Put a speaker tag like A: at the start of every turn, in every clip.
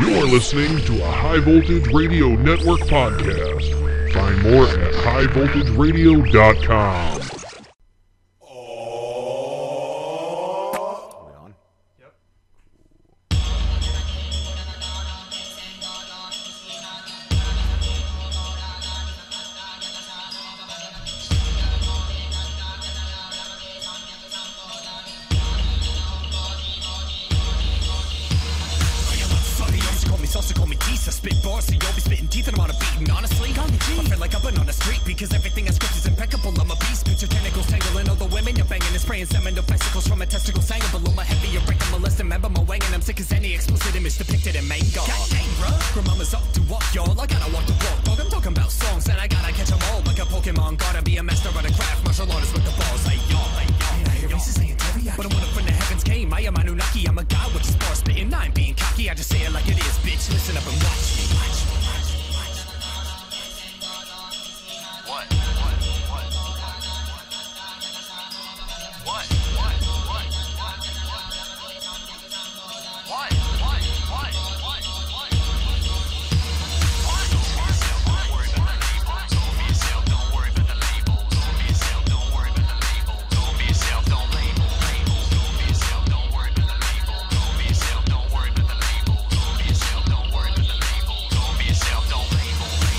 A: You're listening to a High Voltage Radio Network podcast. Find more at highvoltageradio.com.
B: Are we on?
C: Funny, always call me salsa, call me cheese. I spit bars, so you'll be spitting teeth, and I'm on a beating. Honestly, call me I feel like I've been on the street because everything I script is impeccable. I'm a beast, picture tentacles tangling all the women you're banging and spraying semen to bicycles from a testicle saying below my heavy. You're breaking my list, remember my wang, and I'm sick as any explicit image depicted in manga. God dang, bruh. Grandmama's up to walk, y'all. I gotta walk the walk, dog. I'm talking about songs, and I gotta catch 'em all like a Pokemon. Gotta be a master of the craft, martial artist with the balls. Hey, y'all, hey, y'all. Hey, y'all. But I'm one up from the heavens came. I am Anunnaki. I'm a god with a spark spitting. I ain't being cocky. I just say it like it is, bitch. Listen up and watch me. Watch me. watch me, watch me.
D: What? What? What? What? What? What? What? What? What? What? What? What?
C: My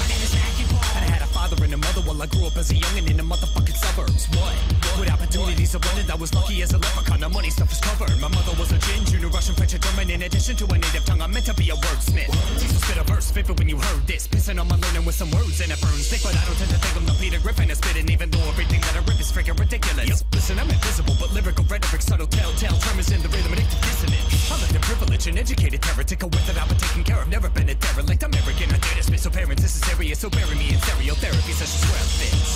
C: name is Matthew Paul. And I had a father and a mother while I grew up as a youngin' in the motherfucking suburbs. What? With opportunities abundant, I was lucky as a leprechaun. The money stuff is covered. My mother was a gin, junior Russian, French, and German. In addition to a native tongue, I'm meant to be a wordsmith. Jesus spit a verse, favorite when you heard this. Pissing on my learning with some words and it burns thick. But I don't tend to think I'm the Peter Griffin of spitting, even though everything that I rip is freaking ridiculous. Listen, I'm invisible, but lyrical rhetoric, subtle telltale tremors in the rhythm, addictive dissonance. I like the privilege and educated heretic, a wit that I've been taking care of. Never been a derelict, I'm arrogant, I dare to spit. So parents, this is serious, so bury me in stereo therapy sessions where I fits.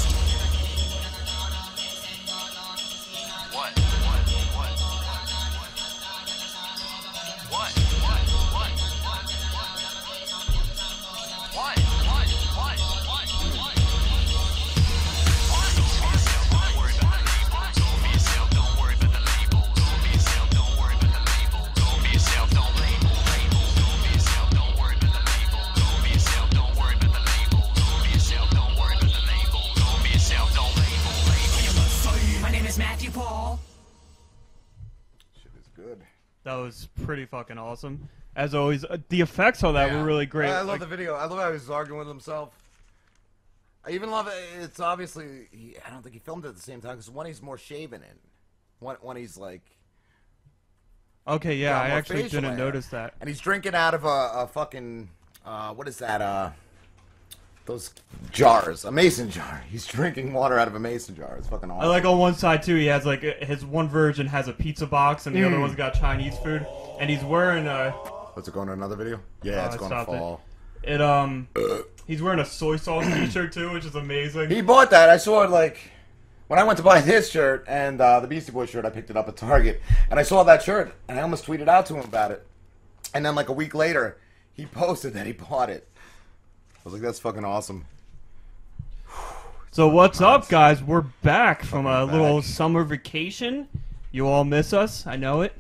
C: My name is Matthew Paul.
B: Shit is good.
E: That was pretty fucking awesome. As always, uh, the effects on that
B: Yeah.
E: were really great.
B: I love
E: Like,
B: the video. I love how he's arguing with himself. I even love it. It's obviously. He, I don't think he filmed it at the same time because one he's more shaven in. One one he's like.
E: okay, yeah,
B: got
E: I
B: more
E: actually
B: facial
E: didn't
B: hair.
E: notice that.
B: And he's drinking out of a, a fucking. Uh, what is that? Uh, those jars. A mason jar. He's drinking water out of a mason jar. It's fucking awesome.
E: I like on one side too. He has like uh, his one version has a pizza box, and the other one's got Chinese food, and he's wearing a
B: What's it going to another video? Yeah,
E: Uh,
B: it's going to
E: stop it.
B: fall.
E: it um. He's wearing a soy sauce T-shirt too, which is amazing.
B: He bought that. I saw it like when I went to buy his shirt and uh, the Beastie Boys shirt. I picked it up at Target, and I saw that shirt, and I almost tweeted out to him about it. And then like a week later, he posted that he bought it. I was like, "That's fucking awesome."
E: So what's up, guys? We're back from a
B: Fucking
E: little
B: back.
E: summer vacation. You all miss us. I know it.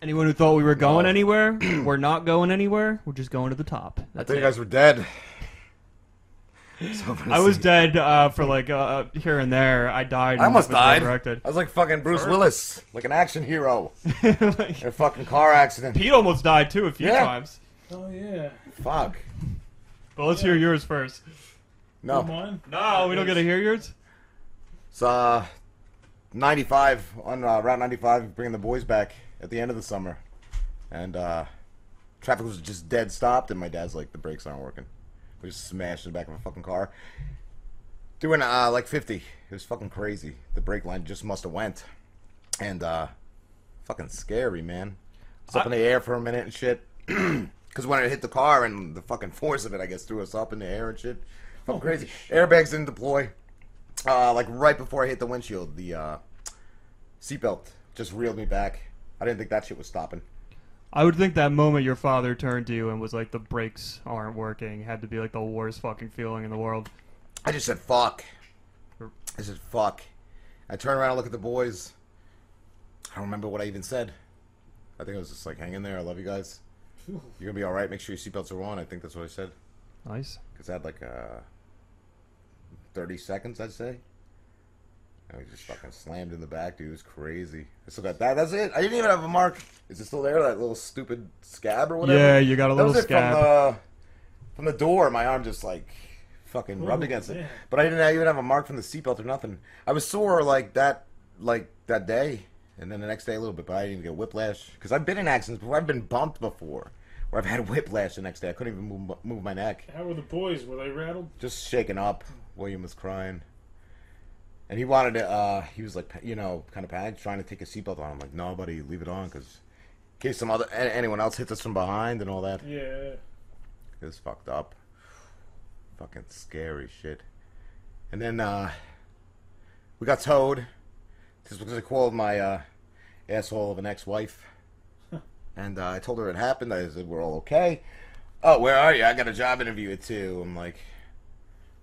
E: Anyone who thought we were going
B: No.
E: anywhere, we're not going anywhere. We're just going to the top.
B: I
E: That's
B: thought
E: it.
B: you guys were dead. So
E: I was
B: dead.
E: dead uh, for like uh, here and there. I died.
B: I almost
E: and was
B: died.
E: resurrected.
B: I was like fucking Bruce Willis, like an action hero
E: Like,
B: in a fucking car accident.
E: Pete almost died too a few
B: Yeah.
E: times.
F: Oh yeah.
B: Fuck.
E: But let's hear yours first.
F: Come
B: No.
F: on.
E: No, we don't get to hear yours.
B: It's uh, 95 on uh, Route 95, bringing the boys back at the end of the summer, and uh, traffic was just dead stopped, and my dad's like, the brakes aren't working. We just smashed in the back of a fucking car, doing uh like 50. It was fucking crazy. The brake line just must have went, and uh, fucking scary, man. It's up in the air for a minute and shit. Because when it hit the car and the fucking force of it, I guess, threw us up in the air and shit. Fucking crazy. Airbags didn't deploy. Uh, like right before I hit the windshield, the uh, seatbelt just reeled me back. I didn't think that shit was stopping.
E: I would think that moment your father turned to you and was like, "The brakes aren't working," had to be like the worst fucking feeling in the world.
B: I just said fuck. I said fuck. I turn around and look at the boys. I don't remember what I even said. I think I was just like, hang in there. I love you guys. You're gonna be all right. Make sure your seatbelts are on. I think that's what I said.
E: Nice.
B: Cause I had like uh, 30 seconds, I'd say. And we just fucking slammed in the back, dude. It was crazy. I still got that. That's it. I didn't even have a mark. Is it still there? That little stupid scab or whatever.
E: Yeah, you got
B: That
E: a little
B: was it
E: scab.
B: from uh, the from the door. My arm just like fucking rubbed
F: Oh,
B: against it.
F: yeah.
B: But I didn't even have a mark from the seatbelt or nothing. I was sore like that, like that day, and then the next day a little bit. But I didn't even get whiplash because I've been in accidents before. I've been bumped before, where I've had whiplash the next day. I couldn't even move, move my neck.
F: How were the boys? Were they rattled?
B: Just shaken up. William was crying. And he wanted to, uh, he was like, you know, kind of panicked, trying to take his seatbelt on. I'm like, no, buddy, leave it on, because in case some other, a- anyone else hits us from behind and all that.
F: Yeah.
B: It was fucked up. Fucking scary shit. And then uh we got towed just because I called my uh asshole of an ex-wife. and uh, I told her it happened. I said we're all okay. Oh, where are you? I got a job interview at 2. I'm like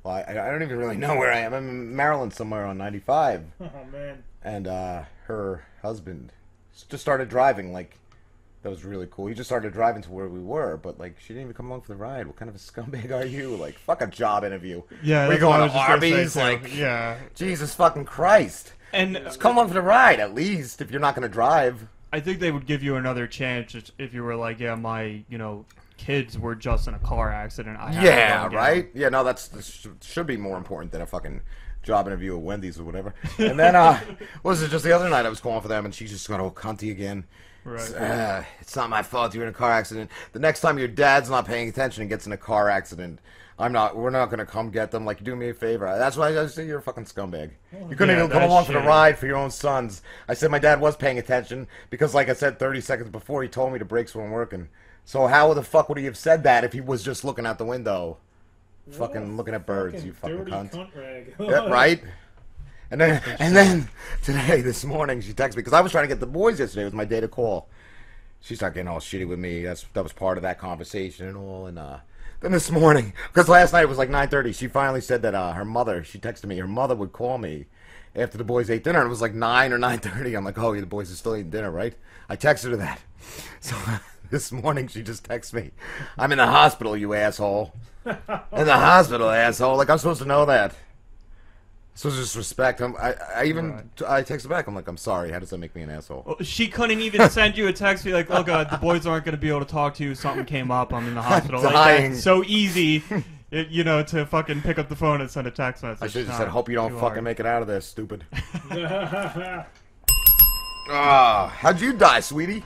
B: well, I, I don't even really know where I am. I'm in Maryland somewhere on 95
F: Oh man.
B: and uh, her husband s- just started driving. Like that was really cool. He just started driving to where we were, but like she didn't even come along for the ride. What kind of a scumbag are you? Like fuck a job interview.
E: Yeah,
B: we
E: that's what
B: going
E: I was
B: to
E: just gonna say,
B: Arby's.
E: too.
B: Like
E: yeah.
B: Jesus fucking Christ.
E: And
B: Just come along for the ride at least if you're not gonna drive.
E: I think they would give you another chance just if you were like, yeah, my, you know, kids were just in a car accident. I had to go
B: Yeah,
E: and get
B: right. Yeah, no, that's this sh- should be more important than a fucking job interview at Wendy's or whatever. And then uh, what was it just the other night I was calling for them, and she's just going, "Oh, cunty again."
E: Right.
B: Uh, it's not my fault you're in a car accident. The next time your dad's not paying attention and gets in a car accident, I'm not. We're not gonna come get them. Like, do me a favor. That's why I say you're a fucking scumbag. You couldn't
E: Yeah,
B: even come
E: that's
B: along for the
E: shitty.
B: ride for your own sons. I said my dad was paying attention because, like I said, 30 seconds before, he told me the brakes weren't working. So how the fuck would he have said that if he was just looking out the window, fucking looking at birds? you fucking
F: dirty
B: cunt.
F: cunt rag.
B: Yeah, right? And then, and then today, this morning, she texted me because I was trying to get the boys yesterday. It was my day to call. She started getting all shitty with me. That's that was part of that conversation and all. And uh, then this morning, because last night it was like nine thirty, she finally said that uh, her mother. She texted me. Her mother would call me after the boys ate dinner. And it was like nine or nine thirty. I'm like, oh, the boys are still eating dinner, right? I texted her that. So this morning, she just texted me. I'm in the hospital, you asshole. In the hospital, asshole. Like I'm supposed to know that. So just respect. I'm, I, I even
E: Right. Oh,
B: I texted back. I'm like, I'm sorry. How does that make me an asshole?
E: Well, She couldn't even send you a text, be like, "Look, uh, the boys aren't going to be able to talk to you. Something came up. I'm in the hospital." Like, that's
B: dying.
E: so easy, it, you know, to fucking pick up the phone and send a text message.
B: I should have
E: Nah,
B: just said, hope you don't
E: too
B: fucking
E: hard.
B: make it out of there, stupid.
F: right.
B: Ah, how'd you die, sweetie?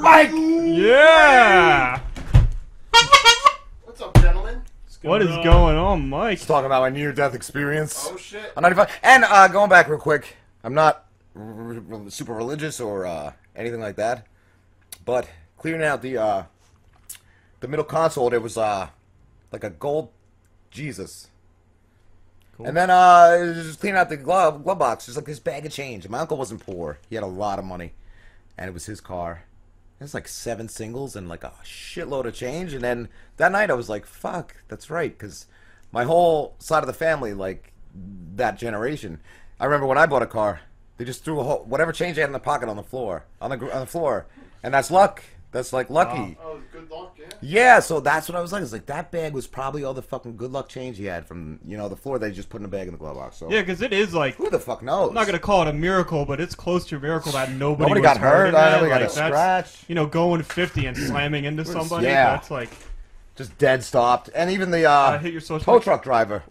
B: Mike!
E: Yeah.
G: What's up, gentlemen?
E: What is going on, Mike?
B: Talking about my near-death experience.
G: Oh shit.
B: I'm not even, and uh, going back real quick, I'm not r- r- super religious or uh, anything like that, but clearing out the uh, the middle console, there was uh, like a gold Jesus.
E: Cool.
B: And then uh, just cleaning out the glove glove box, just like this bag of change. My uncle wasn't poor; he had a lot of money, and it was his car. It's like seven singles and like a shitload of change. And then that night I was like, fuck, that's right. Because my whole side of the family, like that generation, I remember when I bought a car, they just threw a whole, whatever change they had in the pocket on the floor, on the, gr- on the floor. And that's luck. That's like lucky.
G: Oh, good luck, yeah.
B: Yeah, so that's what I was like. It's like that bag was probably all the fucking good luck change he had from, you know, the floor they just put in a bag in the glove box. So
E: Yeah, because it is like
B: who the fuck knows?
E: I'm not gonna call it a miracle, but it's close to a miracle that nobody,
B: Nobody
E: was
B: got hurt.
E: in
B: I
E: that.
B: never got
E: Like,
B: a
E: that's-
B: scratch.
E: You know, going 50 and slamming into somebody.
B: yeah.
E: That's like
B: just dead stopped. And even the uh,
E: hit your social-
B: tow truck driver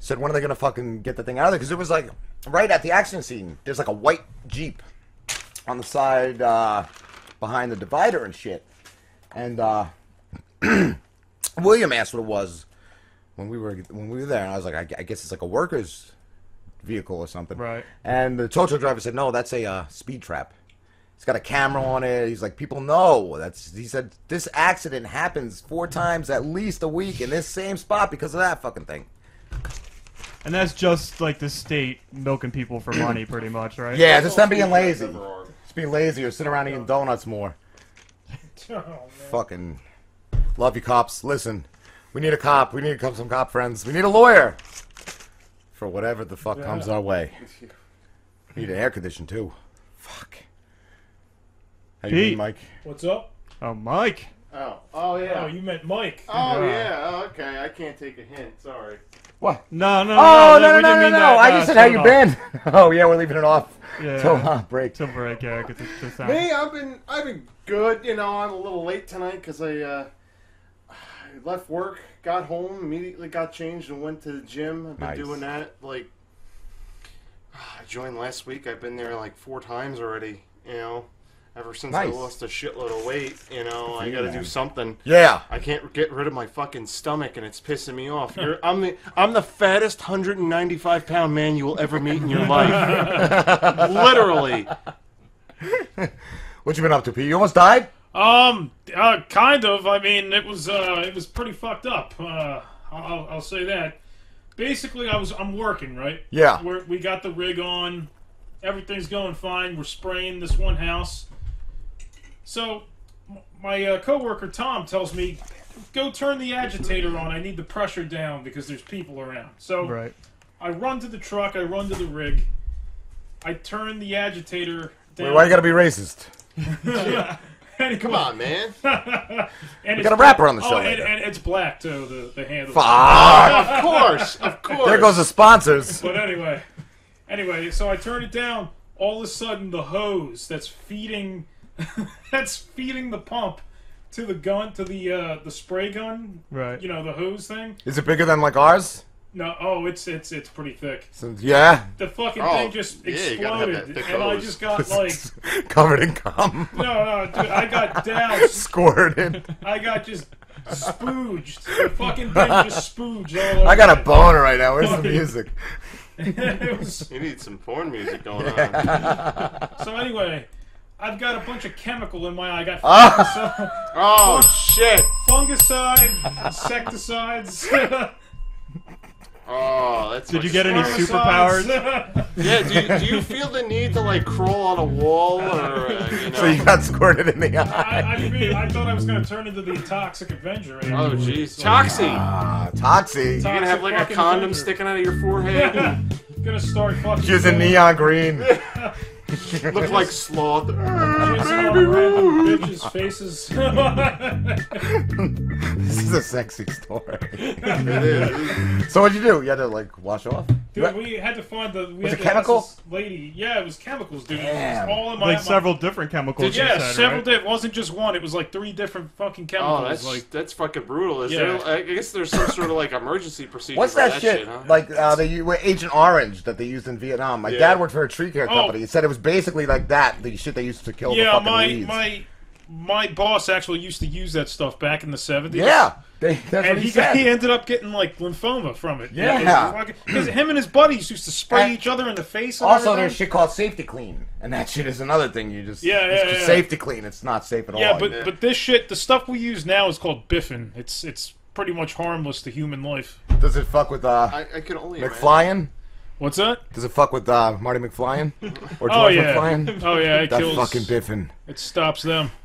B: said, "When are they gonna fucking get the thing out of there?" Because it was like right at the accident scene. There's like a white jeep on the side uh, behind the divider and shit. And uh, William asked what it was when we were when we were there, and I was like, "I, I guess it's like a workers." vehicle or something
E: Right.
B: and the tow truck driver said no that's a uh, speed trap He's got a camera on it. He's like, people know. That's he said. This accident happens four times at least a week in this same spot because of that fucking thing.
E: And that's just like the state milking people for money, pretty much, right?
B: Yeah, just them being lazy.
G: Never are.
B: Just being lazy or sitting around eating donuts more.
F: Oh, man.
B: Fucking love you, cops. Listen, we need a cop. We need some cop friends. We need a lawyer for whatever the fuck comes our way. We need an air condition too. Fuck. How you
E: Pete.
B: doing, Mike?
F: What's up?
E: Oh, Mike.
G: Oh. Oh,
F: Oh,
G: yeah.
F: you meant Mike.
G: Oh, yeah. Oh, okay. I can't take a hint. Sorry.
B: What?
E: No, no,
B: Oh no no
E: we didn't
B: no no
E: mean
B: no!
E: that. Uh,
B: I just
E: No,
B: said how
E: shut
B: you
E: up.
B: been. Oh yeah, we're leaving it off
E: Yeah.
B: till uh, break.
E: Till break, yeah, 'cause it's the sound.
G: Me, I've been I've been good. You know, I'm a little late tonight because I uh, I left work, got home, immediately got changed, and went to the gym. I've been
B: Nice.
G: doing that like I joined last week. I've been there like four times already. You know, ever since I
B: Nice.
G: lost a shitload of weight. You know, I
B: you,
G: got to
B: man.
G: do something.
B: Yeah.
G: I can't get rid of my fucking stomach, and it's pissing me off. You're, I'm the I'm the fattest 195 pound man you will ever meet in your life. Literally.
B: What you been up to, Pete? You almost died?
F: Um, uh, kind of. I mean, it was uh, it was pretty fucked up. Uh, I'll, I'll say that. Basically, I was I'm working right.
B: Yeah.
F: We're, we got the rig on. Everything's going fine. We're spraying this one house. So, m- my uh, coworker Tom tells me, "Go turn the agitator on. I need the pressure down because there's people around." So
E: Right.
F: I run to the truck. I run to the rig. I turn the agitator down.
B: Wait, why you gotta be racist?
F: and it
G: Come on, man.
F: And
B: got a rapper on the show
F: Oh, and,
B: later.
F: and it's black too. The the handle.
B: Fuck!
G: Of course, of course.
B: there goes the sponsors.
F: But anyway, anyway, so I turn it down. All of a sudden, the hose that's feeding that's feeding the pump to the gun to the uh, the spray gun.
E: Right.
F: You know the hose thing.
B: Is it bigger than like ours?
F: No, oh, it's it's it's pretty thick.
B: So- yeah.
F: The fucking
G: Oh,
F: thing just
G: yeah, you gotta have that
F: exploded,
G: thick
F: and I
G: hose.
F: just got like
B: Covered in cum.
F: no, no, dude, I got doused.
B: Squirted.
F: I got just spooged. The fucking thing just spooged all over.
B: I got a
F: me.
B: boner right now. Where's the
F: Fucking-
B: music?
F: It was-
G: You need some porn music going
F: So anyway, I've got a bunch of chemical in my eye. I got
G: on.
B: Ah!
G: Oh shit!
F: fungicide, insecticides.
G: Oh, that's.
E: Did you get any
F: herbicides.
E: superpowers?
G: Yeah. Do you, do you feel the need to like crawl on a wall or uh, you know?
B: So you got squirted in the eye.
F: I, I, mean, I thought I was going to turn into the Toxic Avenger. eh?
G: oh jeez, Toxie. You're
B: Ah, Toxie.
G: gonna have like a condom sticking out of your forehead.
F: Gonna start fucking.
B: She was in
F: killing
B: neon green.
G: Look like sloth.
F: bitches all around the Bitches' faces.
B: This is a sexy story.
G: It is.
B: So what'd you do? You had to like wash off?
F: dude, we had to find the. We
B: Was
F: had
B: it
F: to ask
B: chemical?
F: this Lady, yeah, it was chemicals, dude.
B: Damn.
F: It was all in my.
E: Like
F: my-
E: several different chemicals.
G: Did
E: you
G: you-
F: Yeah,
E: said,
F: several.
E: right?
F: Di- it wasn't just one. It was like three different fucking chemicals.
G: Oh, that's
F: like
G: that's fucking brutal. Is
F: Yeah.
G: there? uh, I guess there's some sort of like emergency procedure.
B: What's
G: for
B: that, shit?
G: huh?
B: Like uh, they u- Agent Orange that they used in Vietnam. My
G: Yeah.
B: dad worked for a tree care
F: Oh.
B: company. He said it was basically like that. The shit they used to kill the
F: yeah,
B: fucking
F: my
B: weeds.
F: my my boss actually used to use that stuff back in the seventies.
B: yeah, they,
F: And
B: that's what
F: he,
B: he, said.
F: got, he ended up getting like lymphoma from it.
B: Yeah.
F: because him and his buddies used to spray
B: And-
F: each other in the face. And
B: Also,
F: everything.
B: there's shit called Safety Clean, and that shit is another thing. You just
F: Yeah,
B: it's
F: yeah,
B: just
F: yeah.
B: Safety Clean. It's not safe at
F: yeah,
B: all.
F: but
B: You-
F: but this shit, the stuff we use now is called biffin. It's it's pretty much harmless to human life.
B: does it fuck with uh,
G: I, I can only. imagine.
B: McFlyin?
F: What's that?
B: Does it fuck with uh, Marty McFlyin or George
F: Oh yeah,
B: McFlyin?
F: oh yeah, it
B: That
F: kills.
B: fucking biffin.
F: It stops them.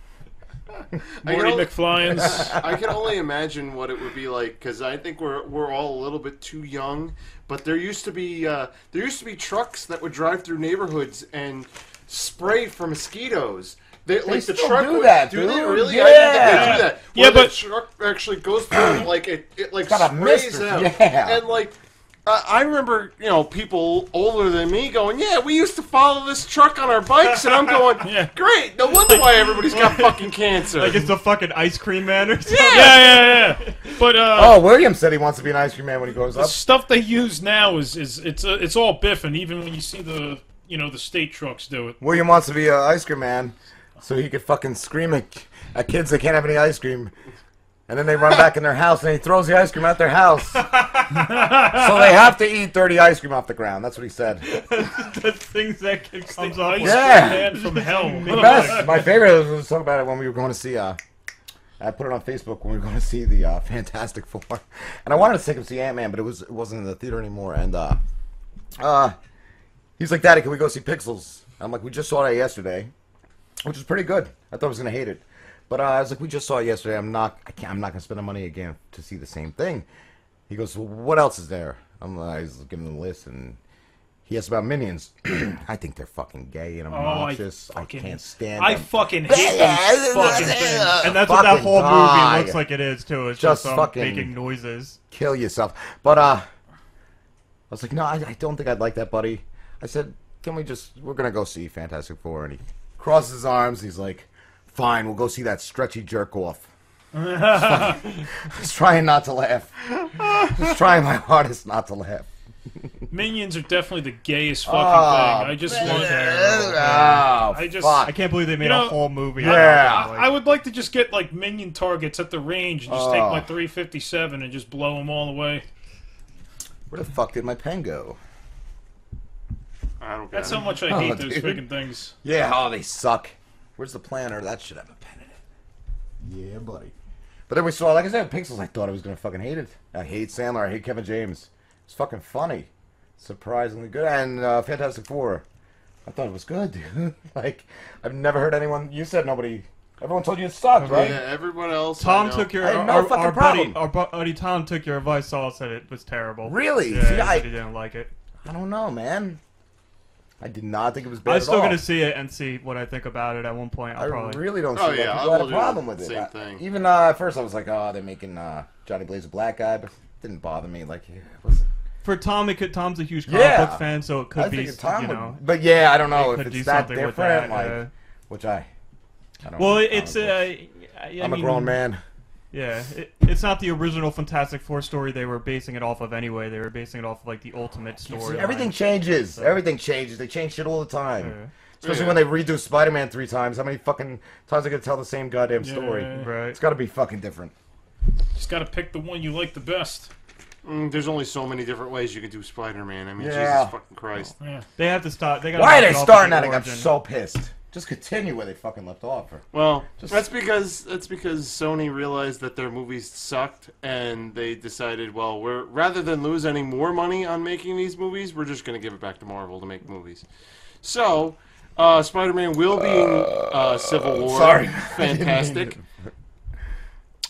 G: I can
F: Morty
G: only-
F: McFlyins.
G: I can only imagine what it would be like because I think we're we're all a little bit too young. But there used to be uh, there used to be trucks that would drive through neighborhoods and spray for mosquitoes. They, like the
B: still
G: truck
B: do
G: would,
B: that,
G: do they
B: dude.
G: really?
B: Yeah.
G: I didn't think they do that.
F: Yeah,
G: Where the
F: but-
G: truck actually goes through and, like it, it like
B: got a
G: sprays
B: mister,
G: out.
B: yeah.
G: And like uh, I remember, you know, people older than me going, "Yeah, we used to follow this truck on our bikes," and I'm going,
F: Yeah.
G: "Great, no wonder why everybody's got fucking cancer."
E: Like it's the fucking ice cream man or something.
F: yeah, yeah, yeah. But uh,
B: Oh, William said he wants to be an ice cream man when he grows
F: the
B: up.
F: stuff they use now is is it's uh, it's all biffing. Even when you see the you know the state trucks do it.
B: William wants to be an ice cream man, so he could fucking scream at, at kids that can't have any ice cream, and then they run back in their house, and he throws the ice cream at their house, so they have to eat dirty ice cream off the ground. That's what he said.
E: the things that can comes up.
F: Ice
E: with-
B: Yeah.
F: cream man from hell.
B: Best, my favorite was talking about it when we were going to see. Uh, I put it on Facebook when we were going to see the uh, Fantastic Four, and I wanted to take him to see Ant Man, but it was it wasn't in the theater anymore, and uh, uh, he's like, "Daddy, can we go see Pixels?" I'm like, "We just saw that yesterday." which is pretty good. I thought I was gonna hate it, but uh, I was like, we just saw it yesterday. I'm not, I can't, I'm not gonna spend the money again to see the same thing. He goes, well, what else is there? I'm like, I was giving him the list, and He asked about minions. I think they're fucking gay and obnoxious. I,
F: Oh, fucking-
B: can't stand
F: I
B: them.
F: fucking hate these fucking things.
E: And that's what that
B: Fucking
E: whole
B: die.
E: movie looks like it is too. It's
B: Just
E: just, um,
B: fucking-
E: making noises.
B: kill yourself. But uh, I was like, no, I, I don't think I'd like that, buddy. I said, can we just? We're gonna go see Fantastic Four, and he crosses his arms. He's like, fine, we'll go see that stretchy jerk off. I was trying not to laugh. I was trying my hardest not to laugh.
F: Minions are definitely the gayest fucking
B: Oh,
F: thing. I just
B: man.
F: want.
B: Oh,
F: I just-
B: fuck.
E: I can't believe they made
F: You know,
E: a whole movie.
B: yeah.
E: out of
F: I,
E: it.
F: I would like to just get like minion targets at the range and just take
B: Oh.
F: my 357 and just blow them all away.
B: Where the fuck did my pen go?
G: I don't get
F: That's
G: it.
F: how much I
B: Oh,
F: hate those
B: dude.
F: freaking things.
B: Yeah, oh, they suck. Where's the planner? That should have a pen in it. Yeah, buddy. But then we saw, like I said, Pixels. I thought I was going to fucking hate it. I hate Sandler. I hate Kevin James. It's fucking funny. Surprisingly good. And uh, Fantastic Four. I thought it was good, dude. like, I've never heard anyone. You said nobody. Everyone told you it sucked,
G: Yeah,
B: right?
G: everyone else. I
E: Tom
G: know.
E: took your
B: I had no
E: our,
B: fucking
E: our buddy
B: problem.
E: our bu- buddy Tom took your advice. Saul said it was terrible.
B: Really?
E: Yeah,
B: See,
E: he
B: I-
E: said he didn't like it.
B: I don't know, man. I did not think it was bad.
E: I'm
B: at
E: still
B: all.
E: gonna see it and see what I think about it at one point.
B: I
E: I'll probably.
B: really don't see
G: Oh,
B: why
G: yeah,
B: people
G: I
B: had a
G: will do
B: problem
G: the
B: with it.
G: same
B: I-
G: thing.
B: Even uh, at first, I was like, "Oh, they're making uh, Johnny Blaze a black guy," but it didn't bother me. Like, it was
E: For Tom, it could, Tom's a huge comic
B: Yeah.
E: book fan, so it could
B: I
E: be
B: think Tom
E: you
B: would,
E: know.
B: but yeah, I don't know if
E: could do
B: it's that
E: something
B: different.
E: with that,
B: like,
E: uh,
B: which I, I don't
E: Well,
B: know,
E: it's uh,
B: honestly.
E: I, I
B: I'm
E: mean,
B: a grown man.
E: Yeah, it, it's not the original Fantastic Four story they were basing it off of anyway. They were basing it off of like the Ultimate
B: See,
E: story.
B: everything changes. Everything changes. They change shit all the time. Especially
G: Yeah.
B: when they redo Spider-Man three times. How many fucking times are they gonna tell the same goddamn story?
F: Yeah.
E: right?
B: It's got to be fucking different.
F: Just gotta pick the one you like the best.
G: Mm, there's only so many different ways you can do Spider-Man. I mean,
B: Yeah.
G: Jesus fucking Christ.
F: Yeah.
E: They have to stop. They got.
B: Why are they starting at it? I'm so pissed. Just continue where they fucking left off. Or
G: Well,
B: Just-
G: that's because that's because Sony realized that their movies sucked, and they decided, well, we're rather than lose any more money on making these movies, we're just going to give it back to Marvel to make movies. So, uh, Spider-Man will be in uh, Civil War.
B: sorry.
G: fantastic.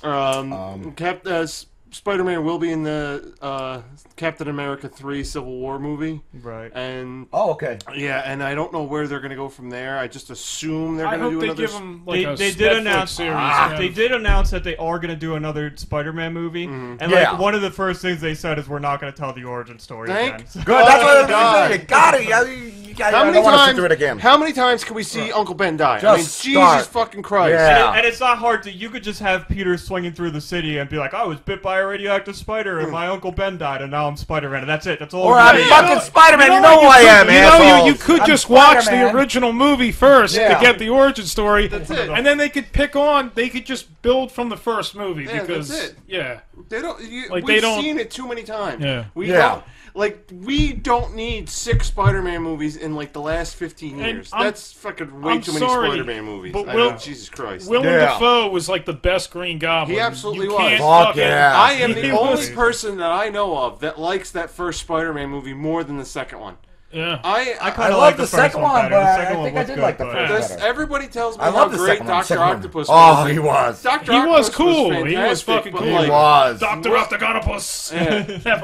G: um, Cap- uh, S- Spider-Man will be in the uh, Captain America three Civil War movie,
E: Right.
G: and
B: oh, okay.
G: yeah, and I don't know where they're going to go from there. I just assume they're
F: I
G: going to do
F: hope they
G: another.
F: give
G: s-
F: them like
E: They,
F: a
E: they did
F: Netflix
E: announce
F: series.
E: Ah,
F: kind
E: they
F: of-
E: did announce that they are going to do another Spider-Man movie, and
B: Mm-hmm. Yeah.
E: like one of the first things they said is we're not going to tell the origin story
G: Thank
E: again.
B: Good. That's what
G: God.
B: I'm saying. Got it. You, you, you,
G: How
B: I
G: many
B: don't want to sit
G: times?
B: through it again.
G: How many times can we see Uncle Ben die? I mean,
B: Just start.
G: Jesus fucking Christ!
B: Yeah.
E: And it's not hard to. You could just have Peter swinging through the city and be like, "I was bit by a radioactive spider, and my uncle Ben died, and now I'm Spider-Man." And that's it. That's all.
B: Hmm. Or
E: we
B: I'm
E: need.
F: you
B: fucking
F: know-
B: Spider-Man. You know,
F: what?
B: who I am,
F: could, You know, you, you
B: assholes.
F: could
B: I'm
F: just watch the
B: Spider-Man.
F: original movie first
B: Yeah.
F: to get the origin story, that's
G: it.
F: and then they could pick on. They could just build from the first movie
G: Yeah,
F: because
G: that's it.
F: yeah,
G: They don't. You,
F: Like,
G: we've
F: they don't-
G: seen it too many times.
F: Yeah.
G: We
B: Yeah.
G: Don't, like we don't need six Spider-Man movies in like the last fifteen
F: And
G: years.
F: I'm-
G: That's fucking way
F: I'm
G: too many
F: sorry,
G: Spider-Man movies.
F: but
G: I
F: Will-
G: know, Jesus Christ.
F: Willem
B: Yeah.
F: Dafoe was like the best Green Goblin.
G: He absolutely
F: You
G: was.
F: can't
B: Fuck
F: fucking-
B: yeah.
G: I am the
F: He
G: only
F: was-
G: person that I know of that likes that first Spider-Man movie more than the second one.
F: Yeah.
G: I I,
B: I
E: kinda like
B: love the
E: the first
B: second
E: one
B: one,
E: better.
B: but
E: The
B: I
E: second one
B: think I
E: was
B: did
E: good,
B: like the
E: but-
B: first
G: This,
B: better.
G: everybody tells me
B: I
G: how
B: love the
G: great
B: second one.
G: Doctor
B: Second one.
G: Octopus
B: Oh,
G: was.
B: he was.
G: Doctor
F: He was
G: Octopus
F: cool. He was
G: fantastic,
F: fucking
G: but,
F: cool.
G: like,
B: He was.
F: Doctor Octagonopus.
G: Yeah.
F: that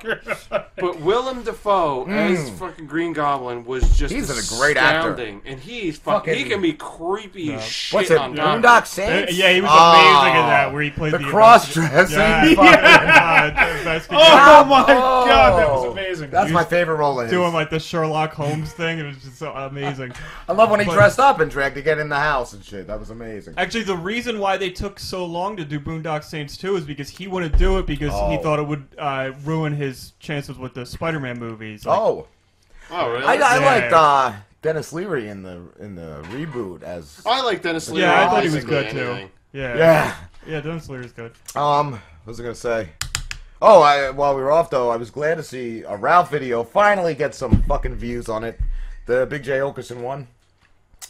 F: motherfucker.
G: But Willem Dafoe as fucking Green Goblin was just
B: Hmm. He's a great actor.
G: astounding, and he's fucking, he
B: Fucking-
G: can be creepy as shit
B: What's it?
G: on
B: Boondock
G: Doctor.
E: Uh,
B: Saints?
E: yeah, he was
B: Ah,
E: amazing in that where he played
B: The
E: the,
B: cross dressing.
E: Yeah,
B: Yeah.
E: fucking God, that's- that's because
F: Oh my god, that was amazing.
B: That's
E: He
B: my
E: was
B: favorite role of his.
E: doing like the Sherlock Holmes thing. It was just so amazing.
B: I love when he
E: but-
B: dressed up and dragged to get in the house and shit. That was amazing.
E: Actually, the reason why they took so long to do Boondock Saints 2 is because he wouldn't do it because he
B: Oh.
E: thought it would uh, ruin his chances with the Spider-Man movies. Like,
B: Oh,
G: Oh, really?
B: I, I
E: Yeah.
B: liked uh, Dennis Leary in the in the reboot as.
G: I like Dennis Leary.
E: yeah, I thought he was
G: basically
E: good too.
G: anything.
E: Yeah,
B: Yeah.
E: yeah, Dennis Leary's good.
B: Um, what was I gonna say? Oh, I while we were off though, I was glad to see a Ralph video finally get some fucking views on it. The Big J Okerson one.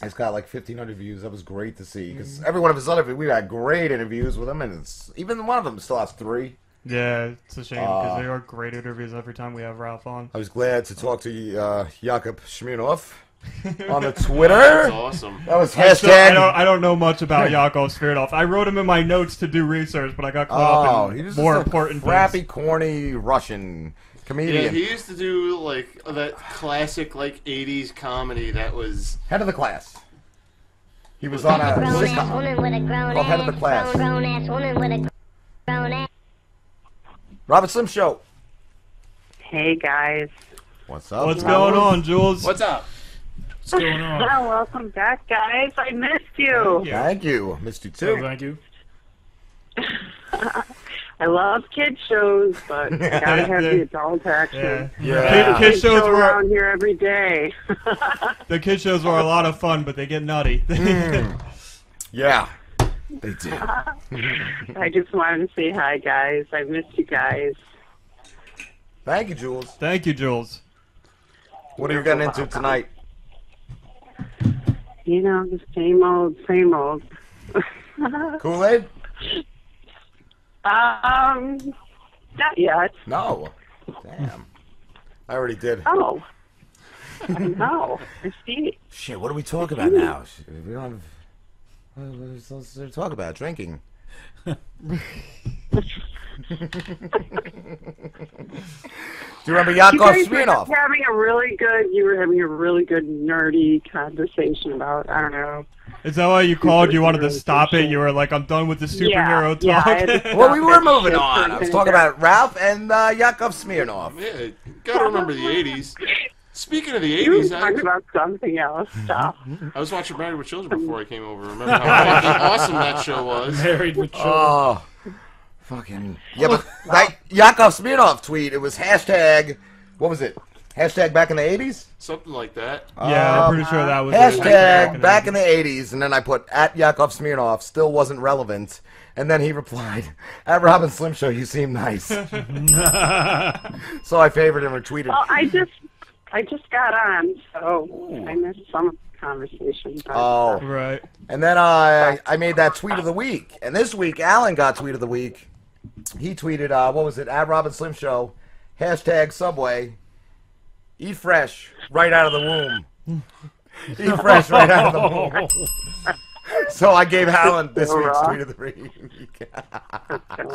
B: It's got like 1,500 views. That was great to see because
E: Mm.
B: every one of his other we had great interviews with him, and it's, even one of them still has three.
E: Yeah, it's a shame because
B: Uh,
E: they are great interviews every time we have Ralph on.
B: I was glad to talk to uh, Jakob Shmunov on the Twitter.
G: That's awesome.
B: That was
E: I still- I don't,
B: hashtag.
E: I don't know much about Yakov Smirnoff. I wrote him in my notes to do research, but I got caught
B: Oh,
E: up
B: he
E: in
B: was just
E: more
B: a
E: important
B: crappy,
E: things.
B: corny Russian
G: Yeah,
B: comedian,
G: he used to do like that classic like '80s comedy that was.
B: head of the class. He was on a
H: grown ass
B: sitcom.
H: woman with a grown
B: Well, head of
H: ass
B: the class.
H: grown ass woman with a grown ass.
B: Robert Slim Show.
I: Hey guys.
B: What's up?
E: What's going on, Jules?
G: What's up?
F: What's going on?
I: Well, welcome back, guys. I missed you.
B: Thank you, missed you
F: Oh,
B: too.
F: thank you.
I: I love kid shows, but gotta have the adult
E: Yeah.
I: action.
B: Yeah.
E: Kid, kid shows
I: show
E: were
I: around here every day.
E: the kid shows were a lot of fun, but they get nutty.
B: Hmm. Yeah, they did.
I: I just wanted to say hi, guys. I missed you guys.
B: Thank you, Jules.
E: Thank you, Jules.
B: What are you getting into tonight?
I: You know, the same old, same old.
B: Kool Aid?
I: Um, not yet.
B: No. Damn. I already did.
I: Oh, I know. I see.
B: Shit, what are we talking about now? Shit, We don't have. What what is there to talk about? Drinking. Do you remember
I: You
B: Yakov
I: guys were just
B: Smirnov?
I: having a really good. You were having a really good nerdy conversation about I don't know.
E: Is that why you called? You wanted to stop it? You were like, "I'm done with the superhero
I: yeah, I had
E: talk."
I: to-
B: Well, we were moving
I: Yeah,
B: on. I was talking about Ralph and uh, Yakov Smirnov.
G: Yeah, gotta remember the '80s. Speaking of the
I: You were
G: '80s,
I: talking
G: I,
I: about something else. Stop.
G: I was watching Married with Children before I came over. Remember how fucking awesome that show was?
F: Married with children.
B: Oh, fucking. Yeah, but that Yakov Smirnov tweet, it was hashtag. What was it? Hashtag back in the 80s?
G: Something like that.
E: yeah,
B: Um,
E: I'm pretty sure that was it.
B: Hashtag back in the 80s, and then I put at Yakov Smirnov, still wasn't relevant. And then he replied, at Robin Slim Show, you seem nice. so I favored and retweeted.
I: Well, I just, I just got on, so I missed some of the conversation. But,
B: Oh,
E: Right.
B: and then I, I made that tweet of the week. And this week, Alan got tweet of the week. He tweeted, uh, what was it, at Robin Slim Show, hashtag Subway, eat fresh right out of the womb. Eat fresh right out of the womb. So I gave Alan this week's tweet of the week.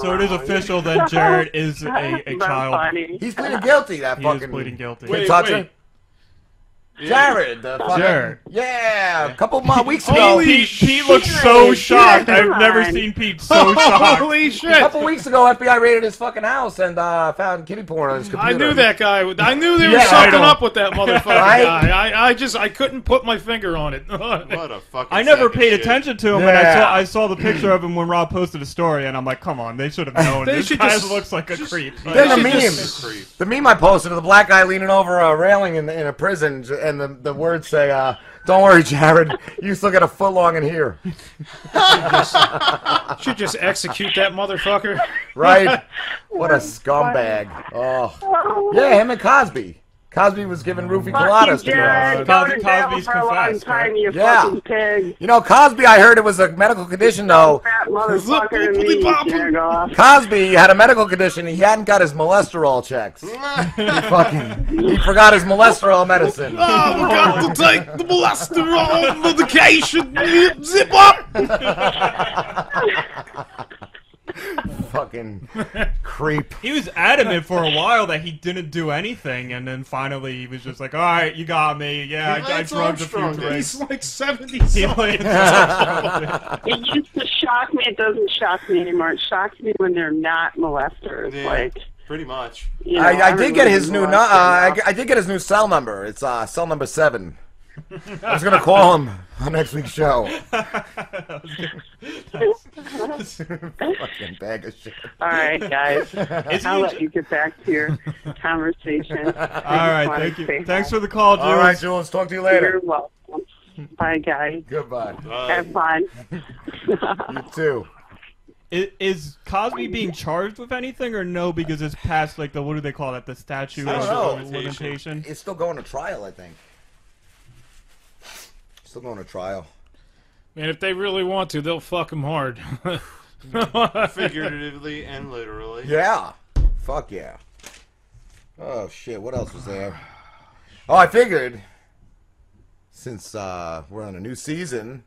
E: So it is official that Jared is a, a
I: That's
E: child.
I: funny.
B: He's pleading guilty. That
E: He
B: fucking
E: is pleading guilty.
F: Wait,
B: Touch
F: wait.
B: it. Jared, the fucking,
E: Jared.
B: yeah, a couple mo- weeks ago,
E: Pete, Pete looks so shocked. I've never seen Pete so shocked.
F: Holy
B: a
F: shit!
B: couple weeks ago, FBI raided his fucking house and uh, found kitty porn on his computer.
F: I knew that guy. would- I knew there
B: Yeah,
F: was something
E: I know.
F: up with that motherfucking
B: Right?
F: guy. I, I just I couldn't put my finger on it.
G: What a fucking.
E: I never
G: sack of
E: paid
G: shit.
E: attention to him, and I
B: Yeah.
E: saw I saw the picture of him when Rob posted a story, and I'm like, "Come on, they should have known."
F: They
E: this
F: should
E: guy
F: just-
E: looks like a creep.
B: Then the
G: He's
B: meme,
G: just a creep.
B: the meme I posted of the black guy leaning over a railing in, in a prison, j- and the, the words say, uh, "Don't worry, Jared, you still got a foot long in here,
F: Should just execute that motherfucker.
B: right?" what a scumbag! Oh,
I: Oh,
B: yeah, him and Cosby. Cosby was giving roofie coladas to
I: Fucking
B: uh,
I: Jared, go to
E: Cosby-
I: jail
E: Cosby's
I: for a long
E: confessed,
I: time,
E: right?
I: you
B: Yeah.
I: fucking pig.
B: You know, Cosby, I heard it was a medical condition, though.
I: Fat motherfucker and me, jerk-off.
B: Cosby had a medical condition. He hadn't got his cholesterol checks. He fucking, he forgot his cholesterol medicine.
F: I forgot Ah, to take the cholesterol medication. Zip up.
B: fucking creep.
E: He was adamant for a while that he didn't do anything, and then finally he was just like, "All right, you got me. Yeah,
G: He
E: I, I
G: Lance
E: drugged a few
G: Armstrong did.
E: drinks."
F: He's like seventy. something.
I: It used to shock me. It doesn't shock me anymore. It shocks me when they're not molesters.
G: Yeah.
I: Like,
G: Pretty much.
I: you know,
B: I, I did get
I: really
B: his new.
I: molested
B: nu- Uh, I,
I: enough.
B: I did get his new cell number. It's uh, cell number seven. I was gonna call him on next week's show. fucking bag of shit.
I: All right, guys.
E: Is he
I: I'll
E: in
I: let you get back to your conversation. All
E: All right, thank you. Thanks for the call, Jules.
B: All right, Jules. Talk to you
I: You're
B: later.
I: welcome. Bye, guys.
B: Goodbye.
I: Have fun.
B: You too.
E: I- Is Cosby being charged with anything or no? Because it's past like the what do they call that? The statute
B: I don't
E: of
B: know.
E: limitation.
B: Oh, It's still going to trial, I think. Still going to trial.
F: Man, if they really want to, they'll fuck him hard.
G: Figuratively and literally.
B: Yeah. Fuck yeah. Oh shit, what else was there? Oh, I figured since uh we're on a new season,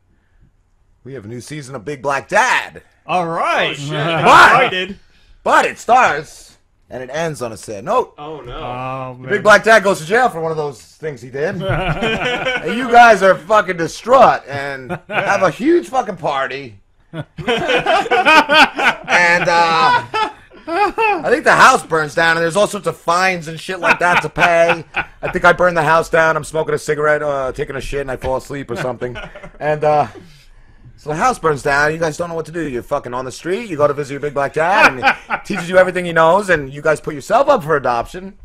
B: we have a new season of Big Black Dad.
G: Oh,
E: All right,
G: Shit.
E: excited.
B: But it starts and it ends on a sad note.
G: Oh no.
E: Oh, man.
B: Big Black Dad goes to jail for one of those things he did. and you guys are fucking distraught and have a huge fucking party. and uh, I think the house burns down, and there's all sorts of fines and shit like that to pay. I think I burned the house down. I'm smoking a cigarette, uh, taking a shit, and I fall asleep or something. And uh, so the house burns down. You guys don't know what to do. You're fucking on the street. You go to visit your big black dad, and he teaches you everything he knows, and you guys put yourself up for adoption.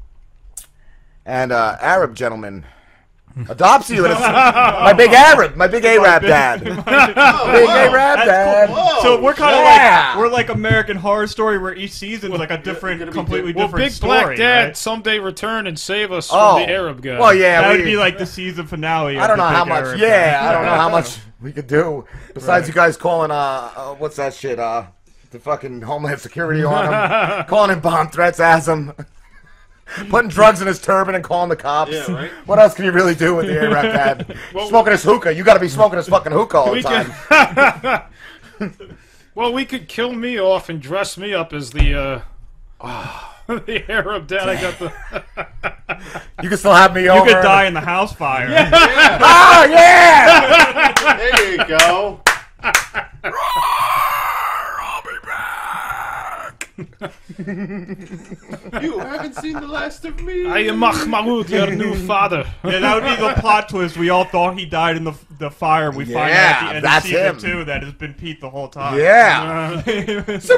B: And uh, Arab gentleman adopts you, and it's my big Arab, my big Arab dad, big
F: Oh,
B: Arab
E: That's
B: dad.
E: cool. So we're kind of
B: Yeah.
E: like we're like American Horror Story, where each season's like a different,
G: gonna be
E: completely
G: di-
F: Will
E: different
F: Big
E: story.
F: Black Dad
E: right?
F: someday return and save us from the Arab guy?
B: Oh. Well, yeah,
E: That would
B: we-
E: be like the season finale.
B: I don't know how much. Yeah, I don't know how
E: much.
B: much we could do besides you guys calling uh, uh what's that shit uh the fucking Homeland Security on him, calling him bomb threats as him, putting drugs in his turban and calling the cops.
G: Yeah, right.
B: What else can you really do with the Arab dad? smoking his hookah. You got to be smoking his fucking hookah all the
F: We
B: time.
F: can- Well, we could kill me off and dress me up as the uh, the Arab dad. I got the.
B: You can still have me
E: You
B: over.
E: could die in the house fire.
B: Oh yeah!
G: There you go. You haven't seen the last of me.
F: I am Mahmoud, your new father.
E: Yeah, that would be the plot twist. We all thought he died in the the fire. We find out at
B: Yeah,
E: the end
B: that's
E: of season
B: him.
E: two that has been Pete the whole time.
B: yeah.
G: Surprise!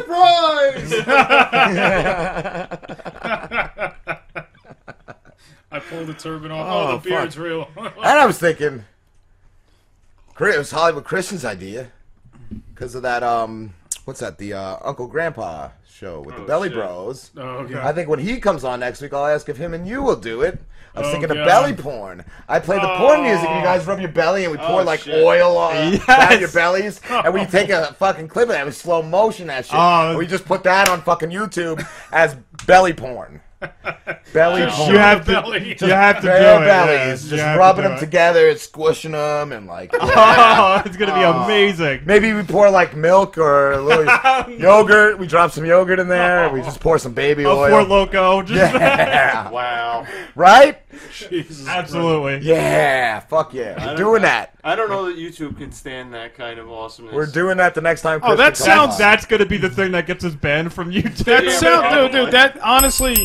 F: I pulled the turban off. Oh,
B: Oh,
F: the beard's real.
B: And I was thinking, Chris- it was Hollywood Christian's idea because of that. Um, what's that? The uh, Uncle Grandpa show with the Belly
G: shit.
B: Bros.
F: oh, okay.
B: I think when he comes on next week, I'll ask if him and you will do it. I was
F: Oh,
B: thinking
F: God.
B: of belly porn. I play the
E: Oh.
B: porn music, and you guys rub your belly, and we pour like
G: shit.
B: oil on
E: Yes.
B: down your bellies, and we take a fucking clip of that with slow motion. That shit.
E: Oh.
B: And we just put that on fucking YouTube as belly porn. belly porn.
E: You have to.
F: Belly.
E: You have to do it.
B: Bare
E: yeah.
B: bellies,
E: You
B: just
E: have to
B: rubbing
E: do
B: them
E: it.
B: together, and squishing them, and like
E: Oh, it's gonna be amazing.
B: maybe we pour like milk or a little yogurt. We drop some yogurt in there. and We just pour some baby
E: A four
B: oil.
E: loco. Just
B: Yeah,
G: wow.
B: right?
F: Jesus.
E: absolutely.
B: Yeah, fuck yeah, we're
G: don't-
B: doing that.
G: I don't know that YouTube can stand that kind of awesomeness.
B: We're doing that the next time.
F: Oh, that
B: Christian comes
F: sounds-
B: on.
E: That's gonna be the thing that gets us banned from YouTube.
F: That sound,
G: probably.
F: dude, dude. That honestly,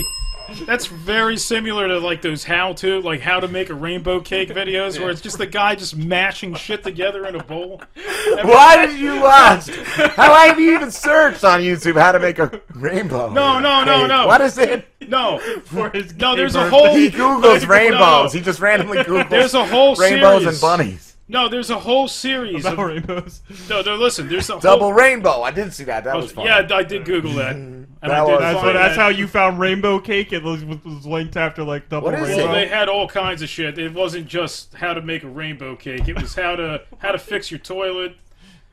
F: that's very similar to like those how-to, like how to make a rainbow cake videos, where it's just the guy just mashing shit together in a bowl.
B: Why did you ask? How have you even searched on YouTube how to make a rainbow?
F: No, no, no,
B: cake?
F: no.
B: Oh, What is it?
F: No,
E: for his
F: No,
E: gay
F: there's a
E: birthday.
F: whole-
B: He googles rainbows.
F: No.
B: He just randomly googles
F: there's a whole
B: rainbows
F: series.
B: and bunnies.
F: No, there's a whole series. Of,
E: About rainbows.
F: no, no, listen, there's a
B: Double
F: whole.
B: rainbow. I did see that. That was fun.
F: yeah, I did Google that. And I
B: That
F: did
B: was-
E: That's,
F: find
E: what, that's
F: that.
E: how you found rainbow cake. It was, was was linked after like double
B: What is
E: rainbow.
F: Well,
B: it?
F: they had all kinds of shit. It wasn't just how to make a rainbow cake. It was how to how to fix your toilet,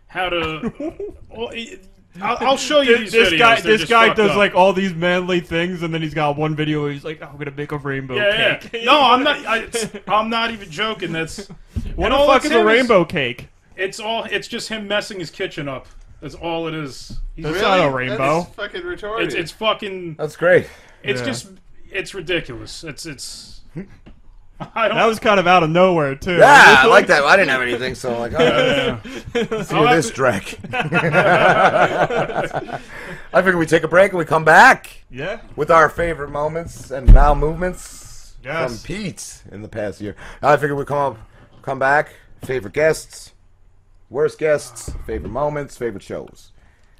F: how to. Well, it- I'll, I'll show you these
E: This, this
F: videos.
E: guy,
F: They're
E: this
F: just
E: guy
F: fucked
E: does
F: up.
E: like all these manly things, and then he's got one video where he's like, "Oh, "I'm gonna make a rainbow
F: Yeah, yeah.
E: cake."
F: No, I'm not. I, it's- I'm not even joking. That's
E: What
F: and
E: the
F: all
E: fuck
F: it's
E: is a
F: him
E: rainbow cake?
F: It's all. It's just him messing his kitchen up. That's all it is. He's,
E: That's
G: Really?
E: not a
G: That
E: rainbow.
G: is fucking retarded.
F: it's, it's fucking.
B: That's great.
F: It's
E: Yeah.
F: just. It's ridiculous. It's it's.
B: Hmm?
F: I don't.
E: That was kind of out of nowhere too.
B: Yeah, I like that. I didn't have anything, so I'm like, all right,
F: I'll
B: through
F: have
B: this
F: to-
B: drag. I figure we take a break and we come back
E: Yeah.
B: with our favorite moments and bowel movements
E: Yes.
B: from Pete in the past year. I figure we come up, come back, favorite guests, worst guests, favorite moments, favorite shows.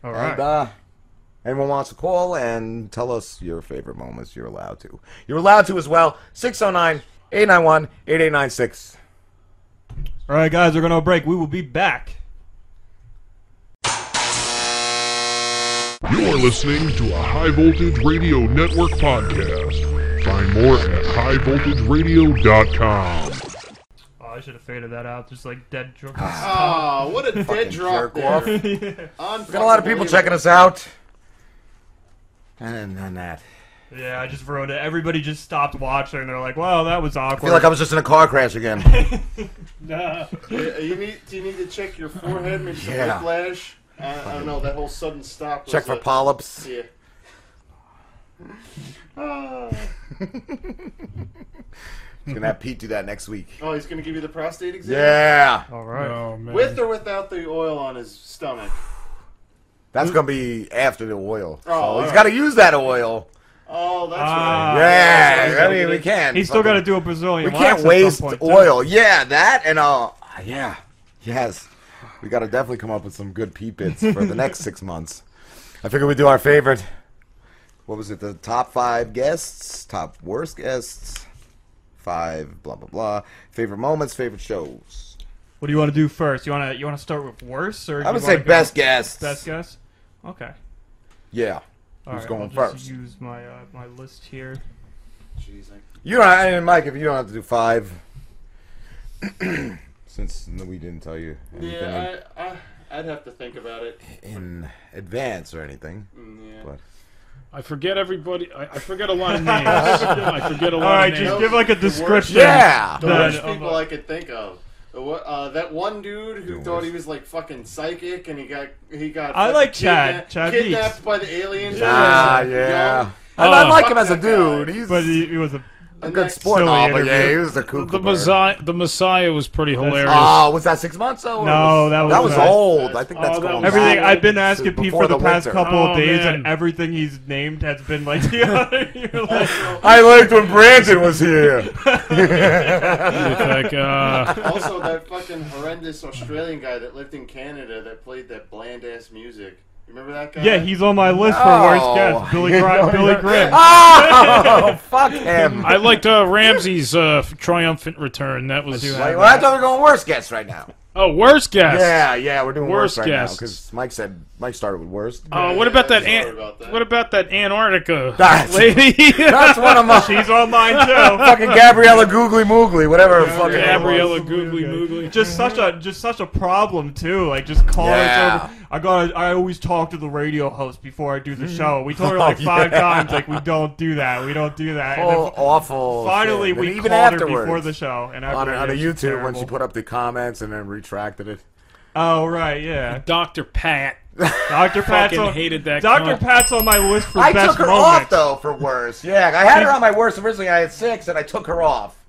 E: All
B: And
E: right.
B: uh, anyone wants to call and tell us your favorite moments, you're allowed to. You're allowed to as well. 609 891 8896.
E: All right, guys, we're gonna break. We will be back.
A: You are listening to a High Voltage Radio Network podcast. Find more at highvoltageradio.com.
E: Oh, I should have faded that out. Just like dead drunk.
G: Ah, what a dead drop
B: jerk off.
G: there. Got
B: Got a lot of people checking us out. And then that.
E: yeah, I just ruined it. Everybody just stopped watching. They're like, "Wow, that was
B: I
E: awkward."
B: feel like I was just in a car crash again.
F: Nah.
G: You need, do you need to check your forehead, maybe some
B: Yeah.
G: whiplash? I, I don't know, that whole sudden stop.
B: Check
G: was
B: for
G: a-
B: polyps.
G: Yeah. Ah.
B: He's gonna have Pete do that next week.
G: Oh, he's gonna give you the prostate exam.
B: Yeah,
E: All right.
F: Oh man.
G: With or without the oil on his stomach.
B: that's gonna be after the oil.
G: Oh,
B: so
G: all
B: he's
G: right.
B: got to use that oil.
G: Oh, that's
E: Ah.
G: right.
B: yeah,
E: yeah.
B: I mean we can.
E: He's still got to
B: fucking-
E: do a Brazilian.
B: We
E: wax at
B: can't
E: some
B: waste
E: point, too.
B: oil. Yeah, that and uh, yeah, yes. We got to definitely come up with some good pee bits for the next six months. I figure we do our favorite. What was it? The top five guests, top worst guests, five blah blah blah. Favorite moments, favorite shows.
E: What do you want to do first? You want to you want to start with worse or do
B: I
E: you
B: would
E: wanna
B: say
E: go
B: best guests.
E: Best guess. Oh. Okay.
B: Yeah.
E: All
B: Who's
E: right,
B: going
E: I'll just
B: first?
E: Use my uh, my list here.
G: Jeez, I-
B: You don't. I mean, Mike, if you don't have to do five, since we didn't tell you anything
G: Yeah, I, I, I'd have to think about it.
B: in advance or anything.
G: Mm, Yeah.
B: But
F: I forget everybody. I, I forget a lot of names. I forget a lot
E: All right,
F: of
E: just
F: names.
E: give like a
G: The worst-
E: description.
B: yeah,
G: The
E: Then
G: worst
E: of
G: people
E: a-
G: I could think of. The wo- Uh, that one dude who
B: The
G: thought
B: worst.
G: he was like fucking psychic and he got he got
E: I
G: fucking
E: like Chad.
G: kidna-
E: Chad
G: kidnapped
E: Beeks.
G: by the aliens. uh,
B: ah,
G: Young.
B: yeah. I,
F: Oh,
B: I like him
G: fuck
B: as a
G: that guy.
B: dude. He's
E: But he, he was a
B: a
G: And
B: good
G: that
B: sport and
E: silly
B: all, but yeah,
E: interview.
B: he was a kook.
F: The Messiah, the Messiah was pretty hilarious.
B: Oh, was that six months ago?
E: No, that was-
B: that was
E: that-
B: old. I think
F: oh,
B: that's
F: that
B: going
F: was-
E: everything.
B: back.
E: I've been
B: So
E: asking Pete
B: before
E: for the, past
B: winter.
E: couple
F: Oh,
E: of days,
F: man.
E: and everything he's named has been like the other. You're like,
B: I liked when Brandon was here.
F: Like, uh,
G: also, that fucking horrendous Australian guy that lived in Canada that played that bland ass music. Remember that guy?
E: yeah, he's on my list for
B: Oh.
E: worst guest. Billy, Gri- Billy Grimm.
B: oh, fuck him.
F: I liked uh, Ramsey's uh, triumphant return. That was
E: do
B: Like, well, I thought we are going worst guess right now.
F: oh, worst guess.
B: Yeah, yeah, we're doing
F: Worst
B: worst, right now
F: guests.
B: because Mike said Mike started with worst.
F: Oh, what about that,
G: Sorry
F: An-
G: about that.
F: What about that Antarctica
B: That's-
F: lady?
B: That's one of my
E: He's on mine too.
B: fucking Gabriella Googly Moogly, whatever. her fucking name was.
F: Gabriella Googly Moogly.
E: Just such a just such a problem too. Like just call
B: Yeah.
E: us over. I got. I always talk to the radio host before I do the show. We told her
B: Oh,
E: like five
B: yeah.
E: times, like we don't do that. We don't do that. And then
B: Oh, awful.
E: finally,
B: shit. And
E: we
B: even
E: called her
B: afterwards,
E: before the show, and
B: on,
E: after
B: on a YouTube when she put up the comments and then retracted it.
E: Oh right, yeah.
F: Dr. Pat.
E: Dr. Pat's
F: Fucking
E: on,
F: hated that
E: Dr.
F: cunt.
E: Pat's on my list for
B: I
E: best
B: took her
E: moments.
B: off though for worse. Yeah, I had her on my worst originally. I had six, and I took her off.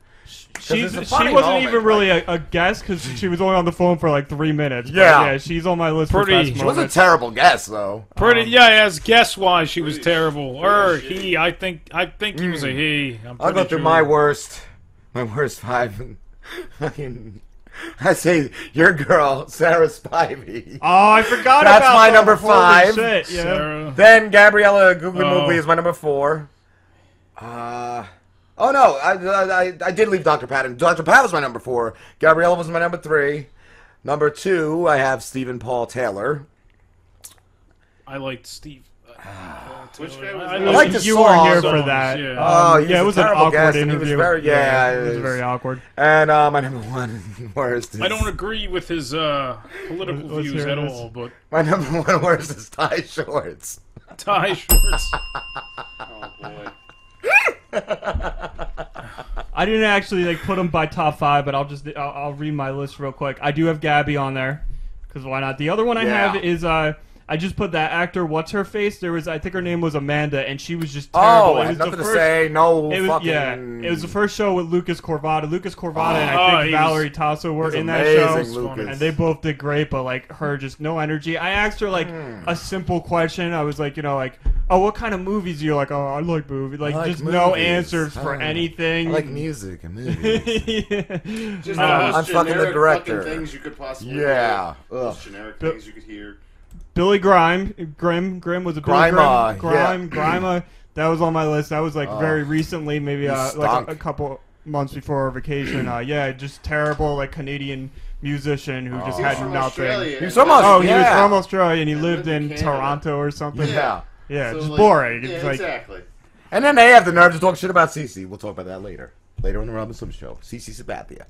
B: it's
E: She's,
B: a
E: she
B: funny
E: wasn't
B: moment,
E: even really a, a guest because she was only on the phone for like three minutes. But
B: Yeah.
E: yeah, she's on my list
F: Pretty-
E: for best
F: she
B: It was a
E: moments.
B: terrible Um, guess though.
F: Pretty, yeah, as guess why she was terrible. Or
G: shitty.
F: he, I think, I think he was a he. I'm
B: Mm. I'll go
F: pretty
B: through
F: sure.
B: my worst, my worst five. Fucking, I say your girl Sarah Spivey.
E: oh, I forgot
B: That's
E: about
B: my
E: that
B: number
E: before we
B: five.
E: Shit, yeah.
F: Sarah.
B: Then Gabriella Googly
F: Oh.
B: Moogly is my number four. Uh, oh no, I, I I- I did leave Dr. Pat. And Dr. Pat was my number four. Gabriella was my number three. Number two, I have Stephen Paul Taylor.
F: I liked Steve. Uh,
G: Which
F: Taylor.
G: guy was
F: I
G: that?
E: You-
B: like the
E: you weren't here
F: songs,
E: for that.
F: yeah.
B: Oh,
E: Um,
B: he's
E: yeah,
B: a
E: it was an
B: terrible
E: awkward
B: guest, and he was
E: interview.
B: very- yeah,
E: it was
B: it's-
E: very awkward.
B: And uh, my number one worst. Is,
F: I don't agree with his uh, political
E: Let's
F: views
E: hear
F: at
E: this.
F: all, but
B: My number one worst is Ty Shorts.
F: tie shorts.
G: Oh boy.
E: I didn't actually like put them by top five, but I'll just I'll, I'll read my list real quick. I do have Gabby on there because why not? The other one I
B: Yeah.
E: have is uh. I just put that actor. What's her face? There was, I think her name was Amanda, and she was just terrible.
B: Oh, I
E: it was
B: had
E: the
B: nothing to
E: first-
B: say. No
E: It was
B: fucking.
E: yeah. It was the first show with Lucas Corvada. Lucas Corvada and
F: Oh,
E: I think
F: he was-
E: Valerie Tasso were
B: It's
E: in that show,
B: amazing, Lucas.
E: and they both did great. But like her, just no energy. I asked her like
B: Hmm.
E: a simple question. I was like, you know, like, oh, what kind of movies do you like? Oh, I like movies. Like,
B: I like
E: just no
B: movies.
E: answers for
B: Oh, I
E: anything.
B: like music and movies.
E: Yeah.
G: Just
E: Uh,
G: the most
B: I'm fucking the
G: generic
B: director.
G: fucking things you could possibly
B: yeah.
G: hear.
B: Ugh.
G: Most generic things you could hear.
E: Billy Grime, Grim, Grim was a Billy
B: Grima,
E: Grime, Grime, Grima. That was on my list. That was like very recently, maybe uh, like
B: stunk.
E: a, a couple months before our vacation. Uh, yeah, just terrible like Canadian musician who just
B: Oh.
E: had
G: He's from
E: nothing.
G: Australia.
B: He's from Australia.
E: Oh, he
B: Yeah.
E: was from Australia and he
G: And
E: lived
G: lived in
E: in
G: Canada.
E: Toronto or something.
B: yeah.
E: yeah,
G: So,
E: just
G: like,
E: boring.
G: Yeah,
E: It's like
G: exactly.
B: And then they have the nerve to talk shit about Cece. We'll talk about that later. Later on the Robin Slim Show. Cece Sabathia.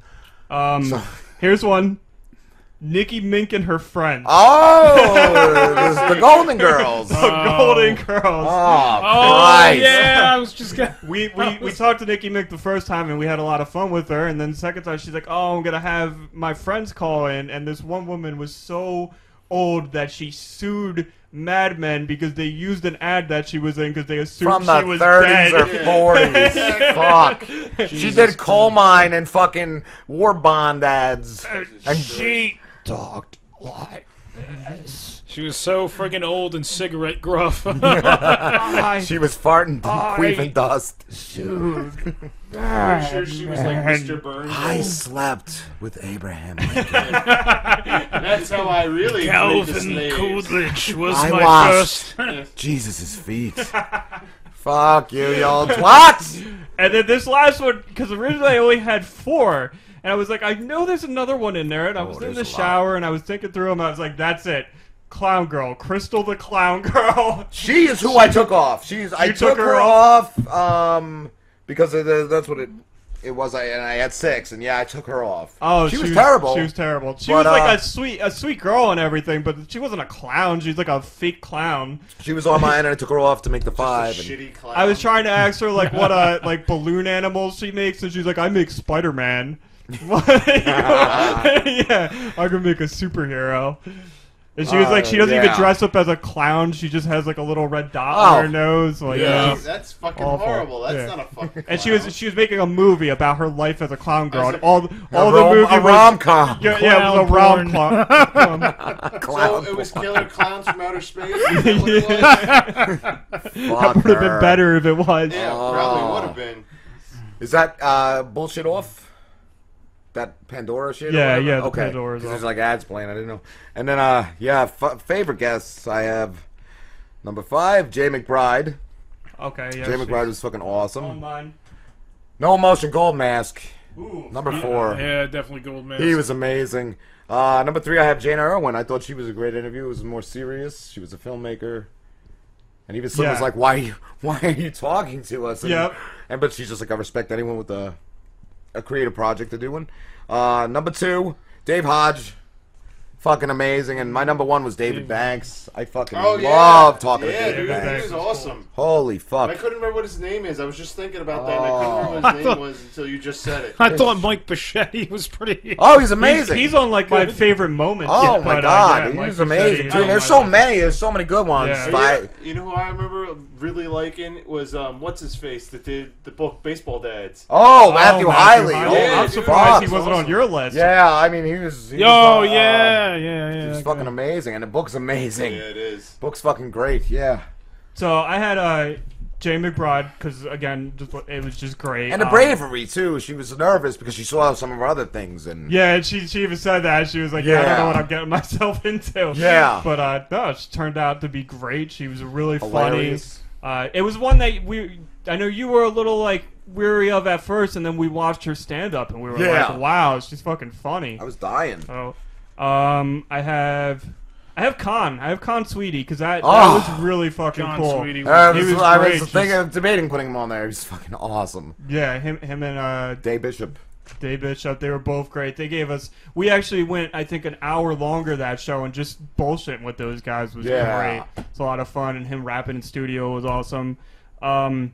E: um,
B: So-
E: here's one: Nicki Mink and her friends,
B: Oh, this is the Golden Girls.
E: the Golden
B: Oh,
E: Girls.
F: Oh
B: Christ.
F: yeah, I was just gonna.
E: we, we, we talked to Nikki Mick the first time and we had a lot of fun with her. And then the second time, she's like, Oh, I'm going to have my friends call in. And this one woman was so old that she sued Mad Men because they used an ad that she was in because they assumed
B: From
E: she
B: the
E: was
B: 30s
E: dead.
B: or 40s. Fuck. she did coal mine and fucking war bond ads. And she talked like.
F: She was so friggin' old and cigarette gruff.
E: I
B: She was farting, queefing dust.
E: sued.
G: I'm sure she was like Mr. Burns.
B: I slept with Abraham.
G: That's how I really freed the slaves.
C: was
B: I washed Jesus' feet. Fuck you, you old twat!
E: And then this last one, because originally I only had four, and I was like, I know there's another one in there, and I was in
B: Oh, there's
E: the
B: a lot.
E: shower and I was thinking through them. I was like, that's it, Clown Girl, Crystal the Clown Girl.
B: She is who I took off. She's I
E: You
B: took,
E: took
B: her,
E: her
B: off um because of the, that's what it it was. I and I had six, and yeah, I took her off.
E: Oh,
B: she, was, terrible.
E: She was terrible. She
B: But,
E: was like
B: uh,
E: a sweet, a sweet girl and everything, but she wasn't a clown. She was like a fake clown.
B: She was on mine, and I took her off to make the five. and-
G: Shitty clown.
E: I was trying to ask her like what uh like balloon animals she makes, and she's like, I make Spider Man. yeah, I can make a superhero. And she was like, she doesn't even
B: Oh, yeah.
E: dress up as a clown. She just has like a little red dot
B: Oh.
E: on her nose. Like,
G: Yeah,
E: yeah.
G: that's fucking
E: Awful.
G: horrible. That's
E: Yeah.
G: not a fucking.
E: And she
G: clown.
E: was she was making a movie about her life as a clown girl. And all
B: A
E: all the
B: rom-
E: movie
B: a
E: was
B: rom com.
E: yeah, yeah, it was a
C: Clown
E: rom com.
G: So
B: Clown.
G: it was killer clowns from outer space. Is that what it was?
E: that would have been better if it was.
G: Yeah, probably would have been.
B: Is that uh, bullshit off? That Pandora shit. or
E: Yeah,
B: whatever?
E: yeah, the
B: Okay.
E: Pandora's
B: 'Cause
E: off.
B: There's like ads playing. I didn't know. And then, uh, yeah, f- favorite guests. I have number five, Jay McBride.
E: Okay,
B: Jay
E: yeah. she-
B: McBride was fucking
E: on
B: awesome.
E: mine.
B: No emotion, gold mask.
E: Ooh.
B: Number four.
F: yeah, definitely gold man.
B: He was amazing. Uh, number three, I have Jane Irwin. I thought she was a great interview. It was more serious. She was a filmmaker, and even Slim was
E: Yeah.
B: like, "Why, are you, why are you talking to us?" And,
E: Yep.
B: And but she's just like, "I respect anyone with a a creative project to do one." Uh, number two, Dave Hodge, fucking amazing. And my number one was David Banks. I fucking
G: Oh
B: love
G: yeah.
B: talking
G: yeah,
B: to David
G: dude,
B: Banks.
G: he was awesome.
B: Holy fuck!
G: I couldn't remember what his name is. I was just thinking about that. and I couldn't remember
E: Oh.
G: what his name was until you just said it.
F: I thought Mike Bichetti was pretty.
B: oh, he's
E: He's,
B: amazing.
E: he's on like my favorite moments.
B: Oh
E: but,
B: my
E: uh,
B: god,
E: yeah,
B: he
E: like
B: was
E: you said,
B: amazing.
E: he's
B: Dude,
E: on
B: there's
E: my
B: so
E: list.
B: many. There's so many good ones.
E: Yeah.
B: but I-
G: You know who I remember really liking was um, what's his face that did the book Baseball Dads.
B: Oh,
E: Oh,
B: Matthew Hiley.
E: Hiley.
B: Oh,
G: Yeah,
E: I'm
G: dude.
E: surprised
B: fuck.
E: he wasn't on your list.
B: Yeah, I mean, he was. He
F: Oh
B: was, uh,
F: yeah, yeah, yeah.
B: He was
F: okay.
B: fucking amazing, and the book's
G: Yeah,
B: amazing.
G: it is.
B: Book's fucking great. Yeah,
E: So I had uh, Jay McBride because again, just, it was just great.
B: and the
E: Um,
B: bravery too. She was nervous because she saw some of her other things, and
E: Yeah, and she she even said that she was like, I
B: Yeah.
E: don't know what I'm getting myself into.
B: Yeah.
E: But uh, no, she turned out to be great. She was really
B: Hilarious.
E: funny. Uh, it was one that we I know you were a little like weary of at first, and then we watched her stand up, and we were
B: Yeah.
E: like, wow, she's fucking funny.
B: I was dying.
E: Oh, um, I have, I have Khan. I have Khan Sweetie because that,
B: Oh.
E: that was really fucking
F: John
E: cool.
F: Sweetie.
B: I
E: He
B: was,
E: was
B: I
E: great,
B: was thinking
E: just-
B: of debating putting him on there. He's fucking awesome.
E: Yeah, him, him and uh,
B: Day Bishop.
E: Dave Bishop, they were both great. They gave us. We actually went, I think, an hour longer that show, and just bullshitting with those guys was
B: Yeah.
E: great. It's a lot of fun, and him rapping in studio was awesome. Um,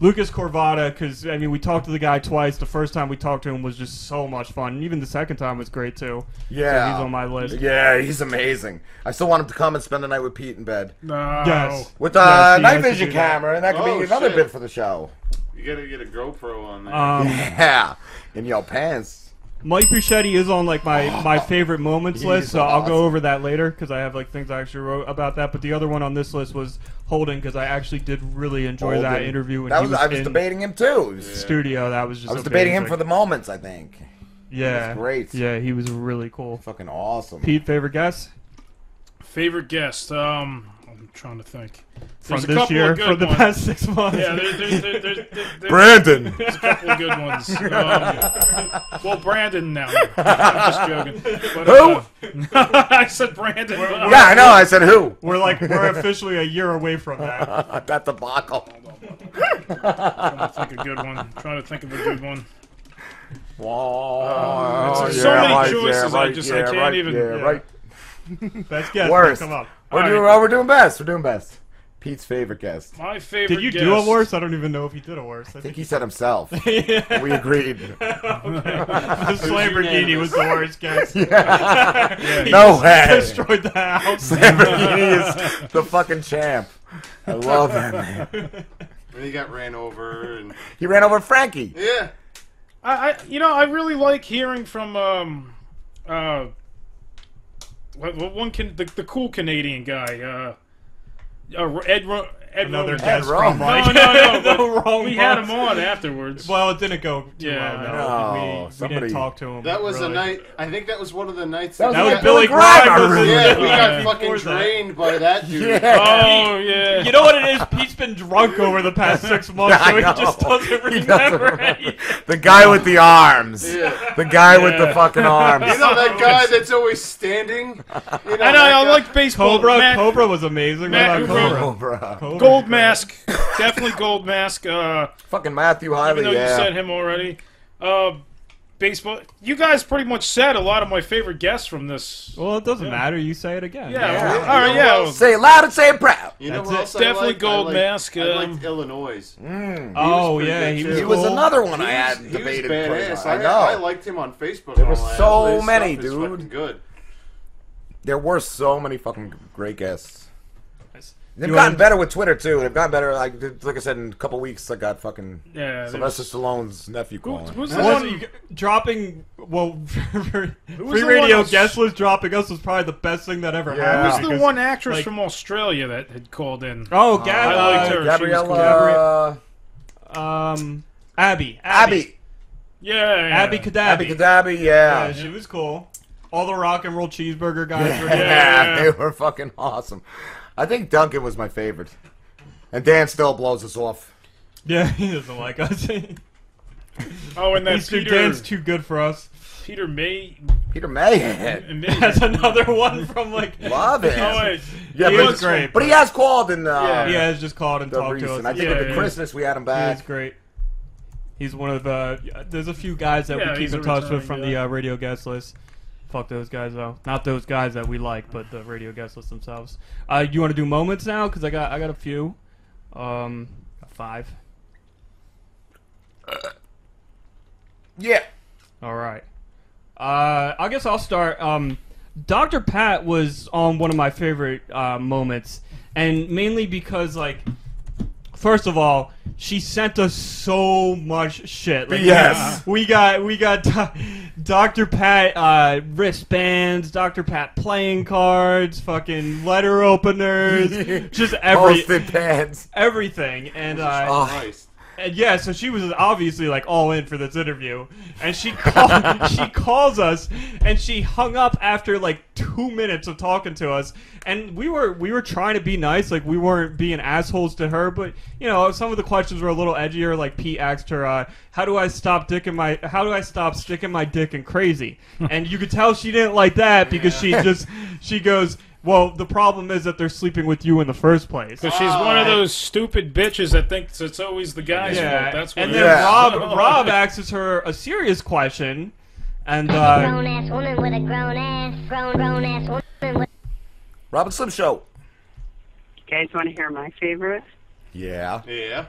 E: Lucas Corvada, because I mean, we talked to the guy twice. The first time we talked to him was just so much fun, and even the second time was great too.
B: Yeah,
E: he's on my list.
B: Yeah, he's amazing. I still want him to come and spend the night with Pete in bed
F: No.
E: Yes.
B: with a
E: Yes, he
B: night
E: has to
B: vision
E: do that.
B: camera, and that could
G: Oh,
B: be another
G: shit.
B: bit for the show.
G: You gotta get a GoPro on that.
E: Um,
B: Yeah, in your pants.
E: Mike Buschetti is on like my my favorite moments
B: He's
E: list, so I'll
B: awesome.
E: go over that later because I have like things I actually wrote about that. But the other one on this list was Holden because I actually did really enjoy that
B: Golden.
E: interview when
B: That
E: he
B: was,
E: was,
B: I was
E: in
B: debating him too. He was-
E: studio. That was just
B: I was debating him for
E: amazing.
B: the moments. I think
E: yeah
B: was great.
E: Yeah, he was really cool.
B: fucking awesome.
E: Pete, favorite guest
F: Favorite guest? Um, I'm trying to think.
E: from
F: There's a
E: this
F: couple
E: year
F: of good
E: for the
F: ones.
E: past six months.
F: Yeah, there, there, there, there, there, there's
B: Brandon.
F: a couple of good ones. Um, well, Brandon now. I'm just joking. But, uh, I said Brandon. but-
B: yeah, I know. I said who?
E: we're like we're officially a year away from that.
B: That debacle.
F: I'm trying to think of a good one. I'm trying to think of a good one.
B: Oh,
F: Um,
B: Wow.
F: it's- so many choices, I just- I can't
B: right,
F: even-
B: Yeah,
E: yeah.
B: right.
E: Best guest.
B: Worst.
E: Come on.
B: We're
F: All
B: doing.
F: right.
B: oh, we're doing best. We're doing best. Pete's favorite guest.
F: My favorite.
E: Did you do a
F: guest.
E: worse? I don't even know if you did a worse. I
B: I think
E: think
B: he said himself. We agreed.
E: this Lamborghini was the worst guess. He
B: No
E: just
B: way.
E: Destroyed the house.
B: Lamborghini is the fucking champ. I love that man.
G: And he got ran over, and
B: He ran over Frankie.
G: yeah,
F: I, I you know I really like hearing from um uh what, what one can the, the cool Canadian guy uh, uh Ed Ro- Ed
E: Another
F: Rowan.
E: guess
B: wrong.
E: from
B: No,
E: Mike.
F: no, no,
E: The
F: but
E: wrong
F: we had him
E: box.
F: on afterwards.
E: Well, it didn't go too
F: Yeah,
E: well.
B: I
E: No,
B: know.
E: We- we,
B: Somebody-
E: didn't talk to him.
G: that was
E: really.
G: a night. I think that was one of the nights
B: That was
E: That
G: we
E: was
G: got-
E: Billy
B: Billy Grimer
E: Grimer.
B: ruined
G: Yeah, we got
F: Yeah.
G: fucking
E: Before that.
G: drained by that dude.
F: oh yeah.
E: You know what it is? Pete's been drunk over the past six months, so
B: I
E: he
B: know.
E: just doesn't
B: He
E: remember.
B: doesn't
E: anything.
B: The guy with the arms.
G: Yeah.
B: The guy with the fucking arms.
G: You know that guy that's always standing? You know, uh,
F: and
G: that
F: I, I
G: guy-
F: like baseball.
E: Cobra,
F: Matt-
E: Cobra was amazing.
F: Matt
E: what about
F: Uber.
E: Cobra?
B: Oh, bro.
E: Cobra?
F: Gold Mask, definitely Gold Mask. Uh,
B: Fucking Matthew
F: even
B: Hiley,
F: though you said
B: yeah.
F: him already. Uh, baseball. You guys pretty much said a lot of my favorite guests from this.
E: Well, it doesn't matter. You say it again.
F: Yeah.
B: Yeah.
F: well, All right.
G: You know
F: Yeah.
G: what
B: Say it loud and say it proud.
G: You know
E: That's
G: what
E: it.
G: else I
F: Definitely
G: liked? I
F: Gold
G: liked-
F: Mask,
G: I
F: um,
G: liked Illinois.
E: uh, Oh
G: pretty
E: yeah,
G: good,
E: he
G: too.
E: was.
B: Mm. He was
E: cool.
B: another one I
G: He
B: had
G: was- he was
B: debated.
G: badass.
B: pretty
G: I,
B: much. I know.
G: I liked him on Facebook. There
B: were so many, dude.
G: Good.
B: there were so many fucking great guests.
E: Nice.
B: They've
E: You
B: gotten
E: wanna-
B: better with Twitter too. They've gotten better. Like, like I said, in a couple weeks, I got fucking
F: Yeah.
B: Sylvester Stallone's nephew calling.
F: Who's the
E: Was
F: one?
E: you, dropping well, free
F: the
E: radio
F: one-
E: guest list dropping us was probably the best thing that ever
B: Yeah.
E: happened.
F: Who's the
E: because-
F: one actress
E: like-
F: from Australia that had called in?
E: Oh, Gab,
F: I liked
E: uh,
F: her.
B: Gabriella,
F: cool.
B: Gabriella
E: Um, Abby, Abby,
B: Abby,
F: Yeah, yeah.
E: Abby Kadabi.
B: Abby Kadabi, yeah.
E: Yeah, she was cool. All the rock and roll cheeseburger guys were
B: Yeah,
E: there.
F: Yeah.
B: they were fucking awesome. I think Duncan was my favorite, and Dan still blows us off.
E: Yeah, he doesn't like us.
F: Oh, and that
E: He's too
F: Peter
E: dance too good for us.
F: Peter May.
B: Peter May,
E: That's another one from like.
B: love it.
F: Oh, wait.
B: yeah,
E: he
B: but-
E: was great.
B: But he has called in uh,
F: Yeah.
E: He has just called and
B: the
E: talked to us.
B: recent. I think
F: Yeah,
B: at the
F: yeah.
B: Christmas we had him
E: He's
B: back.
E: great. He's one of the. There's a few guys that
F: Yeah,
E: we keep
F: he's
E: in
F: a
E: touch with
F: returning
E: from the
F: guy.
E: uh, radio guest list. Fuck those guys though. Not those guys that we like, but the radio guest list themselves. Uh, you want to do moments now? Cause I got I got a few. Um, got five.
B: Yeah,
E: All right. Uh, I guess I'll start. Um, Dr. Pat was on one of my favorite uh, moments, and mainly because, like, first of all, she sent us so much shit. Like,
B: Yes.
E: we got we got Dr. Pat uh, wristbands, Dr. Pat playing cards, fucking letter openers, just every
B: posted pants.
E: everything. And uh,
B: Oh,
G: Christ.
E: and yeah, so she was obviously like all in for this interview, and she called, she calls us, and she hung up after like two minutes of talking to us, and we were we were trying to be nice, like we weren't being assholes to her, but you know some of the questions were a little edgier. Like Pete asked her, uh, "How do I stop dicking my How do I stop sticking my dick in crazy?" and you could tell she didn't like that because she just she goes, "Well, the problem is that they're sleeping with you in the first place."
F: So she's one of those stupid bitches that thinks it's always the guy's fault. That's what
E: and
F: it
E: then
F: is.
B: Yeah.
E: Rob Rob asks her a serious question, and uh,
H: Grown ass woman with a grown ass, grown grown ass woman with
B: Robin Slim Show.
I: You guys want to hear my favorite?
B: Yeah.
G: Yeah.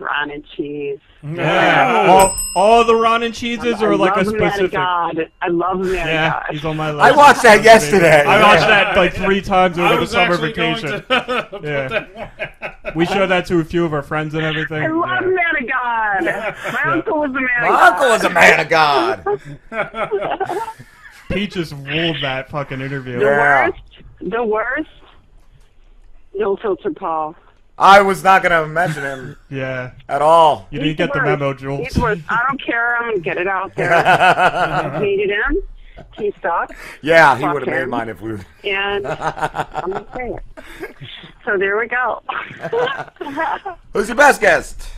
I: Ron and cheese. Oh.
E: yeah, all, all the Ron and cheeses
I: I
E: are like a
I: love him at
E: specific.
I: God. I love him at
E: Oh. Yeah,
I: God.
E: he's on my list.
B: I watched that yesterday.
E: I watched that like three times
F: I
E: over the
F: was
E: summer
F: actually going
E: vacation.
F: to put
E: Yeah.
F: that one.
E: We showed that to a few of our friends and everything.
I: I love
E: Yeah.
I: man of God. My uncle was a man of
B: My
I: God.
B: uncle is a man of God.
E: Pete just ruled that fucking interview.
B: Yeah.
I: The worst. No filter, Paul.
B: I was not gonna mention him
E: Yeah.
B: at all.
E: you didn't get the
I: Worst.
E: memo, Jules.
I: He's worse. I don't care. I'm gonna get it out there. I hated him. He sucks.
B: yeah, he
I: Fuck
B: would have made
I: him.
B: mine if we. Were...
I: And I'm gonna say it. So there we go.
B: Who's your best guest?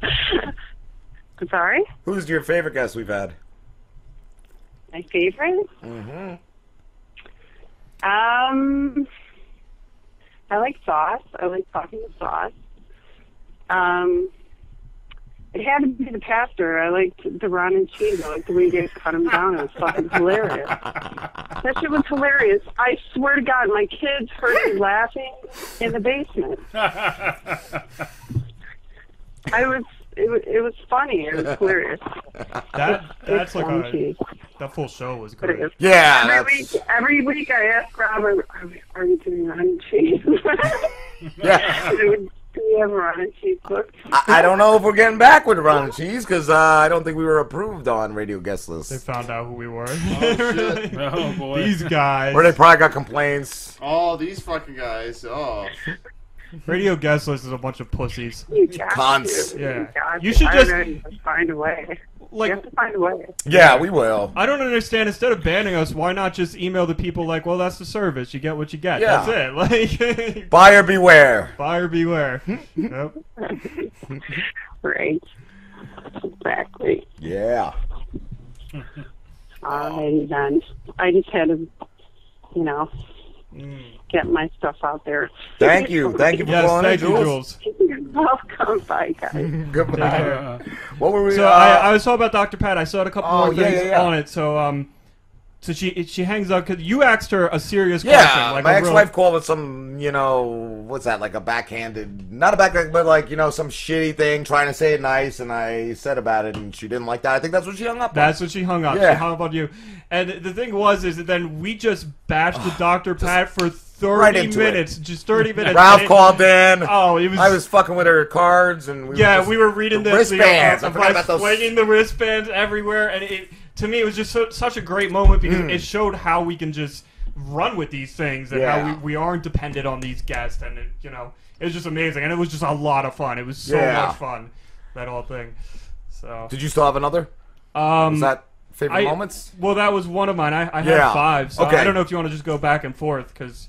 I: I'm sorry.
B: Who's your favorite guest we've had?
I: My favorite? Mm-hmm. Um, I like sauce. I like talking to sauce. Um, It had to be the pastor. I liked the Ron and Cheese. I liked the way you guys cut him down. It was fucking hilarious. That shit was hilarious. I swear to God, my kids heard me laughing in the basement. I was. It was, it was funny. It was hilarious.
E: That that's like
I: Ron and
E: a
I: Cheese.
E: that full show was
I: But it
E: great.
I: was
B: Yeah,
I: Every
B: that's,
I: week, every week I ask Robert, are we, are we doing Ron and Cheese?
B: yeah.
I: do, we, do we have a Ron and Cheese book?
B: I, I don't know if we're getting back with Ron and Cheese because uh, I don't think we were approved on radio guest
E: They
B: list.
E: found out who we were.
G: shit.
F: Oh boy.
E: These guys.
B: Where they probably got complaints.
G: Oh, these fucking guys. Oh,
E: Radio guest list is a bunch of pussies.
I: You got
B: Cons.
I: to.
E: Yeah.
I: got
E: You
I: to.
E: should
I: I don't
E: just-
I: know, you gotta find a way. You
E: Like
I: have to find a way.
B: Yeah, we will.
E: I don't understand. Instead of banning us, why not just email the people like, "Well, that's the service. You get what you get.
B: Yeah.
E: That's it." Like,
B: Buyer beware.
E: buyer beware. Yep.
I: Right. Exactly.
B: Yeah.
I: Alrighty then. I just had to, you know, get my stuff out there.
B: Thank you. Thank you for
E: Mm. Yes,
B: calling in,
E: thank you,
B: Jules.
E: Jules.
I: You're welcome. Bye, guys.
B: Goodbye.
E: Uh,
B: What were we?
E: so
B: uh,
E: I, I was talking about Dr. Pat. I saw a couple
B: Oh,
E: more
B: yeah,
E: things
B: yeah, yeah.
E: on it. So um, so she she hangs up because you asked her a serious
B: yeah,
E: question. Like
B: my
E: a real-
B: ex-wife called with some, you know, what's that? Like a backhanded, not a backhand, but like you know, some shitty thing, trying to say it nice, and I said about it, and she didn't like that. I think that's what she hung up. on.
E: That's when she hung up.
B: Yeah.
E: She hung up on you. And the thing was, is that then we just bashed the Dr. Pat for 30
B: right into it.
E: minutes. Just 30 minutes.
B: Ralph
E: And-
B: called in.
E: Oh, it was.
B: I was fucking with her cards, and we
E: yeah,
B: were just-
E: we were reading the,
B: the wristbands.
E: The,
B: I forgot about those.
E: Swinging the wristbands everywhere, and it to me it was just so, such a great moment because
B: Mm.
E: it showed how we can just run with these things and
B: Yeah.
E: how we, we aren't dependent on these guests, and it, you know it was just amazing, and it was just a lot of fun. It was so
B: Yeah.
E: much fun that whole thing. So
B: Did you still have another?
E: um,
B: Was that favorite
E: I-
B: moments?
E: Well, that was one of mine. I, I
B: Yeah.
E: had five, so
B: Okay.
E: I don't know if you want to just go back and forth because,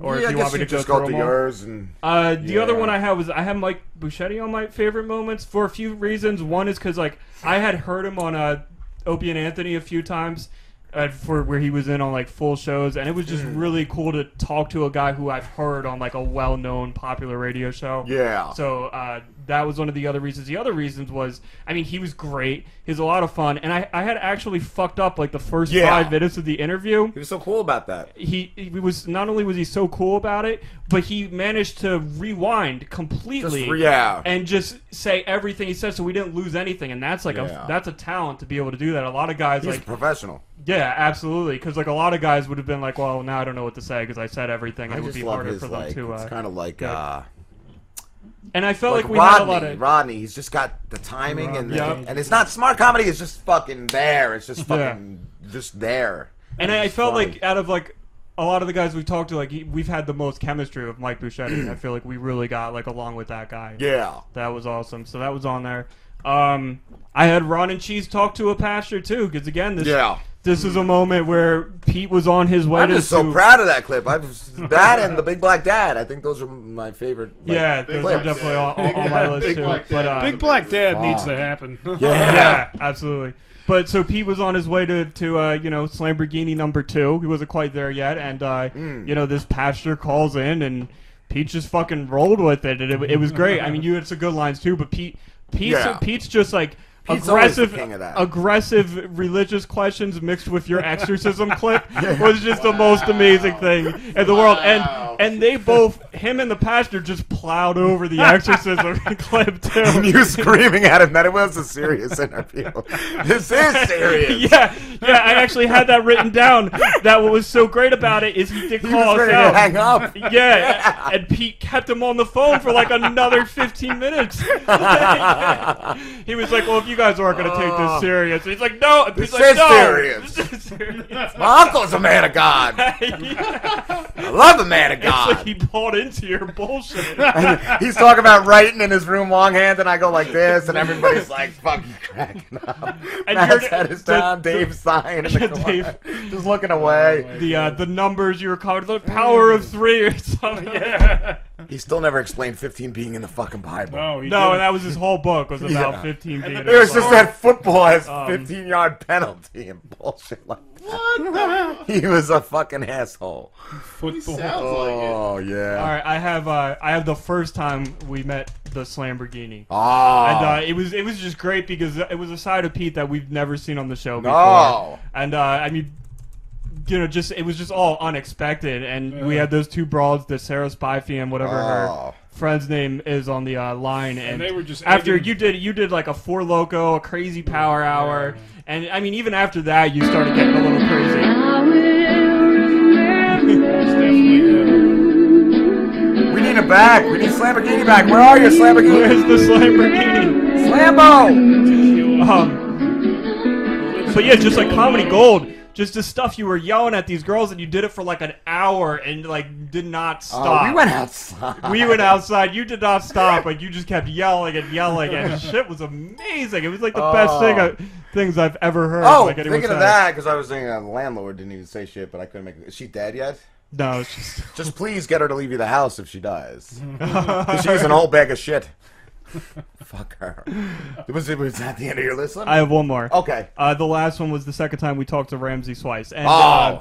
E: or
B: yeah,
E: if
B: I
E: you
B: guess
E: want me
B: you
E: to go
B: just
E: through
B: go through
E: them all.
B: yours and
E: Uh, the other
B: Yeah.
E: one I had was I had Mike Buschetti on my favorite moments for a few reasons. One is because like I had heard him on uh, Opie and Anthony a few times uh, for where he was in on like full shows, and it was just
B: Hmm.
E: really cool to talk to a guy who I've heard on like a well-known popular radio show.
B: yeah.
E: So uh, that was one of the other reasons. The other reasons was, I mean, he was great. He was a lot of fun, and I, I had actually fucked up like the first
B: Yeah.
E: five minutes of the interview.
B: he was so cool about that.
E: He, he was not only was he so cool about it, but he managed to rewind completely
B: Just re- yeah.
E: and just say everything he said, so we didn't lose anything. And that's like
B: Yeah.
E: a that's a talent to be able to do that. A lot of guys
B: He's
E: like
B: professional.
E: yeah, absolutely, because like a lot of guys would have been like, well, now I don't know what to say because I said everything.
B: I
E: it would
B: just
E: be
B: love
E: harder
B: his
E: for them
B: like.
E: to.
B: it's
E: Uh,
B: kind of like
E: yeah.
B: uh,
E: and I felt like,
B: like,
E: we
B: Rodney.
E: had a lot of
B: Rodney. He's just got the timing and the,
E: Rodney.
B: and it's not smart comedy. It's just fucking there. It's just
E: Yeah.
B: fucking just there.
E: And I, I
B: It's
E: felt
B: funny.
E: like out of like a lot of the guys we've talked to, like he- we've had the most chemistry with Mike Buschetti. I feel like we really got like along with that guy.
B: yeah.
E: that was awesome. So that was on there. Um, I had Ron and Cheese talk to a pastor too, because again, this
B: Yeah.
E: this is a moment where Pete was on his way
B: I'm
E: to.
B: just so
E: to-
B: proud of that clip. I was, that and the Big Black Dad. I think those are my favorite. like,
E: Yeah, those are
B: clips.
E: definitely on, on,
G: Big
E: on my
G: Black
E: list
G: Dad.
E: too.
G: Big
E: But uh,
G: Black
F: Big Black Dad needs to happen.
E: yeah, absolutely. But so Pete was on his way to to uh, you know Lamborghini number two. He wasn't quite there yet, and uh,
B: Mm.
E: you know this pastor calls in, and Pete just fucking rolled with it, and it, it was great. I mean, you had some good lines too, but Pete, Pete's,
B: Yeah.
E: Pete's just like
B: Pete's always the
E: aggressive,
B: king of that.
E: aggressive religious questions mixed with your exorcism clip was just the most amazing thing in the world,
G: Wow.
E: and and they both, him and the pastor, just plowed over the exorcism clip too.
B: and you screaming at him that it was a serious interview. this is serious.
E: yeah, yeah. I actually had that written down. That what was so great about it is he did
B: He was
E: call us
B: ready
E: out.
B: to hang up.
E: yeah, and Pete kept him on the phone for like another 15 minutes. he was like, "Well, if you guys aren't going to take this serious," he's like, "No," and Pete's
B: Oh. This is
E: like, "No."
B: serious.
E: This is serious.
B: My uncle's a man of God.
E: Yeah.
B: I love a man of
E: It's like
B: God.
E: he bought into your bullshit.
B: He's talking about writing in his room longhand, and I go like this, and everybody's like fucking cracking up.
E: And
B: Matt's
E: you're-
B: had his
E: the-
B: time.
E: the-
B: Dave's sighing in the
E: Yeah,
B: corner, just looking away. Mm.
E: The uh, the numbers you were covering, the power of three or something.
B: He still never explained 15 being in the fucking Bible.
F: No, he
E: No,
F: didn't.
E: and that was his whole book was about
B: Yeah.
E: 15 being.
B: It was just
E: a fuck.
B: that football has
E: Um,
B: 15 yard penalty and bullshit like that. What? he was a fucking asshole.
F: football.
G: sounds like it.
B: Oh, yeah.
E: All right, I have uh, I have the first time we met the Lamborghini.
B: Ah,
E: And uh, it was it was just great because it was a side of Pete that we've never seen on the show before.
B: No.
E: And uh, I mean, you know, just it was just all unexpected, and we had those two broads, the Sarah Spivey and whatever her
B: Oh.
E: friend's name is on the uh, line, and,
F: they were just
E: after
F: egging-
E: you did you did like a four loco, a crazy power hour, and I mean even after that you started getting a little crazy.
F: It's definitely,
B: we need it back. We need Lamborghini back. Where are you, Lamborghini?
E: Where's the Lamborghini?
B: Slambo!
E: Um, but Um, yeah, just like comedy gold, just the stuff you were yelling at these girls, and you did it for like an hour, and like did not stop.
B: Uh, we went outside.
E: We went outside. You did not stop, but you just kept yelling and yelling, and shit was amazing. It was like the best thing
B: Oh.
E: I, things I've ever heard.
B: Oh,
E: like, anyone
B: thinking of
E: say.
B: that, because I was thinking uh, the landlord didn't even say shit, but I couldn't make. Is she dead yet?
E: No, it's just
B: Just please get her to leave you the house if she dies. 'Cause she's an old bag of shit. Fuck her. Was, it- was that the end of your list? Lim?
E: I have one more.
B: okay.
E: Uh, the last one was the second time we talked to Ramsey Swice, and
B: Oh.
E: uh,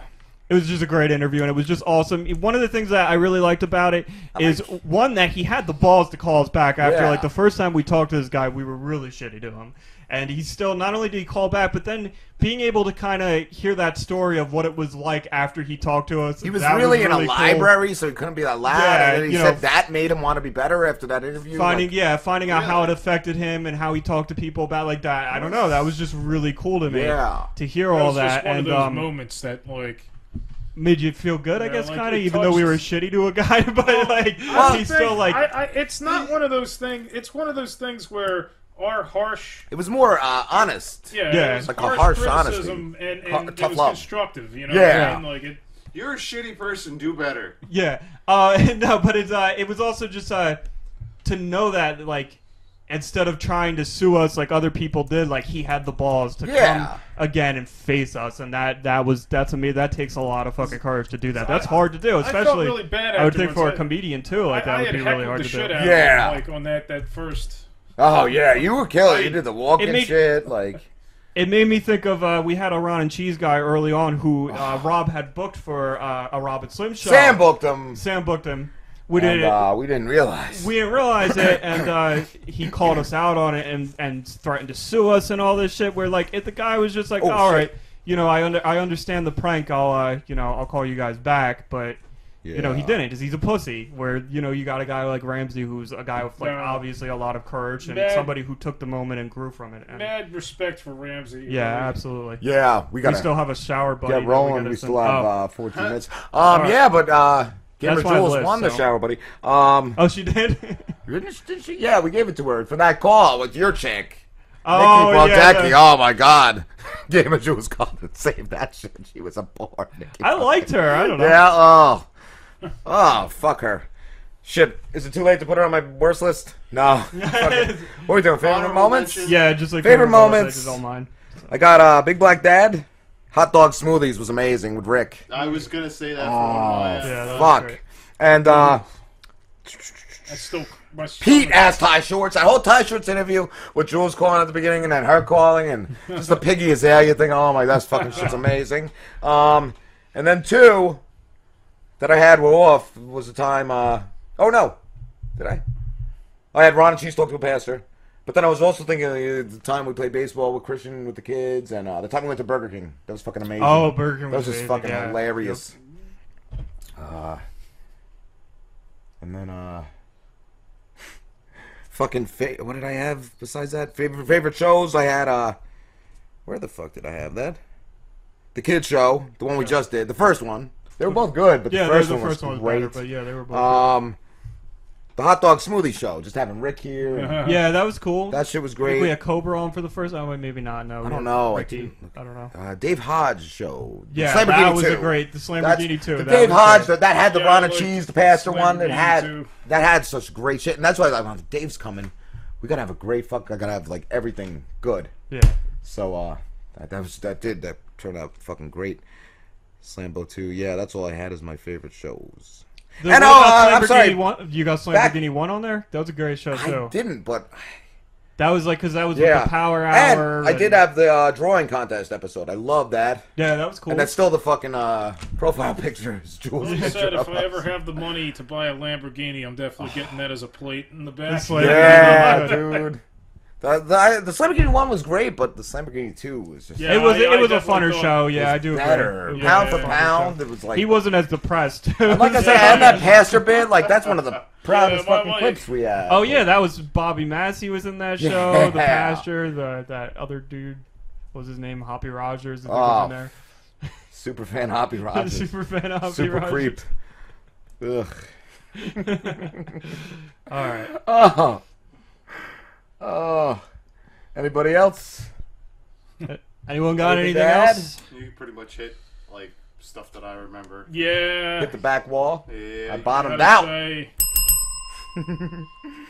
E: it was just a great interview, and it was just awesome. One of the things that I really liked about it is one that he had the balls to call us back after
B: Yeah.
E: like the first time we talked to this guy, we were really shitty to him, and he still not only did he call back, but then being able to kind of hear that story of what it was like after he talked to us,
B: He was
E: that
B: really in a
E: cool.
B: library, so he couldn't be that loud.
E: Yeah,
B: and then he
E: you
B: said
E: know.
B: that made him want to be better after that interview.
E: Finding
B: like-
E: yeah, finding out how it affected him and how he talked to people about like that. I don't know. That was just really cool to me.
B: Yeah.
E: To hear
F: uh,
E: all
F: it's just
E: that
F: one
E: and
F: of those
E: um,
F: moments that like
E: made you feel good, I
F: Yeah,
E: guess,
F: like,
E: kind of,
F: it
E: even though we were
F: touched-
E: shitty to a guy. But like,
F: I
E: he's
F: think-
E: still like,
F: I, I, it's not one of those things. It's one of those things where our harsh,
B: It was more uh, honest.
F: yeah,
E: Yeah.
F: it was
B: Like a
F: harsh,
B: harsh
F: criticism and,
B: Har-
F: and it
B: tough
F: was
B: love.
F: constructive. You know,
B: Yeah.
F: what I mean? like it.
G: You're a shitty person. Do better.
E: yeah, uh, no, but it's uh, it was also just uh, to know that like, instead of trying to sue us like other people did, like he had the balls to
B: Yeah.
E: come again and face us, and that that was that's me. That takes a lot of fucking courage to do that. That's hard to do,
F: felt
E: especially
F: really bad
E: I would think for
F: afterwards.
E: a comedian too. Like
F: I, I
E: that would
F: had
E: be really
F: heckled
E: hard
F: the
E: to
F: shit
E: do.
F: out
B: Yeah.
F: of him, like on that that first.
B: Oh yeah, you were killer. You did the walking
E: Uh, It made-
B: shit, like
E: It made me think of uh, we had a Ron and Cheese guy early on who uh, Rob had booked for uh, a Robin Slim show.
B: Sam booked him,
E: Sam booked him. We
B: and
E: didn't.
B: uh, we didn't realize.
E: we didn't realize it, and uh, he called us out on it and, and threatened to sue us and all this shit. Where like, if the guy was just like,
B: Oh,
E: all
B: shit.
E: right, you know, I under, I understand the prank. I'll uh, you know, I'll call you guys back, but. You know he
B: Yeah.
E: didn't because he's a pussy. Where you know you got a guy like Ramsey who's a guy with like
F: No.
E: obviously a lot of courage and
F: Mad-
E: somebody who took the moment and grew from it. And,
F: Mad respect for Ramsey.
E: yeah,
F: Like,
E: absolutely.
B: yeah, we got
E: We still have a shower buddy.
B: Yeah,
E: that we
B: rolling.
E: gotta
B: We
E: send-
B: still have
E: oh.
B: uh, 14 minutes. Um, yeah, but uh, Gamer
E: That's my
B: Jules
E: list,
B: won the
E: so.
B: shower, buddy. Um,
E: Oh, she did.
B: didn't, didn't she? Yeah, we gave it to her for that call with your chick.
E: oh,
B: Nikki
E: yeah.
B: Baldacci.
E: the-
B: Oh my God, Gamer Jules called and saved that shit. She was a bore. Nikki
E: I liked her. I don't know.
B: Yeah. Oh. Oh. Fuck her. Shit. Is it too late to put her on my worst list? No. Fuck it. what are we doing? Favorite
G: Honorable
B: moments?
G: mention.
E: Yeah, just like
B: Favorite
E: we were both, I
B: moments.
E: just don't mind.
B: I got uh, Big Black Dad. Hot dog smoothies was amazing with Rick. Oh,
G: I was gonna say that. For one of my,
E: Oh, Yeah, that was
B: Ah, Fuck.
E: great.
B: And uh,
F: That's still my
B: Pete asked Ty Shorts. That whole Ty Shorts interview with Jules calling at the beginning and then her calling and just the piggy is there. You think, oh my, that's fucking shit's amazing. Um, and then two that I had were off was the time. Uh, oh no, did I? I had Ron and Cheese talk to a pastor. But then I was also thinking of the time we played baseball with Christian with the kids, and uh, the time we went to Burger King. That was fucking amazing.
E: Oh, Burger King
B: That was
E: was
B: just
E: amazing,
B: fucking
E: yeah.
B: hilarious. Uh, and then uh, fucking fa- what did I have besides that? Favorite favorite shows I had. Uh, where the fuck did I have that? The kids show, the one we just did, the first one. They were both good, but
E: Yeah,
B: the
E: they were
B: first
E: the
B: one
E: first one
B: was
E: was
B: great.
E: better, but yeah, they were both.
B: Um, the hot dog smoothie show, just having Rick here. and
E: good. yeah, that was cool.
B: That shit was
E: I think
B: great.
E: we had Cobra on for the first. Oh, wait, maybe not. No, I
B: don't know, I
E: Ricky.
B: didn't
E: I, don't know.
B: Uh, Dave Hodge show.
E: Yeah,
B: Slamborghini
E: that was a
B: 2.
E: great. The
B: That's-
E: Lamborghini too.
B: The
E: that
B: Dave
E: was
B: Hodge
E: great.
B: that, that had the
F: Yeah,
B: Ron
F: I
B: and
F: liked
B: Cheese, the pastor one that
F: Lamborghini
B: had
F: too.
B: that had such great shit, and that's why I'm like, oh, Dave's coming. We gotta have a great fuck. I gotta have like everything good.
E: Yeah.
B: So uh, that, that was that did that turned out fucking great. Slambo two, yeah, that's all I had as my favorite shows.
E: The-
B: And
E: what
B: oh,
E: about
B: uh, I'm
E: Lamborghini
B: sorry.
E: One, you got
B: Back-
E: Lamborghini one on there. That was a great show
B: I
E: too.
B: didn't, but
E: That was like because that was
B: Yeah.
E: with the Power
B: And
E: Hour.
B: I did have the uh, drawing contest episode. I love that.
E: Yeah, that was cool.
B: And that's still the fucking uh, profile picture. is Jules'
F: Like I
B: picture
F: said, if
B: of
F: I
B: us.
F: ever have the money to buy a Lamborghini, I'm definitely getting that as a plate in the back.
E: This way.
B: Yeah, dude. The, the, the Lamborghini 1 was great, but the Lamborghini 2 was just
F: Yeah,
E: it was
F: I-
E: it,
F: I
E: was a
F: definitely
E: funner
F: thought
E: show. Yeah, I do agree.
B: better.
E: It was
B: Pound
E: a
B: for
E: funner
B: pound,
E: show.
B: it was like.
E: He wasn't as depressed.
B: like I said, I had that pastor bit. Like, that's one of the proudest
F: Yeah, my
B: fucking
F: wife.
B: clips we had.
E: Oh yeah, that was Bobby Massey was in that show. The
B: Yeah.
E: pastor, the that other dude, what was his name Hoppy Rogers. I think was in
B: Oh,
E: there.
B: Super fan Hoppy Rogers.
E: Super fan Hoppy
B: Super
E: Rogers.
B: creep. Ugh.
E: All right,
B: Oh. Oh. Anybody else?
E: anyone got
B: Anything to
E: anything
B: add?
E: else?
G: You pretty much hit like stuff that I remember.
F: Yeah.
B: Hit the back wall.
G: Yeah,
B: I
G: you
B: bottomed
F: gotta
B: out.
F: say,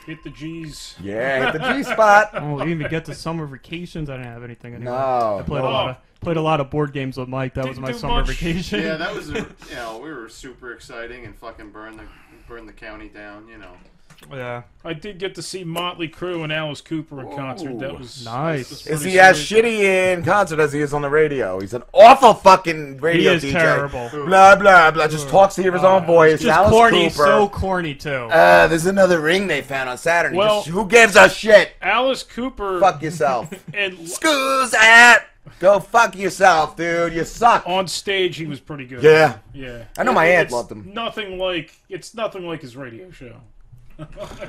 F: hit the G's.
B: Yeah, hit the G spot.
E: Oh, we didn't even get to summer vacations. I didn't have anything anyway.
B: No.
E: I played
B: no.
E: a lot of played a lot of board games with Mike. That was
F: Didn't
E: my
F: do
E: summer
F: much.
E: vacation.
G: Yeah, that was, a, you know, we were super exciting and fucking burned the burned the county down. You know,
E: yeah.
F: I did get to see Motley Crue and Alice Cooper in concert. That was that
E: Nice.
F: was
B: Is
F: pretty
B: he as
F: sweet.
B: shitty in concert as he is on the radio? He's an awful fucking
E: He
B: radio
E: is
B: DJ.
E: terrible.
B: Blah blah blah. Just talks to hear his own voice.
E: It's just
B: Alice
E: corny,
B: Cooper.
E: so corny too.
B: uh, there's another ring they found on Saturday.
F: Well-
B: Just- who gives a shit?
F: Alice Cooper
B: Fuck yourself.
F: and
B: Screws at. Go fuck yourself, dude. You suck.
F: on stage he was pretty good.
B: Yeah.
F: Yeah.
B: I know my aunt
F: It's
B: loved him.
F: Nothing like it's nothing like his radio show.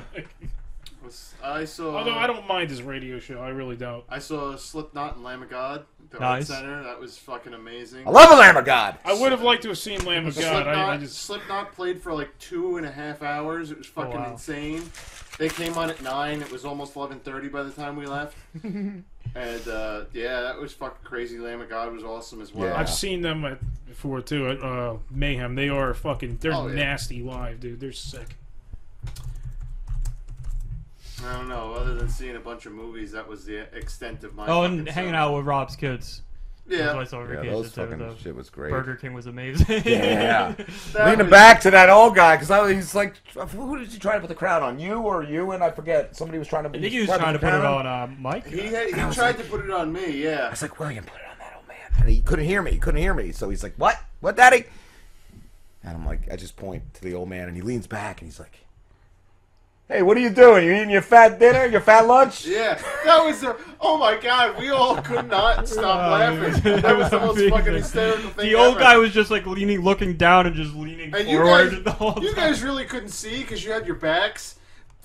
G: Was- I saw.
F: Although I don't mind his radio show, I really don't.
G: I saw Slipknot and Lamb of God at the
E: Nice.
G: Art Center. That was fucking amazing.
B: I love a Lamb of God.
F: I would have liked to have seen Lamb of God.
G: Slipknot,
F: I, I just Oh,
G: Slipknot played for like two and a half hours. It was fucking
E: wow.
G: insane. They came on at nine. It was almost eleven thirty by the time we left. and uh, yeah, that was fucking crazy. Lamb of God was awesome as well.
B: Yeah.
F: I've seen them at, before too at uh, Mayhem. They are fucking they're
G: Oh, yeah.
F: nasty live, dude. They're sick.
G: I don't know. Other than seeing a bunch of movies, that was the extent of my.
E: Oh, and
G: fucking
E: hanging
G: summer.
E: out with Rob's kids. That's
G: Yeah,
E: my summer
B: Yeah,
E: vacation
B: those
E: too,
B: fucking
E: though.
B: shit was great.
E: Burger King was amazing.
B: Yeah.
G: That
B: Leaning
G: was-
B: back to that old guy because he's like, who did you try to put the crown on? You or you? And I forget. Somebody was trying to.
E: I think he was trying to put it on uh, Mike.
G: He, had, he tried to put it on me. Yeah.
B: I was like, William, put it on that old man. And he couldn't hear me. He couldn't hear me. So he's like, what? What, daddy? And I'm like, I just point to the old man and he leans back and he's like, hey, what are you doing? You eating your fat dinner? Your fat lunch?
G: Yeah, that was a. Oh my god, we all could not
F: Oh,
G: stop laughing. That was the most fucking hysterical thing.
E: Oh, The old
G: ever.
E: guy was just like leaning, looking down, and just leaning
G: And you
E: forward
G: guys,
E: the whole
G: you
E: time.
G: guys really couldn't see because you had your backs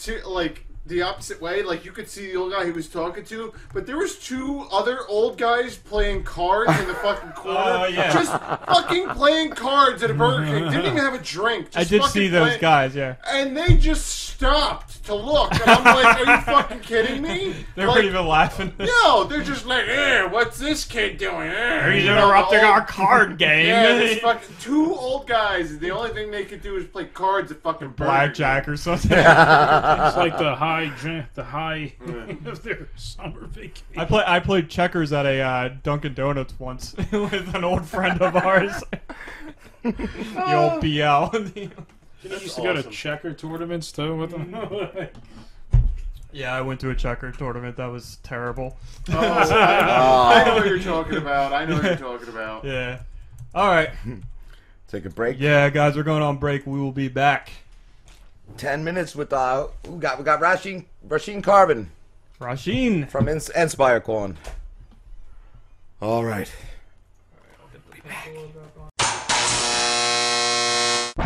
G: to like the opposite way. Like you could see the old guy he was talking to, but there was two other old guys playing cards in the fucking corner.
E: Oh, yeah.
G: Just fucking playing cards at a Burger King. Didn't even have a drink.
E: I
G: Just
E: did
G: fucking
E: see those
G: play-
E: guys. Yeah,
G: And they just stopped to look, and I'm like, "Are you fucking kidding me?"
E: they
G: Like,
E: weren't even laughing.
G: No, they're just like, eh, what's this kid doing? Eh,
E: He's
G: you know, the
E: interrupting
G: old-
E: our card game.
G: Yeah, this fucking two old guys. The only thing they could do is play cards at fucking Burger King.
E: Blackjack or something.
F: It's like the high gen- the high of their summer vacation.
E: I play. I played checkers at a uh, Dunkin' Donuts once with an old friend of ours. the old BL.
F: You know, you used to go to
G: awesome. Oh,
F: checker tournaments too with them.
E: yeah, I went to a checker tournament. That was terrible.
G: Oh,
B: Oh.
G: I
F: Oh.
G: know what you're talking about. I know what you're talking about.
E: Yeah. All right.
B: Take a break.
E: Yeah, guys, we're going on break. We will be back.
B: Ten minutes with uh, we got we got Rasheen Rasheen Carbon
E: Rasheen.
B: from Ins- Inspire calling. All right.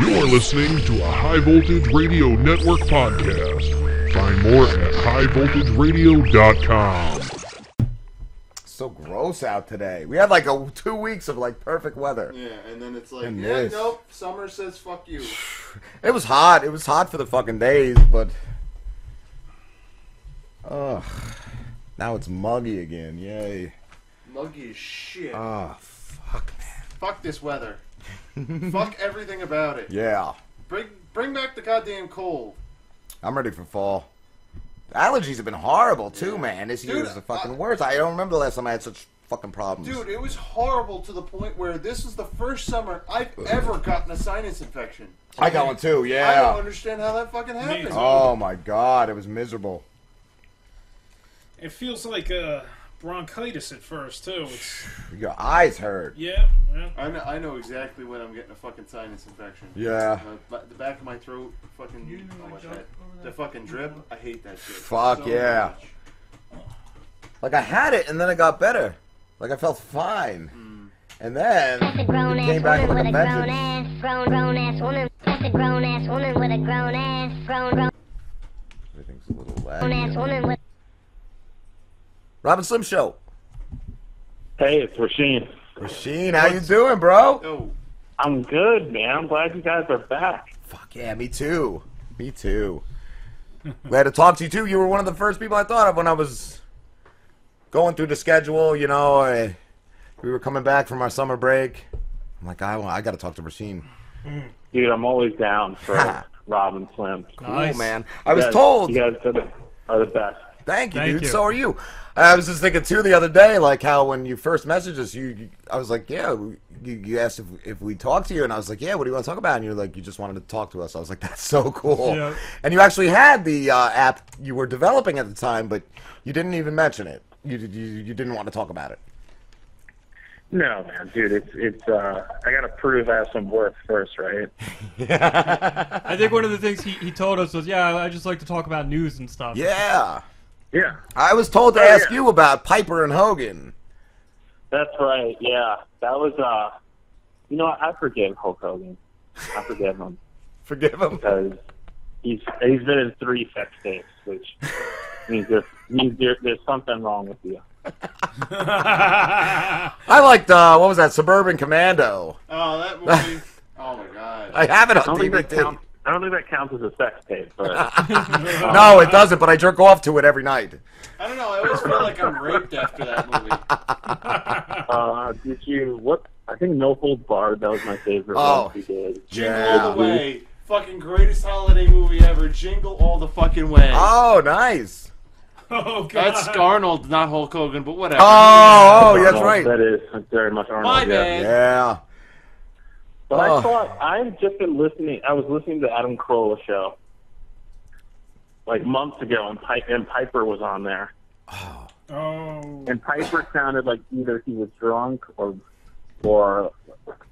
A: You're listening to a High Voltage Radio Network podcast. Find more at highvoltageradio.com.
B: So gross out today. We had like a two weeks of like perfect weather.
G: Yeah, and then it's like,
B: And
G: yeah,
B: this.
G: nope. Summer says fuck you.
B: It was hot. It was hot for the fucking days, but ugh. Now it's muggy again. Yay.
G: Muggy as shit.
B: Ah, fuck, man.
G: fuck this weather. fuck everything about it.
B: Yeah,
G: Bring bring back the goddamn cold.
B: I'm ready for fall. Allergies have been horrible too, man. This year
G: Dude,
B: was the fucking
G: I-
B: worst. I don't remember the last time I had such fucking problems.
G: Dude, it was horrible to the point where this is the first summer I've ever gotten a sinus infection.
B: I got one too.
G: I don't
B: Yeah.
G: understand how that fucking happened.
B: Oh my god, it was miserable.
F: It feels like uh, bronchitis at first too. It's,
B: Your eyes hurt.
F: yeah, yeah.
G: I know, I know exactly when I'm getting a fucking sinus infection.
B: Yeah.
G: My, ba- the back of my throat, fucking. oh, my shit. The fucking drip. I hate that shit.
B: Fuck yeah.
G: much.
B: Like I had it and then it got better. Like I felt fine.
G: Mm.
B: And then
H: That's a grown
B: it came
H: ass
B: back
H: woman
B: with
H: with
B: a
H: a grown
B: vengeance.
H: ass, grown grown ass woman. That's a grown ass woman with a grown ass, grown grown
B: Everything's a little
H: ass
B: laggy.
H: woman with.
B: Robin Slim Show.
J: Hey, it's Rasheen.
B: Rasheen, how you doing, bro?
G: Oh,
J: I'm good, man. I'm glad you guys are back.
B: Fuck yeah, me too. Me too. Glad to talk to you too. You were one of the first people I thought of when I was going through the schedule. You know, I, we were coming back from our summer break. I'm like, I, I got to talk to Rasheen.
J: Dude, I'm always down for Robin Slim.
E: Nice.
B: oh. Cool, man. I was
J: You guys-
B: told.
J: You guys are the, are the best.
B: Thank you,
E: Thank
B: dude.
E: you.
B: So are you. I was just thinking too the other day, like how when you first messaged us, you, you I was like, yeah, you, you asked if if we talked to you, and I was like, yeah, what do you want to talk about? And you're like, you just wanted to talk to us. I was like, that's so cool.
E: Yeah.
B: And you actually had the uh, app you were developing at the time, but you didn't even mention it. You did- you, you didn't want to talk about it.
J: No, man, dude, it's it's. Uh, I gotta prove I have some worth first, right?
E: I think one of the things he, he told us was, yeah, I just like to talk about news and stuff.
B: Yeah,
J: Yeah,
B: I was told to
J: Oh,
B: ask
J: yeah.
B: you about Piper and Hogan.
J: that's right. Yeah, that was. Uh, you know, what? I forgive Hulk Hogan. I forgive him
B: Forgive him.
J: because he's he's been in three sex tapes, which means there's means there, there's something wrong with you.
B: I liked uh, what was that Suburban Commando.
G: oh, that movie. oh my god.
B: I have it
J: I
B: on
J: don't think that
B: DVD.
J: counts. I don't think that counts as a sex tape, but
B: No, it doesn't. But I jerk off to it every night.
G: I don't know. I always feel like I'm raped after that movie.
J: uh, did you? What? I think No Hold Barred. That was my favorite
B: Oh.
J: one. We did.
G: Jingle
B: Yeah.
G: all the way. Fucking greatest holiday movie ever. Jingle all the fucking way.
B: Oh, nice.
F: Oh god.
G: That's Arnold, not Hulk Hogan, but whatever.
B: Oh, oh, that's
J: Arnold,
B: right.
J: That is that's very much Arnold.
G: My
J: yeah.
G: bad.
B: Yeah.
J: But
B: Oh.
J: I thought I've just been listening. I was listening to Adam Carolla show like months ago, and, Pi- and Piper was on there.
F: Oh.
J: And Piper sounded like either he was drunk or or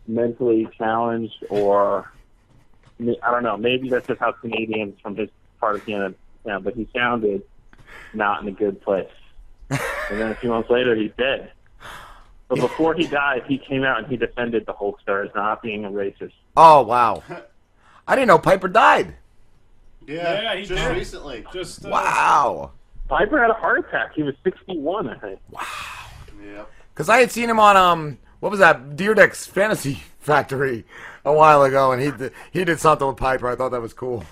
J: mentally challenged, or I don't know. Maybe that's just how Canadians from his part of Canada sound. But he sounded not in a good place. and then a few months later, he's dead. But before he died, he came out and he defended the Hulkster as not being a racist.
B: Oh, wow. I didn't know Piper died.
G: Yeah,
F: Yeah, he
G: just
F: did.
G: recently.
F: Just uh,
B: Wow.
J: Piper had a heart attack. He was 61, I think.
G: Yeah.
B: Because I had seen him on um, what was that? Deerdeck's Fantasy Factory a while ago, and he did, he did something with Piper. I thought that was cool.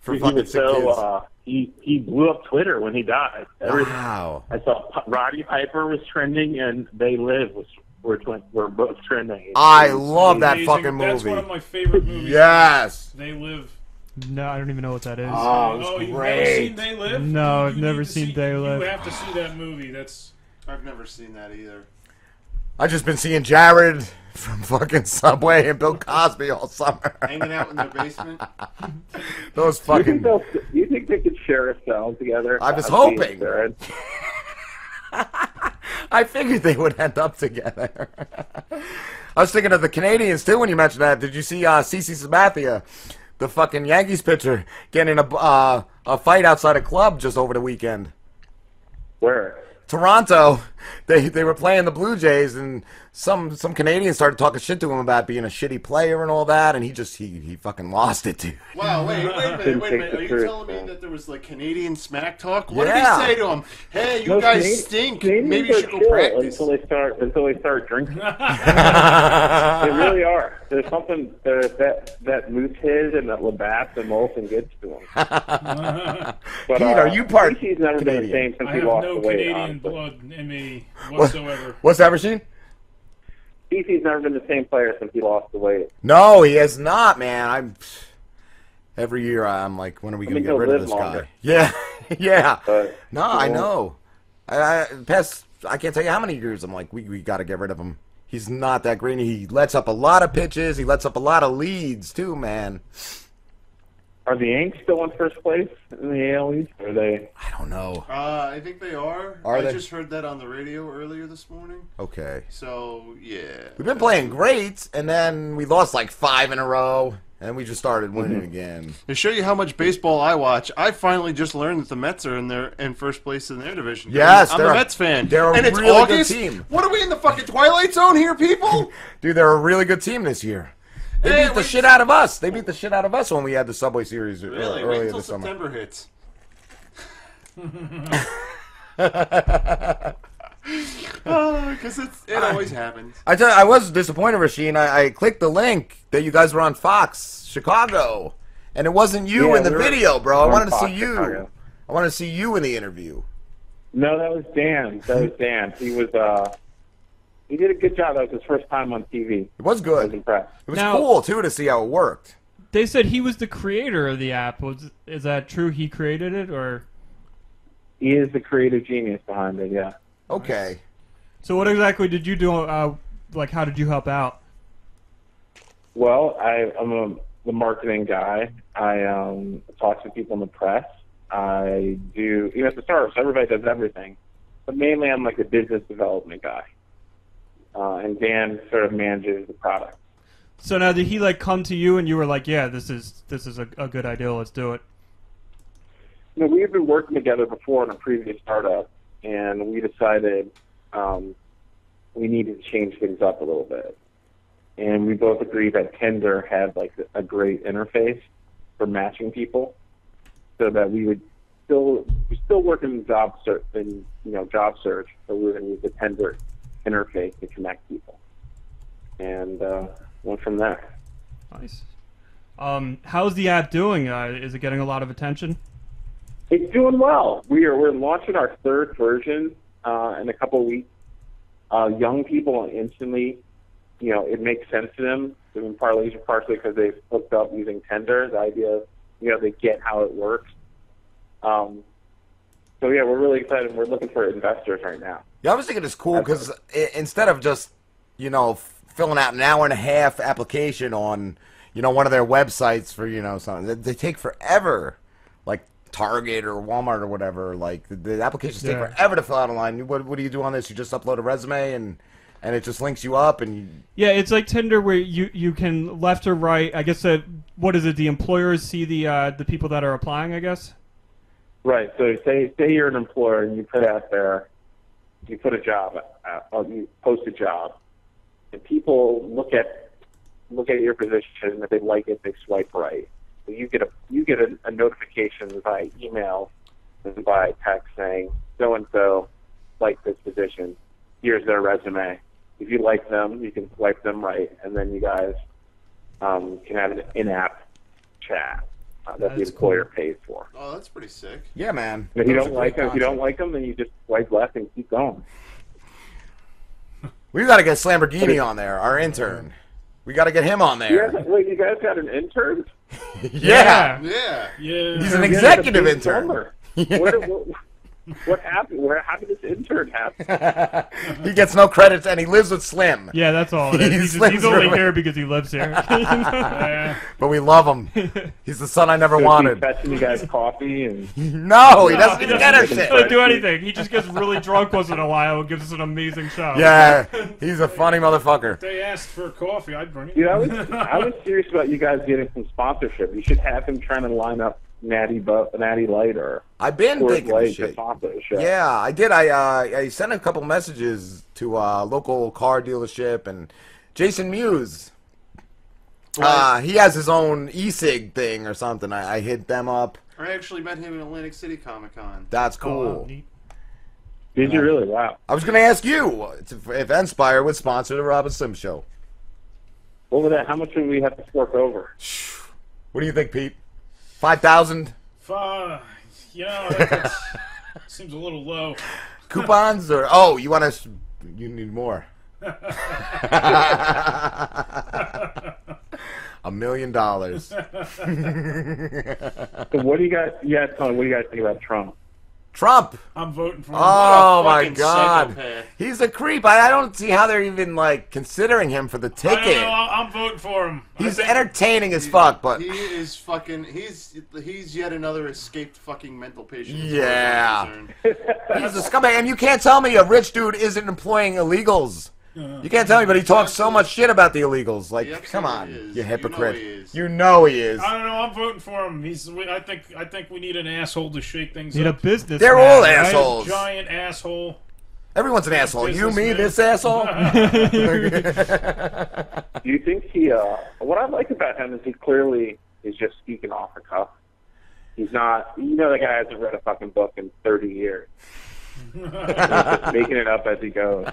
B: For
J: He
B: fucking
J: was
B: sick
J: so
B: kids.
J: uh, he he blew up Twitter when he died. Every,
B: wow.
J: I saw P- Roddy Piper was trending, and They Live was were twin, were both trending.
B: I love that
F: amazing.
B: fucking
F: That's one
B: movie.
F: of my favorite movies.
B: Yes.
F: They live.
E: No, I don't even know what that is.
B: Oh, it was
F: oh, you've never
B: great.
F: seen They Live?
E: No,
F: You
E: I've
F: need
E: never
F: to
E: seen
F: see,
E: They Live.
F: You have to see that movie. That's
G: I've never seen that either.
B: I've just been seeing Jared from fucking Subway and Bill Cosby all summer.
G: Hanging out in their basement.
B: Those fucking.
J: you think they could share a cell together?
B: I was That'd be hoping. absurd. I figured they would end up together. I was thinking of the Canadians too when you mentioned that. Did you see uh, CC Sabathia, the fucking Yankees pitcher, getting in a uh, a fight outside a club just over the weekend?
J: Where?
B: Toronto, they they were playing the Blue Jays and some some Canadians started talking shit to him about being a shitty player and all that, and he just he he fucking lost it, dude.
G: Wow, wait, wait a minute,
J: Didn't
G: wait
J: think
G: a minute.
J: the
G: Are you
J: truth,
G: telling me
J: man.
G: that there was like Canadian smack talk? What
B: Yeah.
G: did he say to him? Hey, you
J: No,
G: guys
J: Canadi-
G: stink.
J: Canadians
G: Maybe you
J: are
G: should go
J: chill
G: practice.
J: until they start until they start drinking. They really are. There's something there's that that Moosehead and that Labatt and Molson gets to them. But,
B: Pete,
J: uh,
B: are you part
J: He's never been the
B: Canadian?
J: same since
F: I
J: he
F: have
J: lost
F: no
J: the weight.
F: Canadian
J: honestly.
F: blood in me whatsoever.
B: What's that machine?
J: DC's never been the same player since he lost the weight.
B: No, he has not, man. I'm every year I'm like, when are we gonna
J: mean,
B: get
J: he'll
B: rid of
J: live
B: this
J: longer.
B: guy? Yeah, yeah.
J: But
B: no, I
J: won't.
B: know. I, I past I can't tell you how many years I'm like, we we got to get rid of him. He's not that great. and He lets up a lot of pitches. He lets up a lot of leads too, man.
J: Are the Yanks still in first place in the AL East? Or are they?
B: I don't know.
G: Uh, I think they are.
B: Are
G: I
B: they?
G: just heard that on the radio earlier this morning.
B: Okay.
G: So yeah,
B: We've been playing great, and then we lost like five in a row, and we just started
J: Mm-hmm.
B: winning again.
G: to show you how much baseball I watch, I finally just learned that the Mets are in their in first place in their division.
B: Yes,
G: I'm
B: they're
G: a
B: a-
G: Mets fan.
B: they're a
G: and it's
B: really good
G: August.
B: team.
G: What are we in the fucking twilight zone here, people?
B: Dude, they're a really good team this year. They
G: Hey,
B: beat the
G: wait-
B: shit out of us. They beat the shit out of us when we had the Subway Series ear-
G: really? Wait
B: earlier
G: until
B: this summer.
G: September hits. Because Oh, it's it always happens.
B: I tell you, I was disappointed, Rasheen. I, I clicked the link that you guys were on Fox Chicago, and it wasn't you
J: Yeah,
B: in the
J: we were
B: video, bro. I
J: on
B: wanted to
J: Fox
B: see you.
J: Chicago.
B: I wanted to see you in the interview.
J: No, that was Dan. That was Dan. He was. uh He did a good job. That was his first time on TV.
B: It was
J: I was
B: good.
J: impressed.
B: It was
E: Now-
B: cool too to see how it worked.
E: They said he was the creator of the app. Was is that true? He created it, or
J: He is the creative genius behind it. Yeah.
B: Okay.
E: so? What exactly did you do? Uh, like, how did you help out?
J: Well, I, I'm a, the marketing guy. I um, talk to people in the press. I do, you know, at the startup, so everybody does everything. But mainly I'm like a business development guy. Uh, and Dan sort of manages the product.
E: So now, did he like come to you and you were like, "Yeah, this is this is a, a good idea. Let's do it."
J: You know, we had been working together before in a previous startup, and we decided um, we needed to change things up a little bit. And we both agreed that Tinder had like a great interface for matching people, so that we would still we still work in job search in you know job search, but we were going to use the Tinder interface to connect people, and uh, went from there.
E: Nice. Um, how's the app doing? Uh, is it getting a lot of attention?
J: It's doing well. We are we're launching our third version uh, in a couple of weeks. Uh, young people instantly, you know, it makes sense to them. They've been partly partially because they've hooked up using Tinder. The idea, of, you know, they get how it works. Um, so yeah, we're really excited. We're looking for investors right now.
B: Yeah, I was thinking it's cool because instead of just you know f- filling out an hour and a half application on you know one of their websites for you know something, they, they take forever, like Target or Walmart or whatever. Like the, the applications take
E: Yeah.
B: forever to fill out online. You- What what do you do on this? You just upload a resume and and it just links you up and you,
E: Yeah, it's like Tinder where you, you can left or right. I guess that what is it? The employers see the uh, the people that are applying. I guess.
J: Right. So say say you're an employer and you put out there, you put a job, out, or you post a job, and people look at look at your position and if they like it, they swipe right. So you get a you get a, a notification by email and by text saying so and so like this position. Here's their resume. If you like them, you can swipe them right, and then you guys um, can have an in-app chat uh, that the
E: That's
J: employer pays for.
G: Oh, that's pretty sick.
B: yeah, man.
J: And If you
B: That was
J: don't
B: a
J: like
B: great
J: them, if you don't
B: concept.
J: like them, then you just swipe left and keep going.
B: we got to get Lamborghini on there. Our intern, we got to get him
J: You
B: on
J: guys,
B: there.
J: wait, you guys got an intern?
B: Yeah,
G: Yeah.
F: Yeah.
B: he's
J: You guys had a
B: an executive
J: big
B: intern.
J: summer. What, what, what happened? Where how did this intern happen?
B: he gets no credits and he lives with Slim.
E: Yeah, that's all. It
B: He
E: is. He's, just-
B: slips
E: he's only
B: through.
E: here because he lives here.
F: Yeah.
B: But we love him. He's the son I never
J: He's
B: wanted.
J: fetching you guys coffee and
B: No, he doesn't
E: he
B: even
E: doesn't
B: get us
E: He
J: even
E: doesn't
B: shit.
E: do anything. He just gets really drunk once in a while and gives us an amazing show.
B: Yeah, he's a funny motherfucker.
F: They asked for coffee. I'd bring it.
J: dude, I was I was serious about you guys getting some sponsorship. You should have him trying to line up Natty Bu- Natty Light or
B: I've been
J: Coors
B: thinking of
J: Light to
B: shit.
J: sponsor the show.
B: Yeah, I did. I uh, I sent a couple messages to uh, local car dealership and Jason Mewes. Uh, he has his own e-cig thing or something. I, I hit them up.
G: I actually met him in Atlantic City Comic Con.
B: That's
E: Oh, wow,
B: cool.
E: neat.
J: Did you really? Wow.
B: I was gonna ask you if, if Inspire would sponsor the Robin Sim show.
J: What would that? How much would we have to fork over?
B: What do you think, Pete? Five thousand
F: Uh, you know, that- that's- seems a little low.
B: coupons or oh, you want to? You need more. A million dollars.
J: So what do you guys? You guys, tell me, what do you guys think about Trump?
B: Trump.
F: I'm voting for him.
B: Oh
F: What a
B: my
F: fucking
B: God,
F: psychopath.
B: he's a creep. I, I don't see how they're even like considering him for the
F: I don't
B: ticket.
F: know, I'm I'm voting for him.
B: He's entertaining as fuck, but
G: He is fucking. He's he's yet another escaped fucking mental patient. as far as I'm
B: yeah,
G: concerned.
B: he's a scumbag. And you can't tell me a rich dude isn't employing illegals.
F: Uh-huh.
B: You can't tell me, but he talks so much shit about the illegals. Like, come on, you hypocrite. You know he is.
F: I don't know. I'm voting for him. He's. we- I think. I think we need an asshole to shake things
E: Need a
F: up.
E: business.
B: They're
E: man,
B: all
E: right?
B: assholes.
F: Giant asshole.
B: Everyone's an asshole. You,
F: Businessman.
B: me, this asshole.
J: Do you think he? Uh, what I like about him is he clearly is just speaking off the cuff. He's not. You know, the guy hasn't read a fucking book in thirty years. He's just making it up as he goes.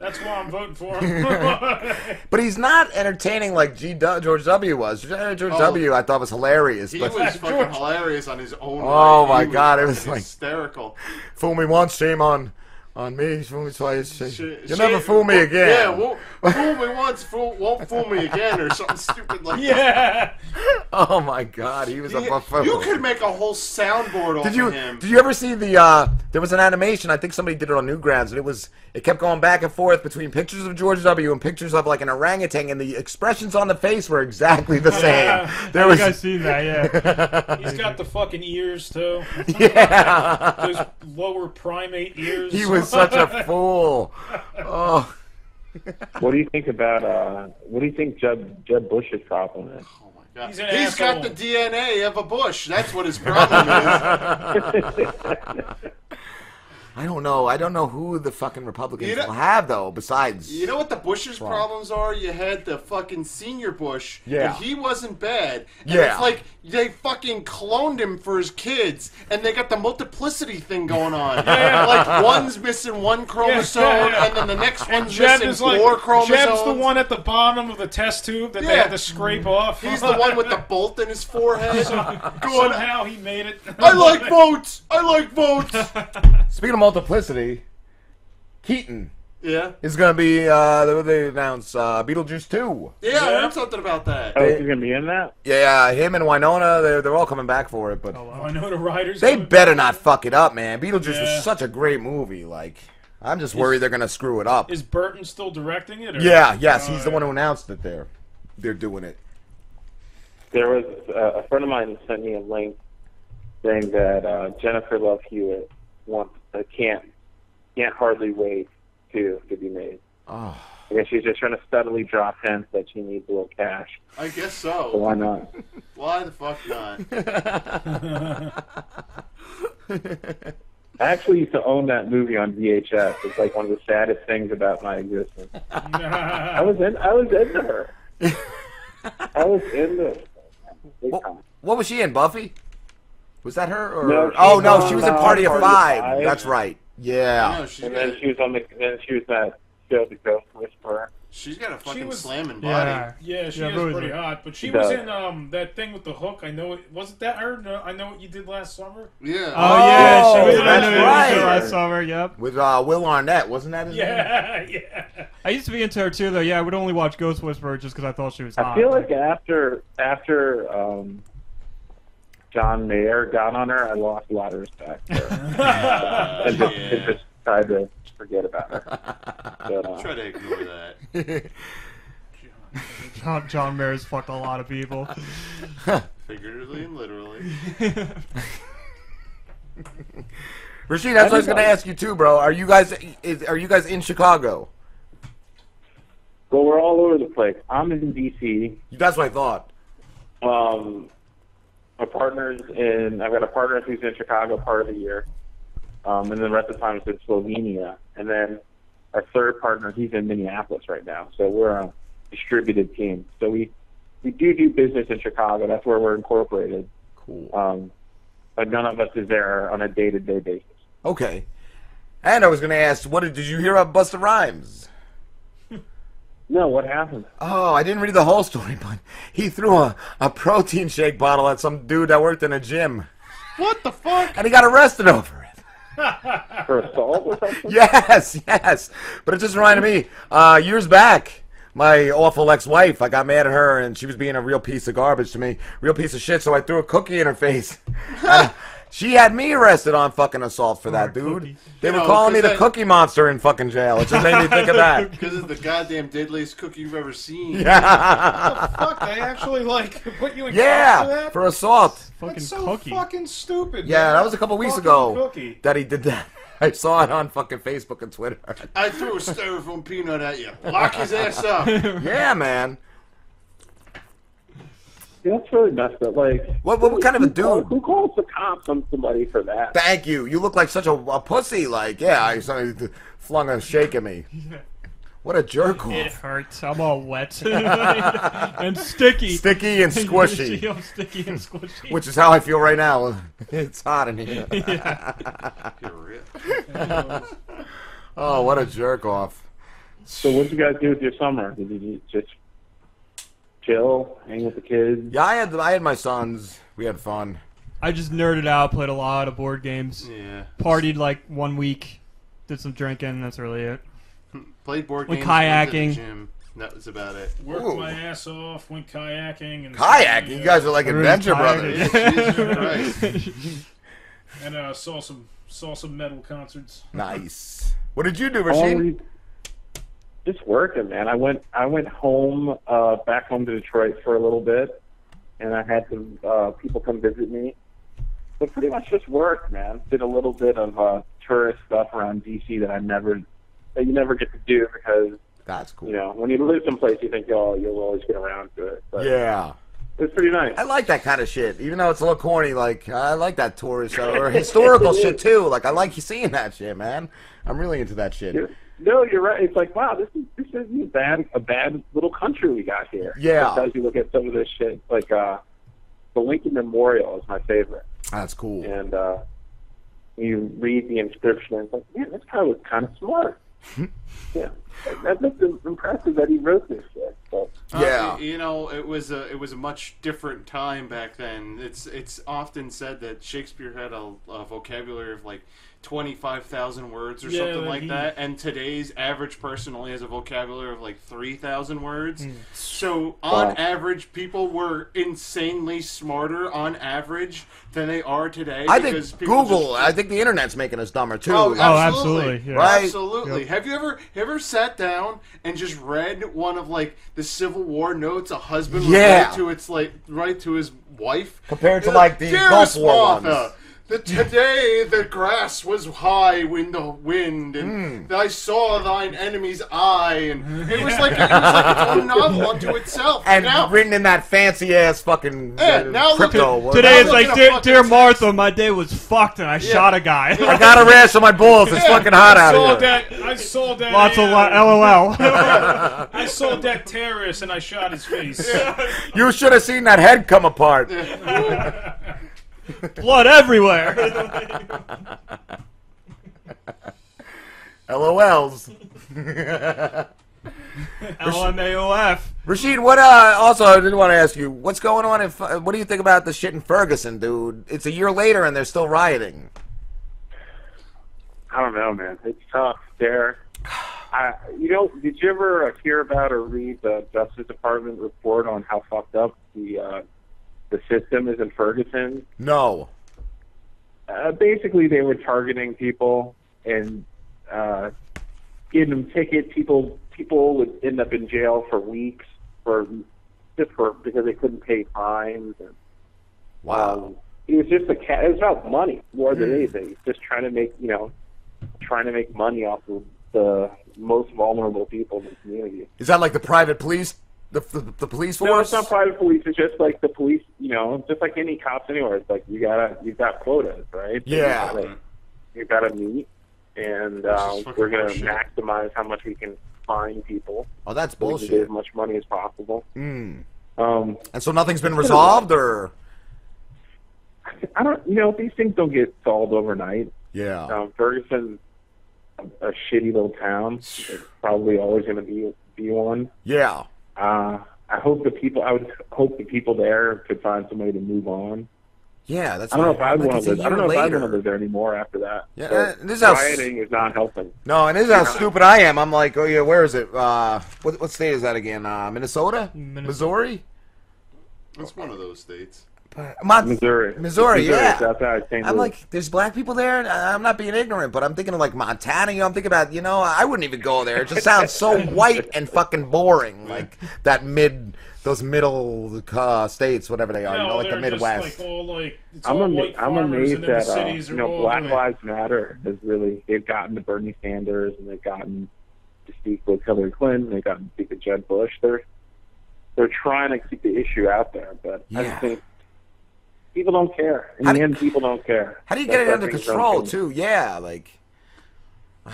F: That's why I'm voting for him.
B: But he's not entertaining like G. Du- George W. was. George
G: Oh.
B: W. I thought was hilarious.
G: He
B: but
G: was fucking hilarious on his own.
B: Oh
G: right.
B: my
G: He
B: God, it was
G: fucking
B: like-
G: hysterical.
B: fool me once, shame on on me. Fool me twice, shame.
G: Shit-
B: you'll
G: shit-
B: never fool me
G: well,
B: again.
G: Yeah, won't, fool me once, fool, won't fool me again, or something stupid like
F: yeah.
B: oh my God, he was
G: that.
B: a buffo.
G: You could make a whole soundboard off
B: Did you
G: of him.
B: did you ever see the? uh There was an animation. I think somebody did it on Newgrounds, and it was it kept going back and forth between pictures of George W. and pictures of like an orangutan, and the expressions on the face were exactly the same. There
E: I
B: was
E: think I've seen that. Yeah.
F: Uh, He's got the fucking ears too.
B: yeah.
F: Those lower primate ears.
B: He was such a fool. Oh.
J: What do you think about? Uh, what do you think Jeb Jeb Bush's problem is?
G: Oh my God.
F: He's an
G: He's got the
F: asshole.
G: DNA of a bush. That's what his problem is.
B: I don't know. I don't know who the fucking Republicans
G: You know-
B: will have though. Besides,
G: You know what the Bush's problems are? You had the fucking senior Bush.
B: Yeah.
G: And he wasn't bad. And
B: Yeah.
G: It's like they fucking cloned him for his kids, and they got the multiplicity thing going on. Like one's missing one chromosome,
F: Yeah, yeah, yeah.
G: and then the next one's
F: Jeb
G: missing
F: is like
G: four
F: Jeb's
G: chromosomes.
F: the one at the bottom of the test tube that they
G: Yeah.
F: had to scrape off.
G: He's the one with the bolt in his forehead. Going,
F: Somehow he made it.
G: I like votes. I like votes.
B: speaking of multiplicity, Keaton
G: Yeah.
B: is going to be. Uh, they- they announced uh, Beetlejuice two.
G: Yeah, I heard something about that.
J: Oh, he's gonna be in that.
B: Yeah, him and Winona, they're, they're all coming back for it. But
F: I know the writers.
B: they
F: gonna-
B: better not fuck it up, man. Beetlejuice
F: Yeah.
B: was such a great movie. Like, I'm just worried they're going to screw it up.
F: Is Burton still directing it? Or?
B: Yeah, yes,
F: All
B: he's the
F: right.
B: one who announced that they're they're doing it.
J: There was uh, a friend of mine sent me a link saying that uh, Jennifer Love Hewitt wants uh, can't can't hardly wait to to be made.
B: Oh.
J: I guess she's just trying to steadily drop hints that she needs a little cash.
G: I guess
J: So
G: so.
J: why not?
G: Why the fuck not?
J: I actually used to own that movie on VHS. It's like one of the saddest things about my existence. I was in I was into her. I was into her. Big
B: What,
J: time.
B: what was she in? Buffy? Was that her? Or
J: No, she
B: oh no,
J: was
B: she was
J: on,
B: in
J: uh,
B: Party, of,
J: Party of
B: five.
J: Five.
B: That's right. Yeah.
G: No, she's
J: And
G: got,
J: then she was on the then she was that show The Ghost Whisperer.
G: she's got a fucking
F: was-
G: slamming body.
E: Yeah.
F: Yeah, she
E: Yeah,
F: is
E: who is
F: pretty
E: it?
F: hot. But she
J: She
F: was
J: does.
F: in um that thing with the hook. I know it wasn't that her. No, I know what you did last summer.
G: Yeah.
E: Oh, yeah,
B: Oh,
E: she was in
B: that's
E: Animated
B: right.
E: Show last summer. Yep.
B: With uh, Will Arnett, wasn't that his name?
F: Yeah, yeah.
E: I used to be into her too, though. Yeah, I would only watch Ghost Whisperer just because I thought she was hot.
J: I feel like after after um, John Mayer got on her, I lost a lot of respect for her. and just, and
G: Yeah.
J: just tried to forget about her. But, uh,
G: Try to ignore that.
E: John, John Mayer's fucked a lot of people.
G: Figuratively and literally.
B: Rasheed, that's what I was
J: I
B: gonna
J: didn't-
B: ask you too, bro. Are you guys is, are you guys in Chicago?
J: well, we're all over the place. I'm in D.C.
B: That's what I thought.
J: Um, my partner's in. I've got a partner who's in Chicago part of the year, um, and then the rest of the time is in Slovenia. And then our third partner, he's in Minneapolis right now. So we're a distributed team. So we we do do business in Chicago. That's where we're incorporated.
B: Cool.
J: Um, but none of us is there on a day to day basis.
B: Okay. And I was gonna ask, what did, did you hear about Busta Rhymes?
J: No, what happened?
B: Oh, I didn't read the whole story, but he threw a, a protein shake bottle at some dude that worked in a gym,
G: What the fuck?
B: and he got arrested over it.
J: For assault or something?
B: Yes, yes. But it just reminded me, uh, years back, my awful ex-wife, I got mad at her, and she was being a real piece of garbage to me, real piece of shit. So I threw a cookie in her face. And She had me arrested on fucking assault for that, dude. They were
G: No,
B: calling me
G: 'cause
B: the
G: I-
B: cookie monster in fucking jail. It just made me think of that.
G: Because it's the goddamn deadliest cookie you've ever seen.
B: Yeah.
F: Fuck, they actually like put you in cuffs
B: Yeah,
F: for that?
B: for assault.
F: That's so fucking stupid.
B: Yeah,
F: man.
B: that was a couple weeks
F: Fucking
B: ago
F: Cookie.
B: that he did that. I saw it on fucking Facebook and Twitter.
G: I threw a styrofoam peanut at you. Lock his ass up.
B: yeah, man.
J: Yeah, that's really messed up. Like,
B: What, what, what kind of a
J: who calls-
B: dude?
J: Who calls the cops on somebody for that?
B: Thank you. You look like such a, a pussy. Like, yeah, I suddenly th- flung a shake at me. What a jerk
E: It
B: off.
E: hurts. I'm all wet and sticky.
B: Sticky and
E: See,
B: squishy,
E: I'm sticky and squishy.
B: which is how I feel right now. It's hot in here. Oh, what a jerk off.
J: So what would you guys do with your summer? Did you just chill, hang with the kids?
B: Yeah, I had I had my sons. We had fun.
E: I just nerded out, played a lot of board games,
G: Yeah.
E: partied like one week, did some drinking. That's really it.
G: Played board
E: Went
G: games. went to the
E: kayaking.
G: gym. That was about it.
F: Worked
B: Ooh.
F: my ass off, went kayaking and
B: Kayak. You guys are like
E: Everybody's
B: adventure
E: tired.
B: brothers.
G: Jesus
F: and uh, saw some saw some metal concerts.
B: Nice. What did you do,
J: How long
B: Rashid?
J: were you- Um, Just working, man. I went I went home uh, back home to Detroit for a little bit, and I had some uh, people come visit me. But pretty much just work, man. Did a little bit of uh, tourist stuff around DC that I never that you never get to do because
B: That's cool.
J: you know when you live someplace you think oh you'll always get around to it. But
B: Yeah.
J: it was pretty nice.
B: I like that kind of shit, even though it's a little corny. Like I like that tourist uh, or historical shit too. Like I like seeing that shit, man. I'm really into that shit.
J: You're- no, you're right. It's like wow, this is this isn't a bad a bad little country we got here.
B: Yeah.
J: Because you look at some of this shit, like uh, the Lincoln Memorial is my favorite,
B: That's cool.
J: and uh, you read the inscription and it's like, man, this guy was kind of smart. yeah, that, that's impressive that he wrote this shit. So.
B: Yeah.
G: Uh, y- you know, it was a it was a much different time back then. It's it's often said that Shakespeare had a, a vocabulary of like twenty five thousand words or
F: Yeah,
G: something
F: like
G: like
F: he-
G: that, and today's average person only has a vocabulary of like three thousand
F: Hmm.
G: words. So on
J: Wow.
G: average, people were insanely smarter on average than they are today.
B: I think
G: because people
B: Google.
G: just-
B: I think the internet's making us dumber too.
G: Oh,
E: Oh,
G: absolutely.
E: absolutely, yeah.
B: Right?
G: Absolutely.
E: Yep.
G: Have you ever ever sat down and just read one of like the Civil War notes a husband would
B: Yeah.
G: write to its like write to his wife
B: Compared to, like, the
G: Dearest
B: Gulf War
G: Martha,
B: ones.
G: The, today the grass was high in the wind, and
B: Hmm.
G: I saw thine enemy's eye, and it was like it was like its own novel unto itself.
B: and
G: now,
B: written in that fancy ass fucking
G: Yeah,
B: uh,
G: now look
B: crypto.
G: at-
B: what-
E: Today
G: I'm
E: it's like,
G: looking
E: dear,
G: at
E: dear
G: fucking
E: Martha, my day was fucked and I shot a guy.
B: I got a rash on my balls. It's fucking hot
F: I saw
B: out here.
F: that. I saw that.
E: Lots of
F: ad.
E: lo- LOL.
F: I saw that terrorist and I shot his face.
B: You should have seen that head come apart.
E: Blood everywhere.
B: LOLs.
E: LMAOF.
B: Rashid, what? Uh, also, I did want to ask you, what's going on? In, F- what do you think about the shit in Ferguson, dude? It's a year later and they're still rioting.
J: I don't know, man. It's tough there. I, you know, did you ever uh, hear about or read the Justice Department report on how fucked up the uh, the system is in Ferguson?
B: No.
J: Uh, basically, they were targeting people and uh, giving them tickets. People people would end up in jail for weeks for just for because they couldn't pay fines. And, um, it was just a ca It was about money more than anything. Just trying to make you know, trying to make money off of the most vulnerable people in the community.
B: Is that like the private police, the the, the police
J: No,
B: force?
J: it's not private police. It's just like the police. You know, just like any cops anywhere. It's like you gotta, you've got quotas, right? So You
B: Yeah.
J: gotta, you gotta meet, and uh,
G: fucking
J: we're gonna
G: bullshit.
J: maximize how much we can find people.
B: oh, that's
J: so we can get
B: bullshit.
J: as much money as possible.
B: Mm.
J: Um,
B: And so nothing's been resolved, or
J: I don't. You know, these things don't get solved overnight.
B: yeah,
J: Um, Ferguson's a, a shitty little town. It's probably always going to be be one.
B: yeah.
J: Uh, I hope the people. I would hope the people there could find somebody to move on.
B: Yeah, that's.
J: I don't know if I'd
B: like,
J: want
B: it's
J: to
B: a
J: live. I don't know
B: year
J: if I'd want
B: later.
J: to live there anymore after that.
B: Yeah,
J: So
B: uh, this is how s-
J: rioting is not helping.
B: No, and this is how stupid I am. I'm like, oh yeah, where is it? Uh, what what state is that again? Uh, Minnesota,
E: Minnes-
B: Missouri,
G: It's one of those states.
B: Mon-
J: Missouri.
B: Missouri, yeah.
J: It's outside St.
B: I'm
J: Louis.
B: like, there's black people there, and I- I'm not being ignorant, but I'm thinking of like Montana. You know, I'm thinking about, you know, I wouldn't even go there. It just sounds so white and fucking boring. Like that mid, those middle uh, states, whatever they are. you know, like the
F: they're just,
B: Midwest.
F: like, all, like, it's
J: I'm,
F: all
J: ama-
F: white
J: I'm
F: farmers
J: amazed
F: and then
J: that
F: the
J: uh,
F: cities
J: you
F: are
J: know
F: all
J: Black
F: like-
J: Lives Matter has really they've gotten to Bernie Sanders and they've gotten to speak with Hillary Clinton, they've gotten to speak with Jeb Bush. They're they're trying to keep the issue out there, but I
B: Yeah.
J: just think people don't care. In the end, people don't care.
B: How do you
J: That's
B: get it
J: why
B: under
J: things
B: control,
J: don't change.
B: too? Yeah, like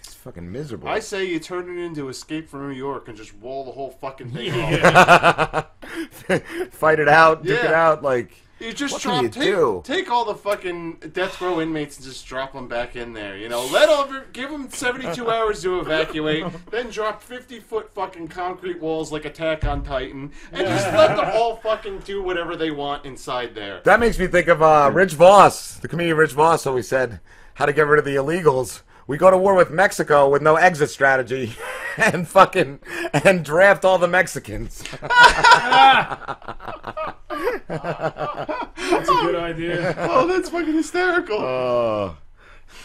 B: it's fucking miserable.
G: I say you turn it into Escape from New York and just wall the whole fucking thing off.
B: Fight it out, duke it
G: Yeah.
B: out, like
G: You just
B: what
G: drop
B: can you
G: take,
B: do?
G: take all the fucking death row inmates and just drop them back in there. You know, let over, give them 72 hours to evacuate, then drop 50 foot fucking concrete walls like Attack on Titan, and just let them all fucking do whatever they want inside there.
B: That makes me think of uh, Rich Voss, the comedian Rich Voss always said, "How to get rid of the illegals." We go to war with Mexico with no exit strategy, and fucking and draft all the Mexicans.
F: That's a good idea.
G: Oh, that's fucking hysterical.
B: Oh,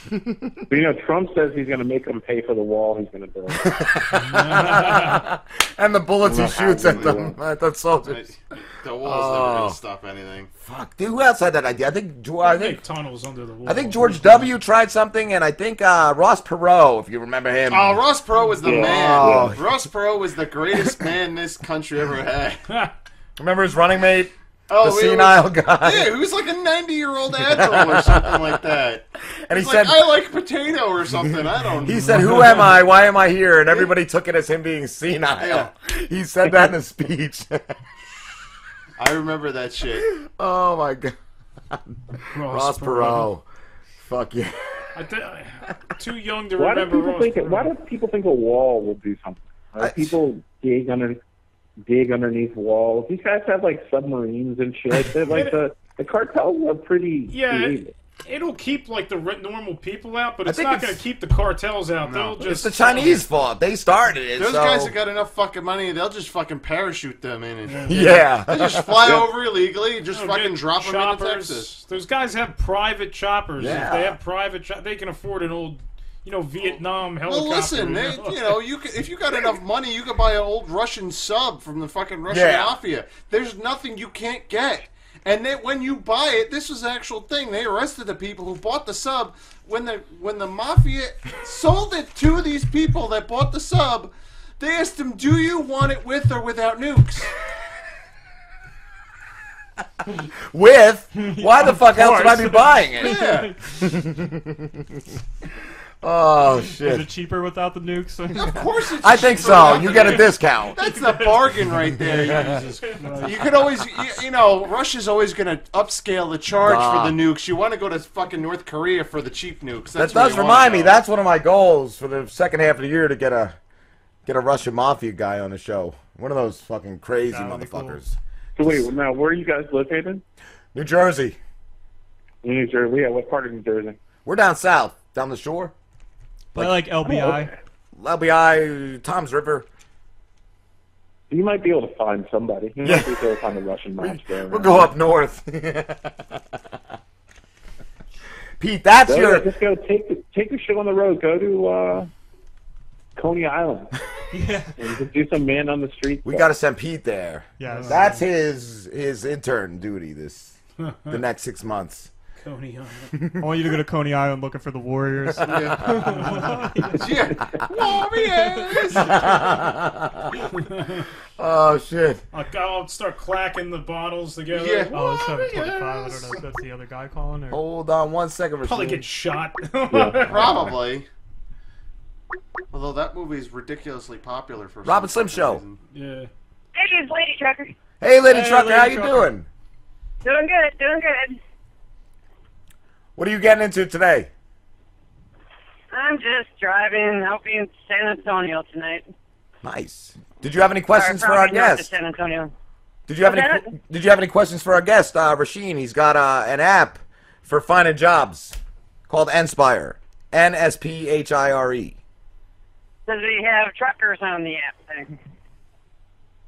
J: But, you know, Trump says he's going to make them pay for the wall he's going to build.
B: and the bullets he
J: Well, how
B: shoots
J: do
B: at
J: we
B: them, at the
G: Right.
B: soldiers.
G: The wall's never
B: Oh.
G: gonna stop anything.
B: Fuck, dude. Who else had that idea? I think. Do I
F: I
B: think?
F: think tunnels under the wall.
B: I think George W. tried something, and I think uh, Ross Perot, if you remember him.
G: Oh, Ross Perot was the
J: Yeah.
B: Oh.
G: man. Ross Perot was the greatest man this country ever had.
B: Remember his running mate,
G: Oh,
B: the
G: we were-
B: senile guy.
G: Yeah, who's like a 90 year old admiral or something like that.
B: and he
G: He's like,
B: said,
G: I like potato or something. I don't
B: He said, "Who am I? Why am I here?" And everybody took it as him being senile.
G: Yeah.
B: He said that in a speech.
G: I remember that shit.
B: oh my god, Ross Perot. Fuck yeah.
F: I thi- too young to
J: Why do
F: remember
J: people
F: Ross.
J: think? Why do people think a wall will do something? Why do
B: I-
J: people dig under, dig underneath walls. These guys have like submarines and shit. They're like the the cartels are pretty.
F: Yeah,
J: creative.
F: It'll keep like the re- normal people out, but
B: I
F: it's
B: think
F: not
B: it's-
F: going to keep the cartels out.
G: No.
F: They'll
B: It's
F: just
B: the Chinese fault. They started it.
G: Those
B: so-
G: guys have got enough fucking money, they'll just fucking parachute them in and
B: Yeah.
G: they just fly over illegally and just
F: They'll
G: fucking
F: get
G: drop them into
F: choppers.
G: Texas.
F: Those guys have private choppers.
B: Yeah.
F: If they have private, cho- they can afford an old, you know, Vietnam helicopter.
G: Well, listen,
F: you
G: they,
F: know?
G: you know, you could, if you got enough money, you could buy an old Russian sub from the fucking Russian
B: Yeah.
G: mafia. There's nothing you can't get. And that when you buy it, this was the actual thing. They arrested the people who bought the sub when the when the mafia sold it to these people that bought the sub. They asked them, "Do you want it with or without nukes?"
B: With why the fuck else would I be
E: course.
B: buying it?
G: Yeah,
B: Oh
E: Is it
B: shit.
E: cheaper without the nukes?
G: of course it's.
B: I think
G: cheaper without
B: so. uh, You
G: the
B: get a
G: nukes.
B: discount.
G: That's a bargain right there.
F: Jesus Christ.
G: You could always, you, you know, Russia's always going to upscale the charge
B: Ah.
G: for the nukes. You want to go to fucking North Korea for the cheap nukes.
B: That
G: That's where
B: does
G: you wanna
B: remind me.
G: go.
B: That's one of my goals for the second half of the year to get a get a Russian mafia guy on the show. One of those fucking crazy
E: That would be cool.
B: motherfuckers.
J: So wait, now where are you guys located?
B: New Jersey.
J: In New Jersey. Yeah, what part of New Jersey?
B: We're down south, down the shore.
E: I like
J: Oh,
E: LBI.
B: LBI, Tom's River.
J: You might be able to find somebody. You might be able to find a Russian master.
B: We'll go up north. Pete, that's
J: Go,
B: your.
J: Just go take the, take the show on the road. Go to uh, Coney Island and just do some man on the street.
B: We
J: stuff.
B: got to send Pete there.
E: Yes.
B: That's his his intern duty this the next six months.
F: Coney Island.
E: I want you to go to Coney Island looking for the Warriors.
G: Yeah. Warriors!
B: Oh shit!
F: I'll, I'll start clacking the bottles together.
G: Yeah. Oh.
E: Oh, it's 725. I don't know if that's the other guy calling or.
B: Hold on one second.
F: Probably
B: Rasheed.
F: get shot.
G: Probably. Although that movie is ridiculously popular for some
B: Robin Slim
G: fucking
B: Show.
G: reason.
F: yeah.
I: Hey, it's Lady Trucker.
B: Hey, lady
E: Hey,
B: trucker,
E: Lady
B: how you
E: Trucker.
B: doing?
I: Doing good, doing good.
B: What are you getting into today?
I: I'm just driving. I'll be in San Antonio tonight.
B: Nice. Did you have any questions for our
I: probably north of
B: guest?
I: San Antonio.
B: Did you have any?
I: Okay.
B: que- Did you have any questions for our guest, uh, Rasheen? He's got uh, an app for finding jobs called Inspire. N S P H I R E.
I: Does he have truckers on the app thing?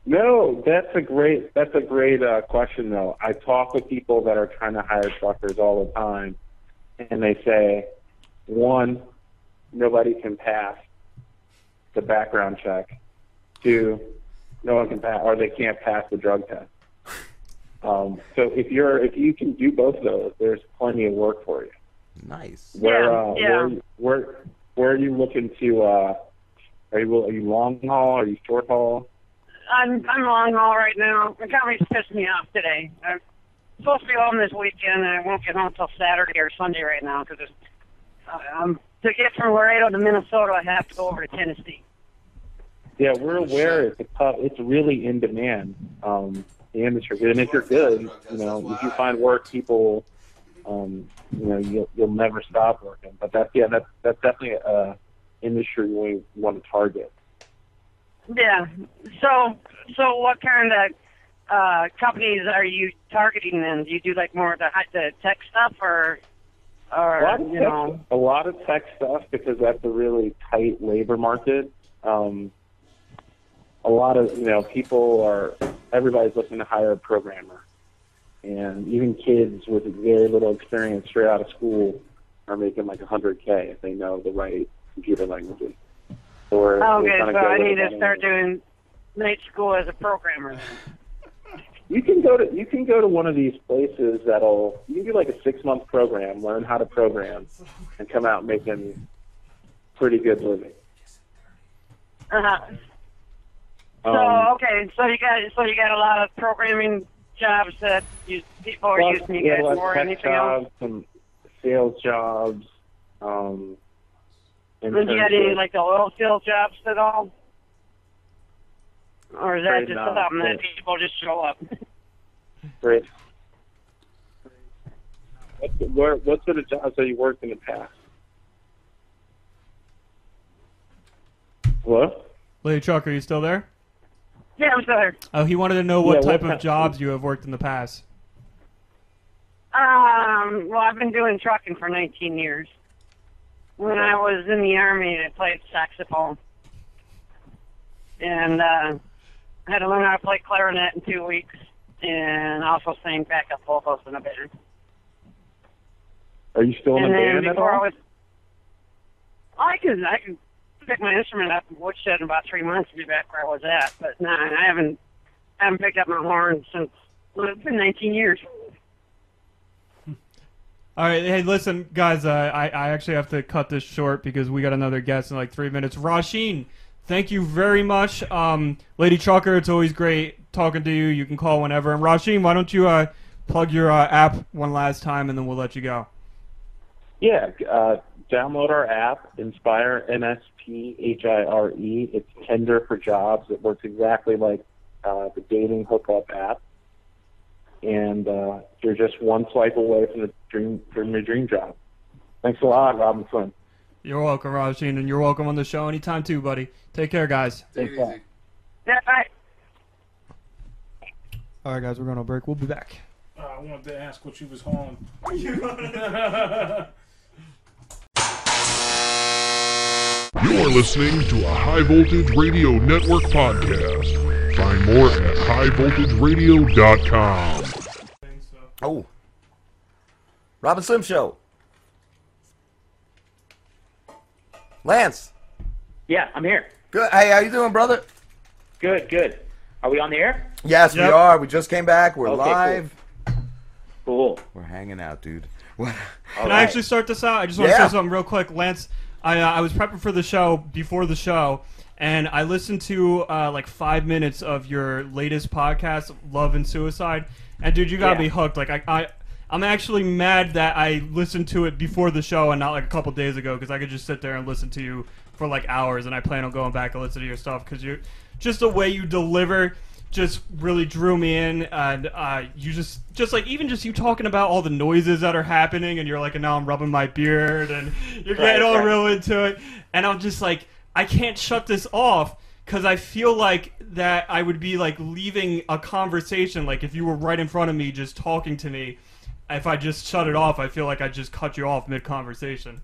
J: No, that's a great that's a great uh, question though. I talk with people that are trying to hire truckers all the time, and they say, one, nobody can pass the background check. Two, no one can pass, or they can't pass the drug test. Um, so if you're if you can do both of those, there's plenty of work for you.
B: Nice.
J: Where
B: Yeah,
J: uh,
B: yeah.
J: where where where are you looking to? Uh, are you are you long haul? Are you short haul?
I: I'm I'm long haul right now. The company's pissed me off today. I'm supposed to be home this weekend, and I won't get home till Saturday or Sunday right now because um, to get from Laredo to Minnesota, I have to go over to Tennessee.
J: Yeah, we're aware it's a tough, it's really in demand. Um, the industry, and if you're good, you know, if you find work, people, um, you know, you'll, you'll never stop working. But that's yeah, that's that's definitely a industry we want to target.
I: Yeah. So so what kind of uh, companies are you targeting? Then do you do like more of the high- the tech stuff or
J: a
I: or
J: lot of
I: you
J: tech,
I: know?
J: a lot of tech stuff because that's a really tight labor market. Um, a lot of you know people are everybody's looking to hire a programmer, and even kids with very little experience straight out of school are making like 100k if they know the right computer languages. So we're,
I: Oh,
J: we're
I: okay,
J: trying
I: so
J: go
I: I
J: with
I: need
J: that
I: to start doing night school as a programmer.
J: You can go to you can go to one of these places that'll you can do like a six month program, learn how to program, and come out making pretty good living.
I: Uh-huh.
J: Um,
I: so okay, so you got so you got a lot of programming jobs that you, people are
J: plus,
I: using you
J: yeah,
I: guys
J: like
I: more
J: tech
I: than anything
J: jobs,
I: else.
J: some sales jobs. Um,
I: Did you got any
J: internships.
I: like the oil field jobs at all, or is that
J: Afraid
I: just
J: not.
I: something that
J: Yeah.
I: people just show up?
J: Great. What, where, what sort of jobs have you worked in the past? Hello?
E: Lady Chuck, are you still there?
I: yeah, I'm sorry.
E: Oh, he wanted to know what
J: Yeah, what
E: type
J: kind-
E: of jobs you have worked in the past.
I: Um, well, I've been doing trucking for 19 years. When I was in the army, I played saxophone, and uh, I had to learn how to play clarinet in two weeks, and also sang backup vocals in a band.
J: Are you still in a
I: and then
J: band at
I: before I
J: all?
I: was, I can I can pick my instrument up in woodshed in about three months to be back where I was at. But no, I haven't I haven't picked up my horn since well, it's been 19 years.
E: All right, hey, listen, guys, uh, I, I actually have to cut this short because we got another guest in like three minutes. Rasheen, thank you very much. Um, Lady Chalker, it's always great talking to you. You can call whenever. And Rasheen, why don't you uh, plug your uh, app one last time and then we'll let you go.
J: Yeah, uh, download our app, Inspire N S P H I R E. It's Tinder for jobs. It works exactly like uh, the dating hookup app, and uh, you're just one swipe away from the dream from your dream job. Thanks a lot, Robin Flynn.
E: You're welcome, Rasheen, and you're welcome on the show anytime too, buddy. Take care, guys.
J: Thanks a lot.
I: Yeah, I,
E: All right, guys, we're going on break. We'll be back.
F: Uh, I wanted to ask what you was hauling.
A: You're listening to a High Voltage Radio Network podcast. Find more at highvoltageradio.com.
B: Oh. Robin Slim Show. Lance.
K: Yeah, I'm here.
B: Good. Hey, how you doing, brother?
K: Good, good. Are we on the air?
B: Yes, we
K: Yep.
B: are. We just came back. We're
K: Okay, cool.
B: live.
K: Cool.
B: We're hanging out, dude. What?
E: Can I actually start this out? I just want to
B: Yeah.
E: say something real quick, Lance. I uh, I was prepping for the show before the show, and I listened to uh, like five minutes of your latest podcast, Love and Suicide, and dude, you got
K: Yeah.
E: me hooked. Like I. I I'm actually mad that I listened to it before the show and not like a couple days ago because I could just sit there and listen to you for like hours and I plan on going back and listening to your stuff because you just the way you deliver just really drew me in and uh, you just just like even just you talking about all the noises that are happening and you're like and now i'm rubbing my beard and you're
K: Right,
E: getting all
K: right.
E: real into it and i'm just like i can't shut this off because i feel like that i would be like leaving a conversation like if you were right in front of me just talking to me if i just shut it off i feel like i just cut you off mid-conversation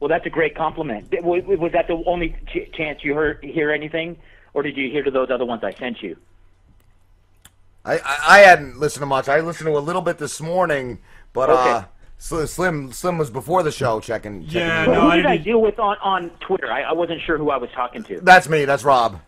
K: Well, that's a great compliment. Th- wa- wa- Was that the only ch- chance you heard hear anything or did you hear to those other ones I sent you?
B: I, I, I hadn't listened to much. I listened to a little bit this morning, but uh,
K: Okay.
B: Sli- Slim Slim was before the show checking. checking in.
K: who did I deal with on, on Twitter? I, I wasn't sure who I was talking to.
B: That's me. That's Rob.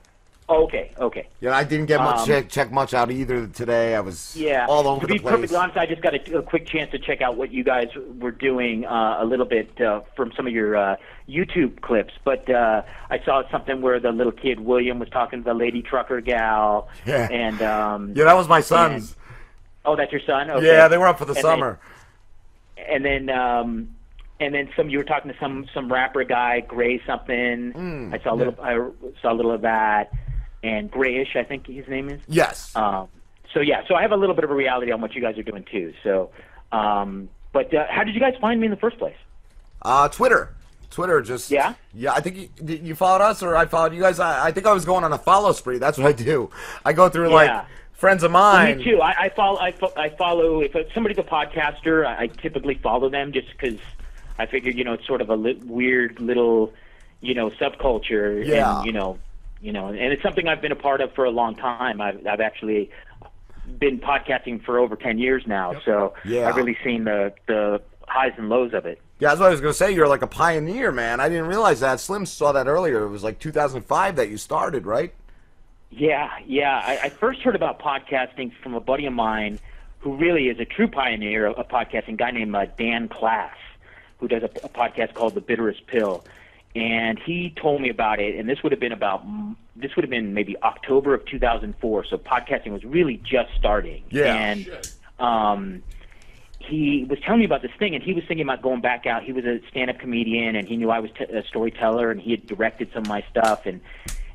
K: okay, okay.
B: Yeah, I didn't get much
K: Um,
B: check, check much out either today. I was
K: Yeah.
B: all over
K: to
B: the
K: be
B: place.
K: perfectly honest, I just got a, a quick chance to check out what you guys were doing uh, a little bit uh, from some of your uh, YouTube clips. But uh, I saw something where the little kid William was talking to the lady trucker gal.
B: Yeah.
K: And um,
B: yeah, that was my
K: and-
B: son's.
K: oh, that's your son. Okay.
B: Yeah, they were up for the
K: And they-
B: summer.
K: and then um and then some you were talking to some some rapper guy gray something
B: Mm,
K: i saw a little i saw a little of that and grayish i think his name is
B: Yes.
K: um so yeah so i have a little bit of a reality on what you guys are doing too so um but uh, how did you guys find me in the first place
B: Uh, Twitter. Twitter just. Yeah? Yeah, I think you, did you followed us or I followed you guys. I, I think I was going on a follow spree. That's what I do. I go through,
K: Yeah.
B: like, friends of
K: Well,
B: mine.
K: me too. I, I follow. I, fo- I follow. If somebody's a podcaster, I, I typically follow them just because I figure you know it's sort of a li- weird little you know subculture.
L: Yeah.
K: And, you know, you know, and it's something I've been a part of for a long time. I've, I've actually been podcasting for over ten years now, so
B: Yeah.
K: I've really seen the the highs and lows of it.
B: Yeah, that's what I was going to say. You're like a pioneer, man. I didn't realize that. Slim saw that earlier. It was like 2005 that you started, right?
K: Yeah, yeah. I, I first heard about podcasting from a buddy of mine who really is a true pioneer of, of podcasting, a guy named uh, Dan Class, who does a, a podcast called The Bitterest Pill. And he told me about it, and this would have been about, this would have been maybe October of 2004. So podcasting was really just starting.
L: Yeah.
K: And um, he was telling me about this thing, and he was thinking about going back out. He was a stand-up comedian, and he knew I was t- a storyteller, and he had directed some of my stuff, and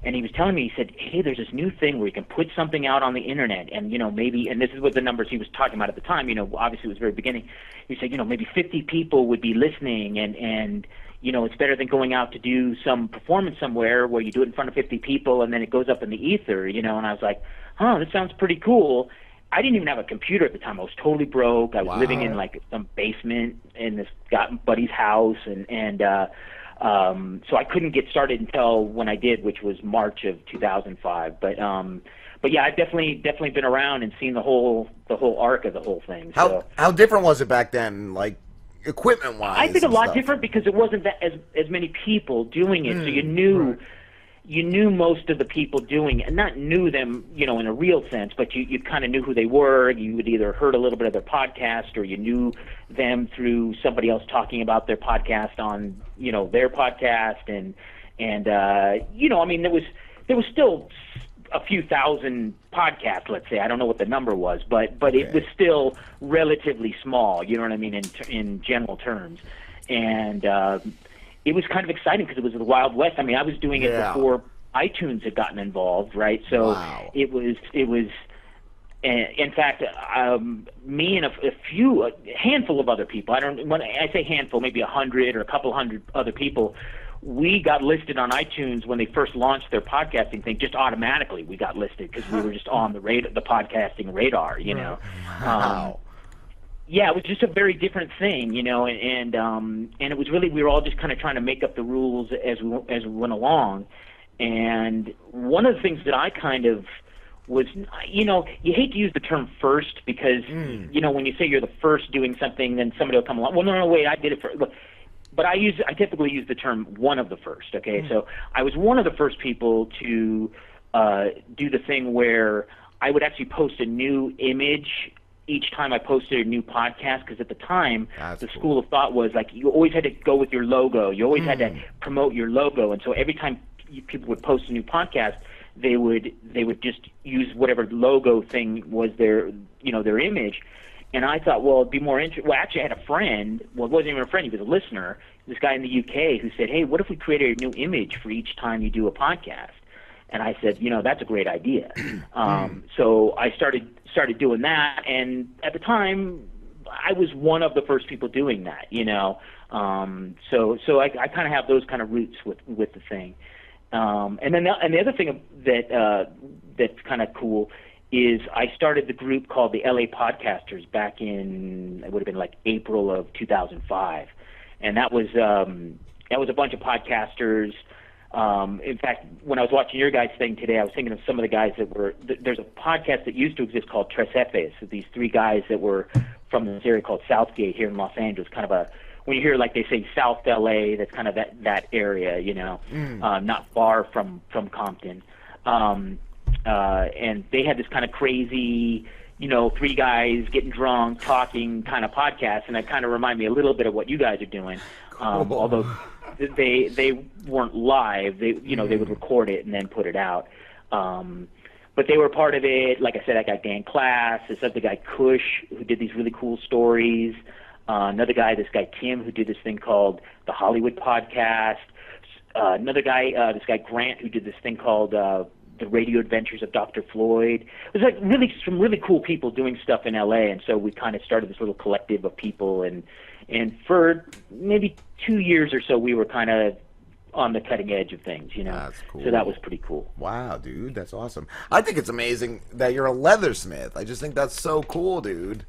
K: and he was telling me, he said, "Hey, there's this new thing where you can put something out on the internet, and you know maybe, and this is what the numbers he was talking about at the time. You know, obviously it was very beginning. He said, you know, maybe 50 people would be listening, and and you know it's better than going out to do some performance somewhere where you do it in front of 50 people, and then it goes up in the ether, you know. And I was like, huh, this sounds pretty cool. I didn't even have a computer at the time. I was totally broke. I was
L: Wow.
K: living in like some basement in this got buddy's house, and and uh, um, so I couldn't get started until when I did, which was March of 2005. But um, but yeah, I've definitely definitely been around and seen the whole the whole arc of the whole thing.
B: How
K: so.
B: how different was it back then, like, equipment wise?
K: I think a lot different because it wasn't that as as many people doing it, so you knew you knew most of the people doing it, and not knew them, you know, in a real sense, but you you kind of knew who they were. You had either heard a little bit of their podcast, or you knew them through somebody else talking about their podcast on you know their podcast, and and uh, you know, I mean, there was there was still a few thousand podcasts, let's say. I don't know what the number was, but but it was still relatively small. You know what I mean in ter- in general terms, and uh, it was kind of exciting because it was the Wild West. I mean, I was doing it
L: Yeah.
K: before iTunes had gotten involved, right? So
L: Wow.
K: it was it was. And in fact, um, me and a, a few, a handful of other people. I don't. When I say handful, maybe a hundred or a couple hundred other people. We got listed on iTunes when they first launched their podcasting thing. Just automatically, we got listed because we were just on the radar, the podcasting radar. You know. Um, yeah, it was just a very different thing, you know, and and, um, and it was really we were all just kind of trying to make up the rules as we as we went along. And one of the things that I kind of was, you know, you hate to use the term first because you know when you say you're the first doing something, then somebody will come along. Well, no, no, wait, I did it first. Look, But I use I typically use the term one of the first. Okay, so I was one of the first people to uh, do the thing where I would actually post a new image each time I posted a new podcast because at the time the school of thought was like you always had to go with your logo. You always had to promote your logo, and so every time you- people would post a new podcast, they would they would just use whatever logo thing was their you know their image. And I thought, well, it'd be more interesting. Well, actually, I had a friend. Well, it wasn't even a friend; he was a listener. This guy in the UK who said, "Hey, what if we created a new image for each time you do a podcast?" And I said, you know, that's a great idea. Um, so I started started doing that, and at the time, I was one of the first people doing that. You know, um, so so I, I kind of have those kind of roots with with the thing. Um, and then the, and the other thing that uh, that's kind of cool is I started the group called the LA Podcasters back in it would have been like April of 2005, and that was um, that was a bunch of podcasters Um, in fact, when I was watching your guys' thing today, I was thinking of some of the guys that were. Th- there's a podcast that used to exist called Tres Jefes. These three guys that were from this area called Southgate here in Los Angeles. Kind of a when you hear like they say South LA, that's kind of that that area, you know,
L: Mm.
K: uh, not far from from Compton. Um, uh, and they had this kind of crazy, you know, three guys getting drunk, talking kind of podcast, and that kind of reminded me a little bit of what you guys are doing. Um,
M: Cool.
K: Although they they weren't live, they you know they would record it and then put it out. Um, but they were part of it. Like I said, I got Dan Class, this other guy Kush who did these really cool stories. Uh, another guy, this guy Tim, who did this thing called the Hollywood Podcast. Uh, another guy, uh, this guy Grant, who did this thing called uh, the Radio Adventures of Dr. Floyd. It was like really some really cool people doing stuff in LA, and so we kind of started this little collective of people. And and for maybe two years or so, we were kind of on the cutting edge of things, you know. So that was pretty cool.
B: Wow, dude, that's awesome. I think it's amazing that you're a leathersmith. I just think that's so cool, dude.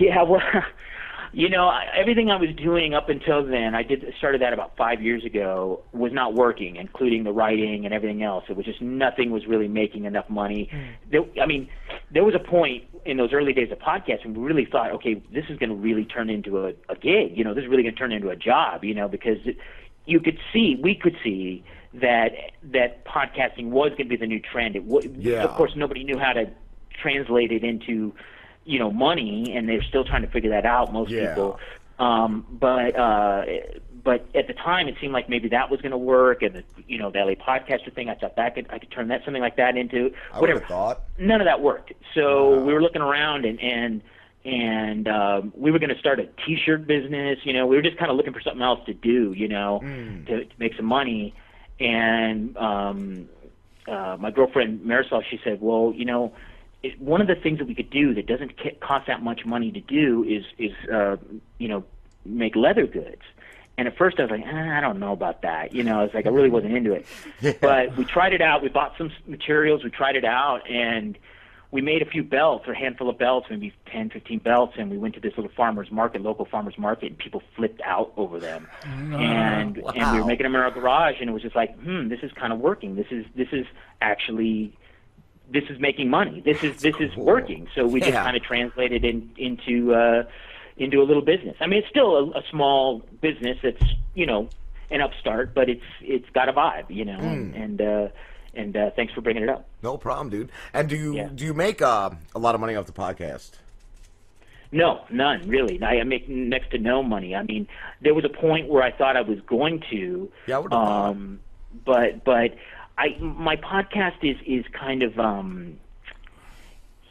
K: Yeah, well, you know, I, everything I was doing up until then, I did started that about five years ago, was not working, including the writing and everything else. It was just nothing was really making enough money. There, I mean, there was a point in those early days of podcasting we really thought, okay, this is going to really turn into a, a gig. You know, this is really going to turn into a job. You know, because it, you could see, we could see that that podcasting was going to be the new trend. It wa
B: Yeah.
K: Of course, nobody knew how to translate it into you know money and they're still trying to figure that out most
B: Yeah.
K: people um but uh but at the time it seemed like maybe that was going to work and the, you know the LA podcaster thing I thought that could I could turn that something like that into
B: I would
K: whatever
B: have thought.
K: none of that worked so we were looking around and and and um, we were going to start a t-shirt business you know we were just kind of looking for something else to do you know to, to make some money and um uh, my girlfriend Marisol, she said, "Well, you know, it, one of the things that we could do that doesn't ca- cost that much money to do is is uh, you know make leather goods." And at first, I was like, ah, "I don't know about that," you know. It's like I really wasn't into it. But we tried it out. We bought some s- materials. We tried it out, and we made a few belts or a handful of belts, maybe 10, 15 belts, and we went to this little farmers market, local farmers market, and people flipped out over them and
I: Oh,
K: and we were making them in our garage, and it was just like, hmm, this is kind of working. This is this is actually this is making money. This is this is working. So we just
M: Yeah.
K: kind of translated in, into uh, into a little business. I mean, it's still a, a small business. It's you know an upstart, but it's it's got a vibe, you know. And and, uh, and uh, thanks for bringing it up.
B: Hmm. No problem, dude. And do you
K: Yeah.
B: do you make uh, a lot of money off the podcast?
K: No, none really. I I make next to no money. I mean, there was a point where I thought I was going to.
B: Yeah, I would've thought.
K: um, but but I my podcast is is kind of um,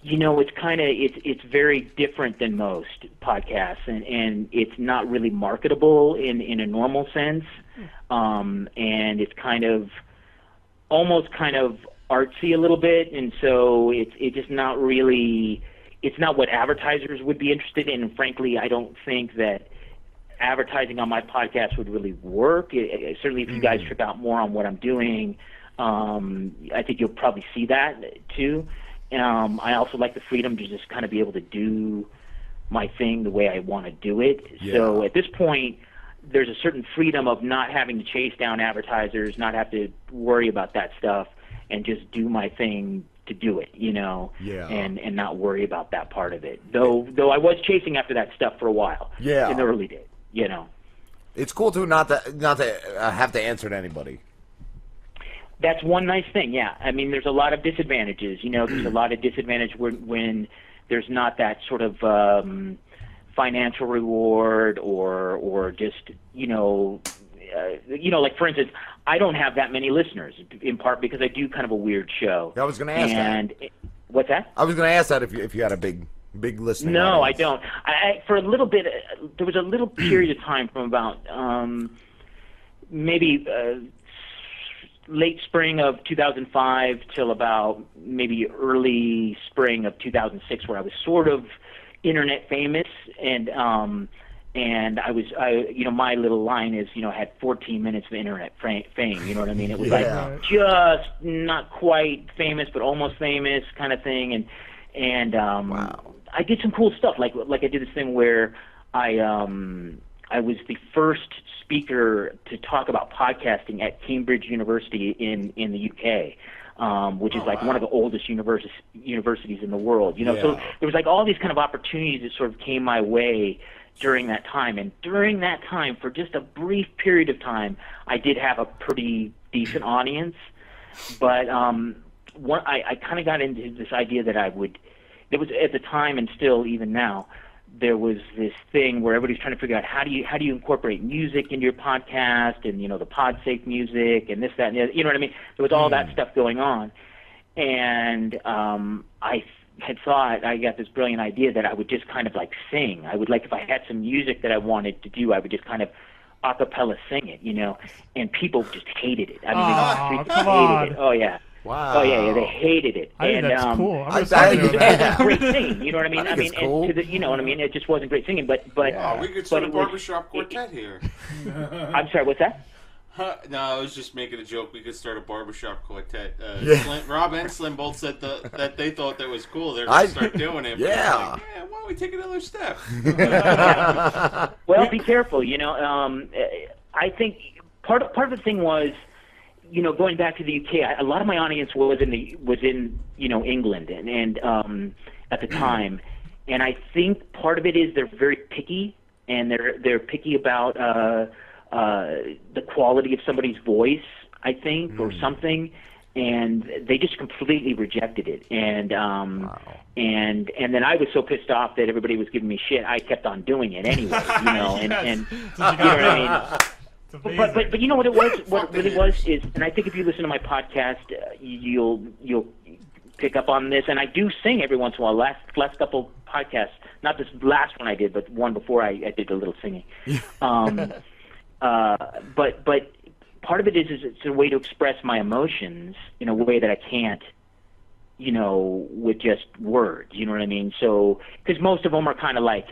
K: you know it's kind of it's it's very different than most podcasts, and and it's not really marketable in in a normal sense, um, and it's kind of almost kind of artsy a little bit, and so it's it's just not really it's not what advertisers would be interested in. And frankly, I don't think that advertising on my podcast would really work. It- it- certainly, if you guys trip out more on what I'm doing, um, I think you'll probably see that too. Um, I also like the freedom to just kind of be able to do my thing the way I want to do it. So at this point, there's a certain freedom of not having to chase down advertisers, not have to worry about that stuff, and just do my thing to do it, you know,
B: Yeah.
K: and and not worry about that part of it. Though though I was chasing after that stuff for a while.
B: Yeah.
K: In the early days, you know.
B: It's cool too not to not to uh, have to answer to anybody.
K: that's one nice thing. Yeah, I mean, there's a lot of disadvantages. You know, there's a lot of disadvantage when, when there's not that sort of um, financial reward, or or just you know, uh, you know, like for instance, I don't have that many listeners in part because I do kind of a weird show.
B: I was gonna ask that.
K: And what's that?
B: I was gonna ask that if you if you had a big big listening.
K: No, I
B: audience.
K: don't. I, I for a little bit, uh, there was a little period of time from about um, maybe uh, late spring of 2005 till about maybe early spring of 2006, where I was sort of internet famous and. Um, and I was, I, you know, my little line is, you know, I had 14 minutes of internet fra- fame. You know what I mean? It was
M: Yeah.
K: like just not quite famous, but almost famous kind of thing. And and um, I did some cool stuff. Like like I did this thing where I um, I was the first speaker to talk about podcasting at Cambridge University in in the UK. Um, which is like one of the oldest univers- universities in the world, you know. So
L: Yeah.
K: there was like all these kind of opportunities that sort of came my way during that time. And during that time, for just a brief period of time, I did have a pretty decent audience. But um, one, I, I kind of got into this idea that I would, there was at the time and still even now, there was this thing where everybody's trying to figure out how do you how do you incorporate music into your podcast and you know the PodSafe music and this that and the other, you know what I mean? There was all
E: Mm.
K: that stuff going on, and um, I had thought I got this brilliant idea that I would just kind of like sing. I would like if I had some music that I wanted to do, I would just kind of a cappella sing it, you know, and people just hated it. I mean,
E: Aw,
K: they just
E: come
K: hated
E: on.
K: it. Oh yeah.
B: Wow.
K: Oh yeah, yeah, they hated it.
E: I think
K: and
E: that's
K: um,
E: cool. I'm
K: I,
E: gonna start
K: think
E: doing
K: it's
E: that.
K: it's great singing. You know what I mean?
E: I think
K: mean,
E: it's
K: and
E: cool.
K: to the, you know what I mean. It just wasn't great singing, but but
G: Oh, we could
K: but
G: start a
K: it was.
G: barbershop quartet here.
K: I'm sorry, what's that?
G: Huh, no, I was just making a joke. We could start a barbershop quartet. Uh,
K: Yeah.
G: Slim, Rob and Slim both said the, that they thought that was cool. They're
K: I-
G: gonna start doing it. but
K: Yeah.
G: I'm like, yeah. Why don't we take another step?
K: well, be careful. You know, um, eh, I think part of, part of the thing was, you know, going back to the UK, I, a lot of my audience was in the was in you know England and and um, at the time, and I think part of it is they're very picky and they're they're picky about uh, uh, the quality of somebody's voice, I think, or something. And they just completely rejected it, and um, and and then I was so pissed off that everybody was giving me shit. I kept on doing it anyway, you know, and and uh, you know what I mean. But, but but you know what it was? What it really was is, and I think if you listen to my podcast, uh, you'll you'll pick up on this. And I do sing every once in a while. Last last couple podcasts, not this last one I did, but one before I, I did a little singing. Um, uh, but but part of it is is it's a way to express my emotions in a way that I can't, you know, with just words. You know what I mean? So because most of them are kind of like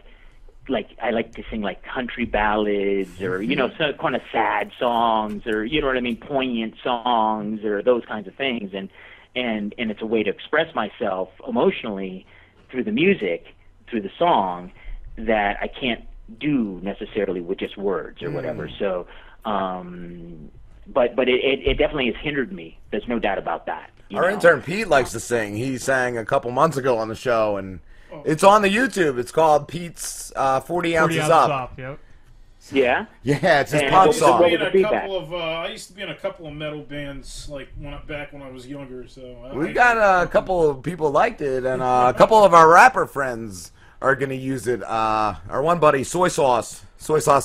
K: like I like to sing like country ballads or you know some kind of sad songs or you know what I mean poignant songs or those kinds of things and and and it's a way to express myself emotionally through the music through the song that I can't do necessarily with just words or whatever
B: Mm.
K: so um but but it, it, it definitely has hindered me there's no doubt about that you
B: Our
K: know?
B: intern Pete likes to sing. He sang a couple months ago on the show, and it's on the YouTube. It's called Pete's uh, 40 Ounces Up.
E: yep.
K: yeah
B: Yeah, it's his
K: And
B: pop
K: it's a
B: song.
K: way
F: in
K: to
F: a
K: be back.
F: couple of uh, I used to be in a couple of metal bands like when I, back when I was younger. So uh, I,
B: We got a couple of people liked it, and uh, a couple of our rapper friends are gonna use it. Uh, our one buddy, Soy Sauce,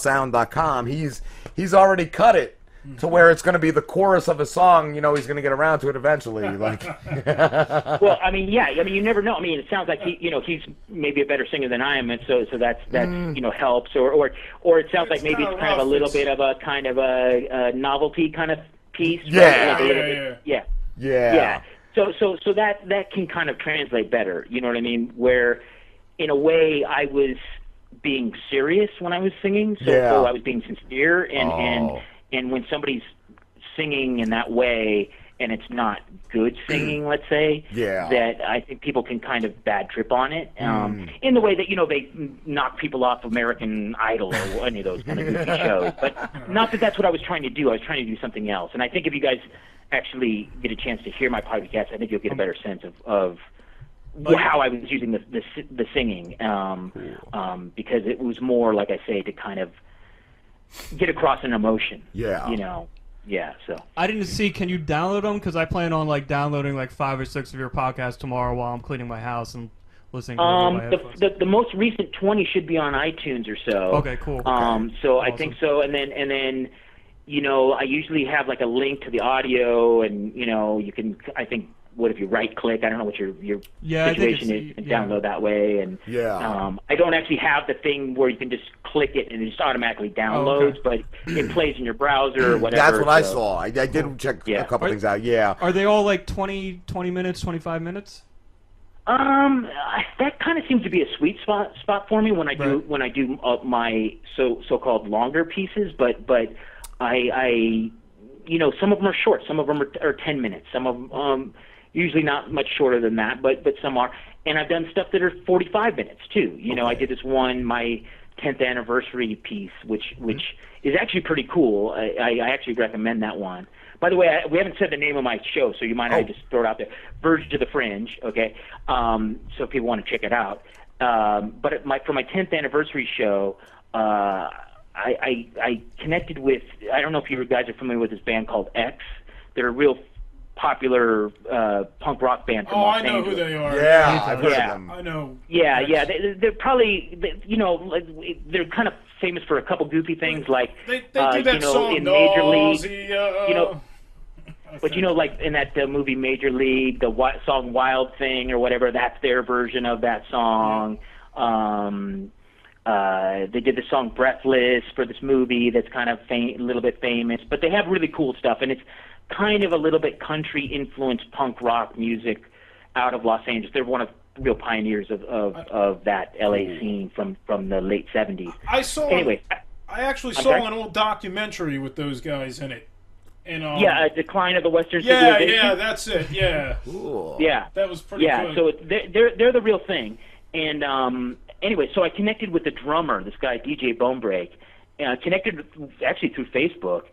B: SoySauceSound.com. He's he's already cut it to where it's gonna be the chorus of a song. You know, he's gonna get around to it eventually. Like,
K: well, I mean, yeah, I mean, you never know. I mean, it sounds like he, you know, he's maybe a better singer than I am, and so so that's that
B: Mm.
K: you know helps, or or or it sounds like maybe
F: kinda
K: it's kind of a
F: rough,
K: little
F: it's-
K: bit of a kind of a, a novelty kind of piece. right?
B: Yeah.
K: Like a little
F: Yeah,
K: bit- yeah,
B: yeah,
K: yeah. So so so that that can kind of translate better. You know what I mean? Where, in a way, I was being serious when I was singing, so,
L: Yeah.
K: so I was being sincere, and
L: Oh.
K: and and when somebody's singing in that way and it's not good singing, let's say,
L: Mm. Yeah.
K: that I think people can kind of bad trip on it. Um,
I: Mm.
K: In the way that you know they knock people off American Idol or any of those kind of goofy shows, but not that that's what I was trying to do. I was trying to do something else, and I think if you guys actually get a chance to hear my podcast, I think you'll get a better sense of, of
E: Like-
K: how I was using the the, si- the singing, um, um, because it was more like I say to kind of get across an emotion.
B: Yeah.
K: you know, yeah. So.
E: I didn't see. Can you download them? Because I plan on like downloading like five or six of your podcasts tomorrow while I'm cleaning my house and listening. to them
K: Um,
E: with my
K: the,
E: headphones.
K: the the most recent twenty should be on iTunes or so.
E: Okay, cool.
K: Um, so I think so, and then and then, you know, I usually have like a link to the audio, and you know, you can I think what if you right click? I don't know what your your
E: Yeah, I think
K: situation
E: it's-
K: is, and
E: yeah.
K: download that way, and
B: yeah.
K: um, I don't actually have the thing where you can just click it and it just automatically
E: Oh,
K: downloads, but it plays in your browser or whatever.
B: That's what I
K: so-
B: saw. I, I did check
K: Yeah.
B: a couple things out. Yeah.
E: Are they all like 20, 20 minutes, twenty five minutes?
K: Um, I- that kind of seems to be a sweet spot spot for me when I do when I do uh, my so so called longer pieces. But but I I you know some of them are short, some of them are, are ten minutes, some of 'em, um usually not much shorter than that, but but some are. And I've done stuff that are forty five minutes too. You know, I did this one my 10th anniversary piece, which
F: Mm-hmm.
K: which is actually pretty cool. I, I, I actually recommend that one. By the way, I, we haven't said the name of my show, so you might
F: Oh.
K: I just throw it out there. Verge of the Fringe, okay? Um, so if people want to check it out. Um, but at my, for my 10th anniversary show, uh, I, I, I connected with, I don't know if you guys are familiar with this band called X. They're a real popular uh, punk rock band from
F: Oh,
K: Los
F: I know who
K: Angeles.
F: they are.
K: Yeah.
F: I know.
K: Yeah, yeah, they, they're probably they, you know like, they're kind of famous for a couple goofy things like
F: They, they
K: uh,
F: do that
K: you know
F: song.
K: in Major League,
F: Nausea. uh,
K: you know. But you know, like in that uh, movie Major League, the wi- song "Wild Thing" or whatever, that's their version of that song. Um, uh, they did the song "Breathless" for this movie, that's kind of fam- a little bit famous. But they have really cool stuff, and it's kind of a little bit country influenced punk rock music out of Los Angeles. They're one of real pioneers of of, of that LA scene from from the late '70s.
F: I saw.
K: Anyway,
F: I actually
K: I'm
F: saw
K: sorry?
F: an old documentary with those guys in it. And um,
K: yeah, a decline of the Western
F: yeah,
K: civilization.
F: yeah, that's it. Yeah.
K: Yeah,
F: That was pretty.
K: Yeah,
F: good.
K: so it, they're, they're they're the real thing. And um, anyway, so I connected with the drummer, this guy DJ Bonebreak, uh, connected with- actually through Facebook,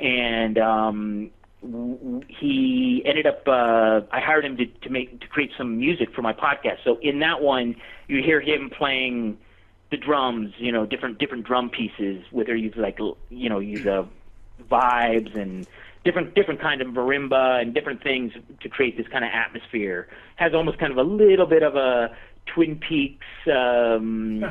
K: and um, w- w- he ended up. Uh, I hired him to, to make to create some music for my podcast. So in that one, you hear him playing the drums, you know, different different drum pieces, whether you like l- you know use a vibes and different different kind of marimba and different things to create this kind of atmosphere. Has almost kind of a little bit of a Twin Peaks, um,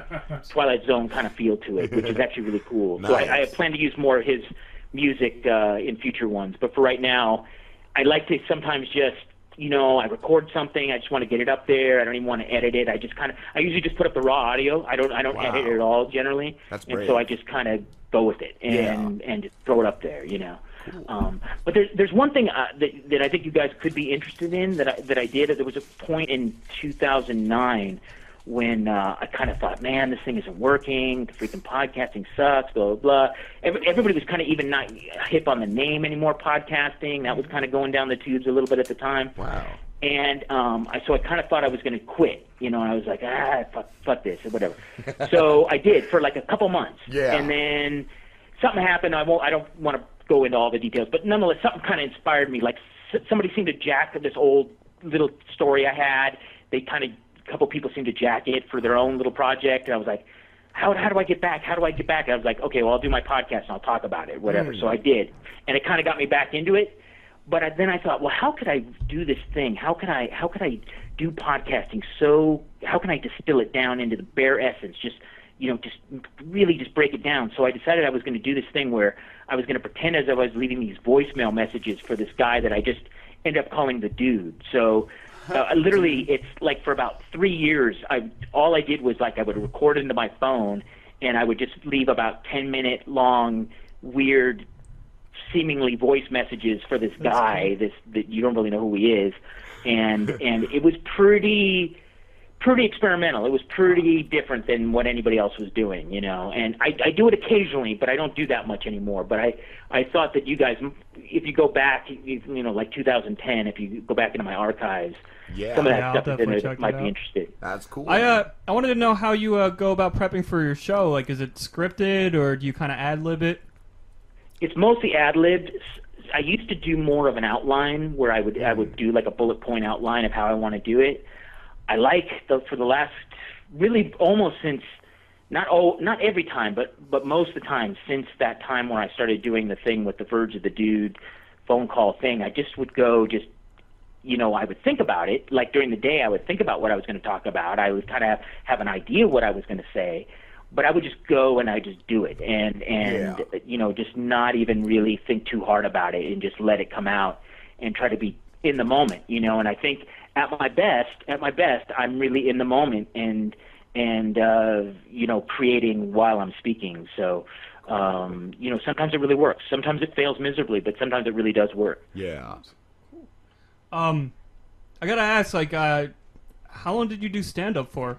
K: Twilight Zone kind of feel to it, which is actually really cool. So I, I
L: Nice.
K: plan to use more of his music uh, in future ones, but for right now, I like to sometimes just you know I record something. I just want to get it up there. I don't even want to edit it. I just kind of I usually just put up the raw audio. I don't I don't
M: Wow.
K: edit it at all generally.
M: That's
K: and
M: brave.
K: so I just kind of go with it and and just throw it up there, you know. Um, but there's there's one thing uh, that that I think you guys could be interested in that I, that I did. There was a point in 2009 when uh, I kind of thought, man, this thing isn't working. The freaking podcasting sucks. Blah blah. blah. Every, everybody was kind of even not hip on the name anymore. Podcasting that was kind of going down the tubes a little bit at the time.
L: Wow.
K: And um, I, so I kind of thought I was going to quit, you know. And I was like, ah, fuck, fuck this, or whatever. so I did for like a couple months.
L: Yeah.
K: And then something happened. I won't. I don't want to go into all the details, but nonetheless, something kind of inspired me. Like s- somebody seemed to jack this old little story I had. They kind of a couple people seemed to jack it for their own little project, and I was like, how how do I get back? How do I get back? I was like, okay, well, I'll do my podcast and I'll talk about it, whatever.
L: Mm.
K: So I did, and it kind of got me back into it. But I, then I thought, well, how could I do this thing? How could I how could I do podcasting so? How can I distill it down into the bare essence? Just you know, just really just break it down. So I decided I was going to do this thing where I was going to pretend as I was leaving these voicemail messages for this guy that I just end up calling the dude. So uh, literally, it's like for about three years, I all I did was like I would record into my phone, and I would just leave about ten minute long, weird, seemingly voice messages for this guy. This that you don't really know who he is, and and it was pretty pretty experimental. It was pretty different than what anybody else was doing, you know. And I, I do it occasionally, but I don't do that much anymore. But I, I thought that you guys, if you go back, you, you know, like 2010, if you go back into my archives,
E: Yeah.
K: some of that
E: Yeah, I'll
K: stuff is in
E: definitely
K: there
E: check
K: that
E: it
K: might be
E: out.
K: interested.
B: That's cool.
E: I uh, I wanted to know how you uh, go about prepping for your show. Like, is it scripted or do you kind of ad lib it?
K: it's mostly ad libbed. I used to do more of an outline where I would I would do like a bullet point outline of how I want to do it. I like the for the last really almost since not oh not every time but but most of the time since that time where I started doing the thing with the verge of the dude phone call thing I just would go just you know I would think about it like during the day I would think about what I was going to talk about I would kind of have, have an idea what I was going to say but I would just go and I just do it and and you know just not even really think too hard about it and just let it come out and try to be in the moment you know and I think at my best at my best I'm really in the moment and and uh, you know creating while I'm speaking so um, you know sometimes it really works sometimes it fails miserably but sometimes it really does work
B: yeah
E: Um, I gotta ask, like, uh, how long did you do stand up for?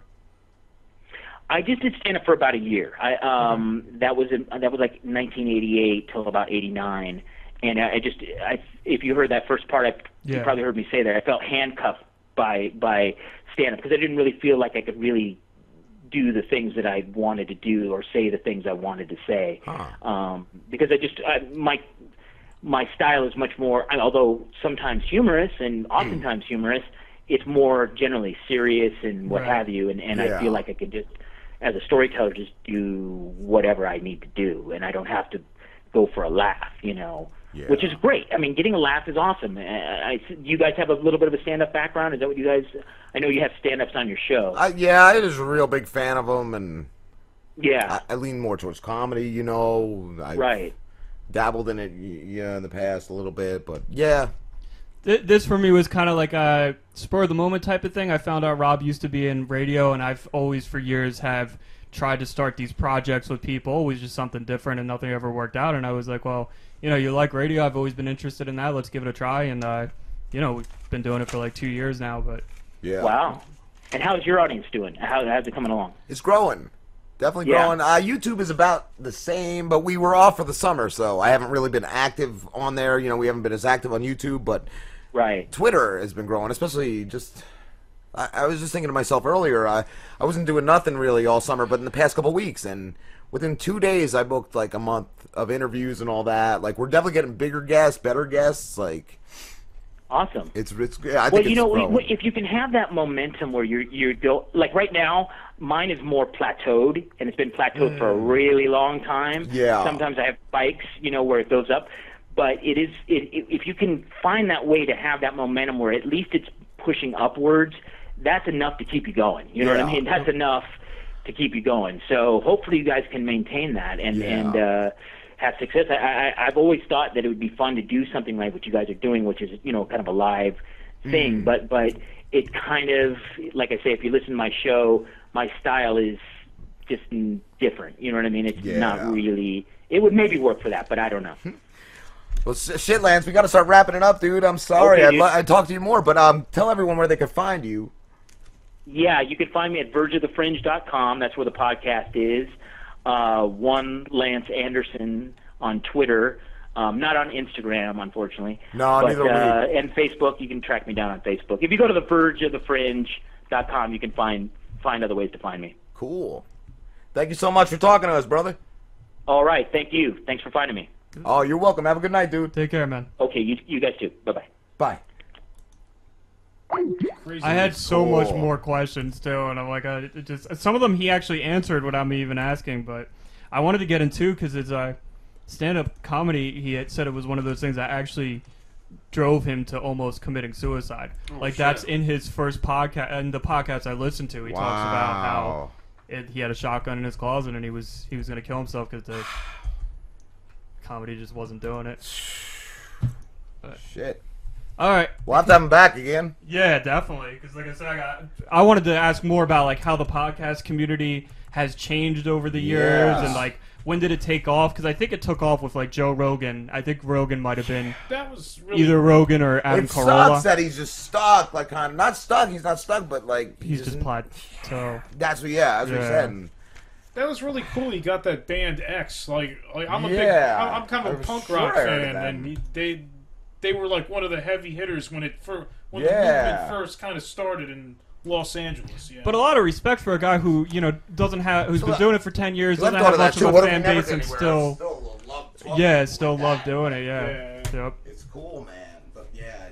K: I just did stand up for about a year. I um that was in, that was like 1988 till about 89, and I I just I if you heard that first part, I, you
L: Yeah.
K: probably heard me say that I felt handcuffed by by stand up because I didn't really feel like I could really do the things that I wanted to do or say the things I wanted to say. Um, because I just I, my my style is much more, I- although sometimes humorous
B: Hmm.
K: and oftentimes humorous, it's more generally serious and what
L: Right.
K: have you. And and
L: Yeah.
K: I feel like I can just, as a storyteller, just do whatever I need to do, and I don't have to go for a laugh, you know. Which is great. I mean, getting a laugh is awesome. Uh, I, you guys have a little bit of a stand-up background. Is that what you guys? I know you have stand-ups on your show.
B: I, yeah, I was a real big fan of him, and
K: yeah,
B: I, I lean more towards comedy. You know, I
K: Right.
B: dabbled in it, y- yeah, in the past a little bit, but yeah,
E: Th- this for me was kind of like a spur of the moment type of thing. I found out Rob used to be in radio, and I've always for years have tried to start these projects with people, always just something different, and nothing ever worked out. And I was like, well, you know, you like radio. I've always been interested in that. Let's give it a try. And uh, you know, we've been doing it for like two years now, but
B: yeah.
K: Wow. And how's your audience doing? How, how's it coming along?
B: It's growing. Definitely
K: Yeah.
B: growing. Uh, YouTube is about the same, but we were off for the summer, so I haven't really been active on there. You know, we haven't been as active on YouTube, but
K: right.
B: Twitter has been growing, especially just. I, I was just thinking to myself earlier. I I wasn't doing nothing really all summer, but in the past couple weeks, and within two days, I booked like a month of interviews and all that. Like we're definitely getting bigger guests, better guests. Like
K: awesome.
B: It's it's. yeah, I
K: well,
B: think
K: you
B: it's
K: know,
B: growing.
K: if you can have that momentum where you're you're go like right now, mine is more plateaued, and it's been plateaued for a really long time.
B: Mm. Yeah.
K: Sometimes I have spikes, you know, where it goes up, but it is it, it, if you can find that way to have that momentum where at least it's pushing upwards, that's enough to keep you going. You know what
L: Yeah.
K: I mean? That's enough to keep you going. So hopefully you guys can maintain that and
L: Yeah.
K: and uh, have success. I, I I've always thought that it would be fun to do something like what you guys are doing, which is you know kind of a live thing.
L: Mm.
K: But but it kind of like I say, if you listen to my show, my style is just mm, different. You know what I mean? It's
B: Yeah. Hmm.
K: not really. It would maybe work for that, but I don't know.
B: Well, s- shit, Lance, we got to start wrapping it up, dude. I'm sorry.
K: Okay,
B: I'd,
K: dude.
B: li- I'd talk to you more, but um, tell everyone where they can find you.
K: Yeah, you can find me at vergeofthefringe.com. That's where the podcast is. Uh, one Lance Anderson on Twitter. Um, not on Instagram, unfortunately.
B: No,
K: but,
B: neither we.
K: uh, And Facebook, you can track me down on Facebook. If you go to the vergeofthefringe.com, you can find find other ways to find me.
B: Cool. Thank you so much for talking to us, brother.
K: All right, thank you. Thanks for finding me.
B: Oh, you're welcome. Have a good night, dude.
E: Mm-hmm. Take care, man.
K: Okay, you, you guys too. Bye bye.
B: Bye.
E: I had so much
K: Cool.
E: more questions too, and I'm like, I it just some of them he actually answered without me even asking. But I wanted to get into because it's a stand-up comedy. He had said it was one of those things that actually drove him to almost committing suicide.
L: Oh,
E: like
L: shit.
E: that's in his first podcast and the podcast I listened to. He talks about how it, he had a shotgun in his closet and he was he was gonna kill himself because the comedy just wasn't doing it.
B: Shit.
E: All right.
B: We'll have to have him back again.
E: Yeah, definitely. Because like I said, I got I wanted to ask more about like how the podcast community has changed over the years
F: Yes.
E: and like when did it take off? Because I think it took off with like Joe Rogan. I think Rogan might have been
F: That was
E: either Rogan or Adam
B: it
E: Carolla.
B: sucks that he's just stuck, like kind of not stuck. He's not stuck, but like
E: He's just plaid. So
B: that's what. Yeah, that's what he
E: Yeah.
B: said.
F: That was really cool. You got that band X. Like, like I'm a big,
B: Yeah.
F: I'm, I'm kind
B: I
F: of a
B: was
F: punk
B: sure
F: rock
B: I heard of
F: fan,
B: them.
F: and they, they were like one of the heavy hitters when it first, when the
E: Yeah.
F: movement first kind of started in Los Angeles. Yeah.
E: But a lot of respect for a guy who you know doesn't have who's
F: So
E: been
F: that-
E: doing it for ten years,
F: so that
E: doesn't
F: thought
E: have
F: of that
E: much
F: too.
E: of a
F: What if
E: fan
F: it never
E: base,
F: got
E: and
F: anywhere?
E: still,
B: still love
E: yeah, still love doing it. Yeah. Yep.
B: It's cool, man. But yeah,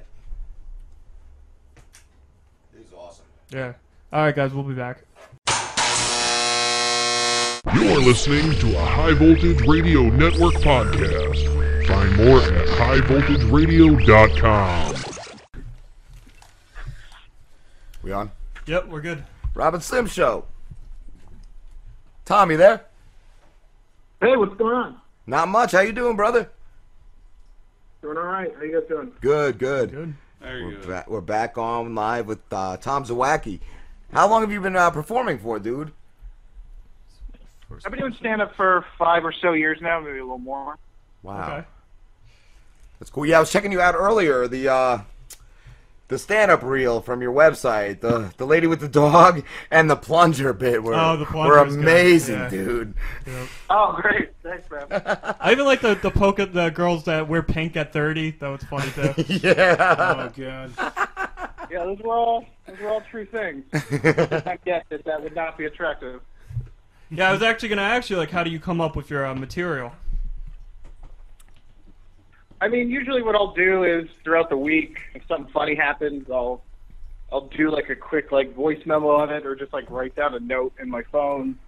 B: it was awesome.
E: Yeah. All right, guys, we'll be back.
A: You're listening to a High Voltage Radio Network podcast. Find more at highvoltageradio.com.
B: We on?
E: Yep, we're good.
B: Robin Slim Show. Tom, you there?
M: Hey, what's going on?
B: Not much. How you doing, brother?
M: Doing all right. How you guys doing?
B: Good, good.
E: Good.
B: We're, ba- we're back on live with uh, Tom Zawacki. How long have you been uh, performing for, dude?
M: I've been doing stand up for five or so years now, maybe a little more.
B: Wow. That's cool. Yeah, I was checking you out earlier. The uh, the stand up reel from your website, the the lady with the dog and the plunger bit were
E: Oh, the
B: were
E: plunger's good.
B: amazing,
E: Yeah.
B: dude.
E: Yep.
M: Oh, great. Thanks, man.
E: I even like the the poke at Oh, the girls that wear pink at thirty. That was funny too.
B: yeah.
F: Oh god.
M: Yeah, those were all those were all true things. I get that that would not be attractive.
E: Yeah, I was actually going to ask you, like, how do you come up with your uh, material?
M: I mean, usually what I'll do is throughout the week, if something funny happens, I'll I'll do like a quick like voice memo on it, or just like write down a note in my phone.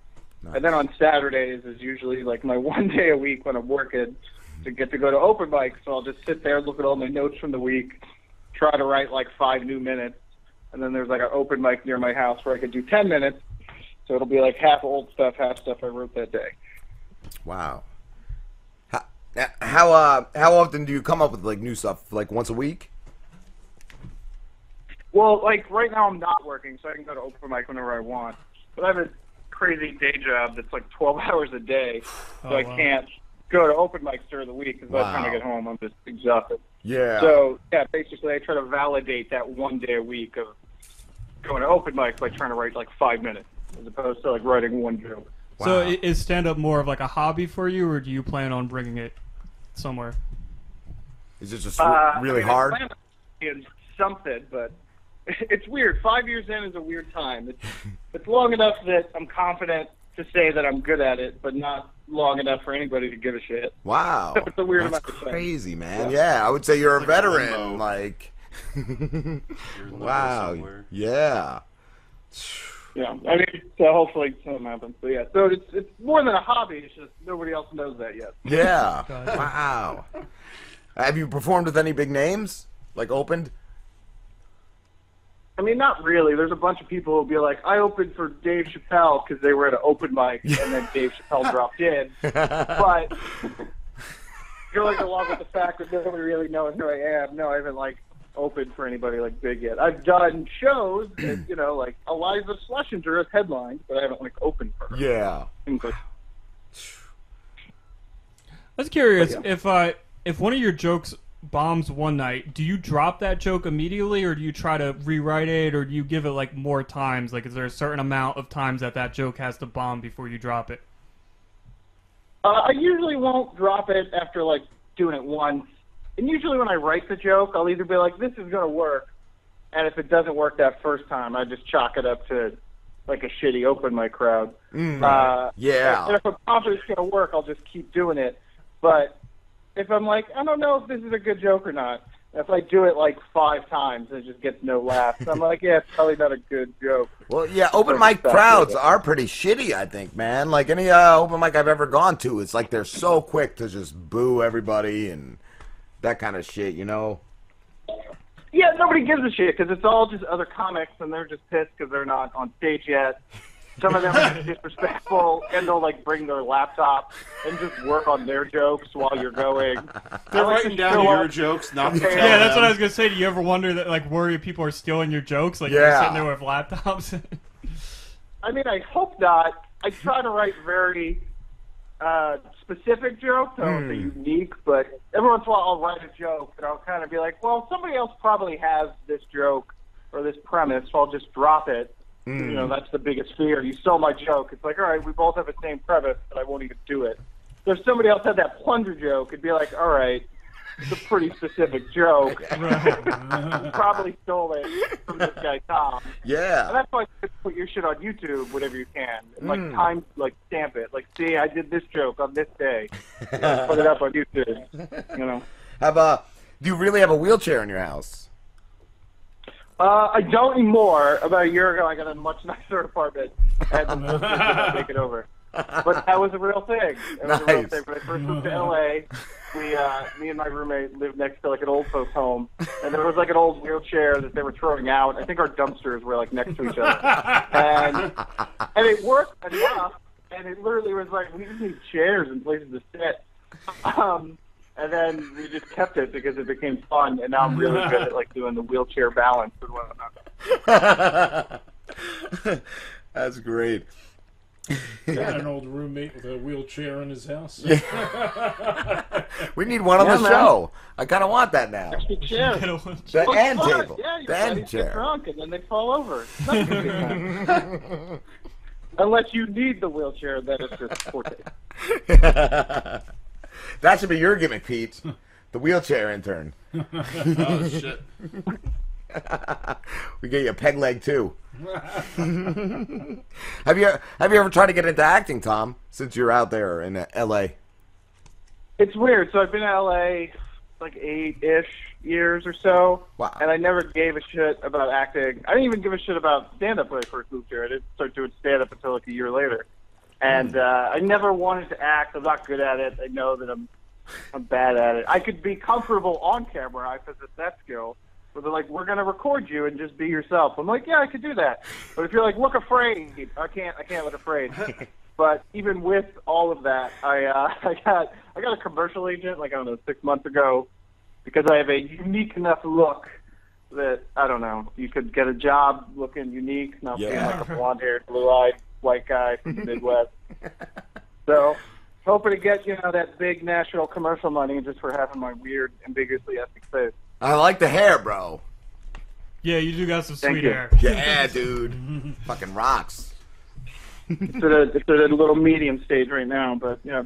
M: And then on Saturdays is usually like my one day a week when I'm working to get to go to open mic. So I'll just sit there, look at all my notes from the week, try to write like five new minutes, and then there's like an open mic near my house where I could do ten minutes. So it'll be like half old stuff, half stuff I wrote that day.
B: Wow. How how, uh, how often do you come up with like new stuff? Like once a week?
M: Well, like right now I'm not working, so I can go to open mic whenever I want. But I have a crazy day job that's like 12 hours a day, so
J: Oh,
M: I
J: wow.
M: can't go to open mics during the week because by the time I
J: Wow.
M: get home I'm just exhausted.
B: Yeah.
M: So yeah, basically I try to validate that one day a week of going to open mic by trying to write like five minutes as opposed to like writing one joke.
E: So i- is stand up more of like a hobby for you, or do you plan on bringing it somewhere?
B: Is it just
M: Uh, I mean, I plan on doing something, but it's weird. Five years in is a weird time. It's, it's long enough that I'm confident to say that I'm good at it, but not long enough for anybody to give a shit.
B: Wow.
M: it's a weird
B: That's
M: amount of time.
B: crazy, man. Yeah. I would say you're a veteran. like, wow. Yeah.
M: Yeah, I mean, so hopefully something happens. But yeah, so it's it's more than a hobby. It's just nobody else knows that yet.
B: Yeah. wow. Have you performed with any big names? Like opened?
M: I mean, not really. There's a bunch of people who'll be like, I opened for Dave Chappelle because they were at an open mic, and then Dave Chappelle dropped in. But going along with the fact that nobody really knows who I am, no, I haven't like opened for anybody like big yet. I've done shows, that, you know, like Eliza Schlesinger has headlined, but I haven't like opened for her.
B: Yeah.
M: Things like
E: I was curious
M: But,
E: if uh, if one of your jokes bombs one night, do you drop that joke immediately, or do you try to rewrite it, or do you give it like more times? Like, is there a certain amount of times that that joke has to bomb before you drop it?
M: Uh, I usually won't drop it after like doing it once. And usually when I write the joke, I'll either be like, "This is gonna work," and if it doesn't work that first time, I just chalk it up to like a shitty open mic crowd.
B: Mm.
M: Uh,
B: yeah.
M: And if I'm confident it's gonna work, I'll just keep doing it. But if I'm like, I don't know if this is a good joke or not, if I do it like five times and it just gets no laughs, I'm like, yeah, it's probably not a good joke.
B: Well, yeah, open mic crowds are pretty shitty, I think, man. Like any uh, open mic I've ever gone to, it's like they're so quick to just boo everybody and that kind of shit, you know?
M: Yeah, nobody gives a shit because it's all just other comics, and they're just pissed because they're not on stage yet. Some of them are just disrespectful, and they'll like bring their laptop and just work on their jokes while you're going.
G: They're
M: I like
G: writing
M: to
G: down
M: show
G: your
M: up-
G: jokes, not
E: yeah, that's what I was gonna say. Do you ever wonder that, like, worry if people are stealing your jokes? Like, you're
M: Yeah.
E: sitting there with laptops.
M: I mean, I hope not. I try to write very uh, specific jokes. I don't
G: Hmm.
M: say unique, but every once in a while I'll write a joke, and I'll kind of be like, well, somebody else probably has this joke or this premise, so I'll just drop it. You
I: Hmm.
M: know, that's the biggest fear. You stole my joke. It's like, all right, we both have the same premise, but I won't even do it. So if somebody else had that plunger joke, it'd be like, all right, it's a pretty specific joke. you probably stole it from this guy Tom.
B: Yeah.
M: And that's why you put your shit on YouTube whenever you can. And, like
B: Mm.
M: time, like stamp it. Like, see, I did this joke on this day. Like, put it up on YouTube. You know.
B: Have uh, do you really have a wheelchair in your house?
M: Uh, I don't anymore. About a year ago, I got a much nicer apartment, and the Wolves did not take it over. But that was a real thing. It was a real
B: Nice.
M: thing. When I first moved to LA, we, uh, me and my roommate lived next to like an old folks' home, and there was like an old wheelchair that they were throwing out. I think our dumpsters were like next to each other, and and it worked enough. And it literally was like we just need chairs and places to sit. Um, and then we just kept it because it became fun, and now I'm really good at like doing the wheelchair balance and whatnot.
B: That's great.
F: Got an old roommate with a wheelchair in his house.
B: We need one on
F: Yeah,
B: the
F: man.
B: show. I kind of want that now.
M: Extra chair.
B: The
M: Well,
B: end
M: fun.
B: table.
M: Yeah, your
B: The end
M: buddies get
B: chair.
M: drunk and then they fall over. It's not gonna be fun. Unless you need the wheelchair, then it's your forte.
B: that should be your gimmick, Pete. The wheelchair intern.
G: oh shit!
B: we get you a peg leg too. Have you have you ever tried to get into acting, Tom? Since you're out there in uh, L.A.
M: It's weird. So I've been in LA like eight ish years or so, and I never gave a shit about acting. I didn't even give a shit about stand up when I first moved here. I didn't start doing stand up until like a year later, and uh, I never wanted to act. I'm not good at it. I know that I'm I'm bad at it. I could be comfortable on camera. I possess that skill. Where they're like, we're gonna record you and just be yourself. I'm like, yeah, I could do that. But if you're like, look afraid, I can't. I can't look afraid. But even with all of that, I uh, I got I got a commercial agent like I don't know six months ago because I have a unique enough look that I don't know you could get a job looking unique, not being
B: Yeah.
M: like a blonde haired, blue eyed white guy from the Midwest. so hoping to get you know that big national commercial money just for having my weird ambiguously ethnic face.
B: I like the hair, bro.
E: Yeah, you do got some
M: Thank
E: sweet
M: you.
E: hair.
B: Yeah, dude. Fucking rocks.
M: It's at a it's at a little medium stage right now, but yeah,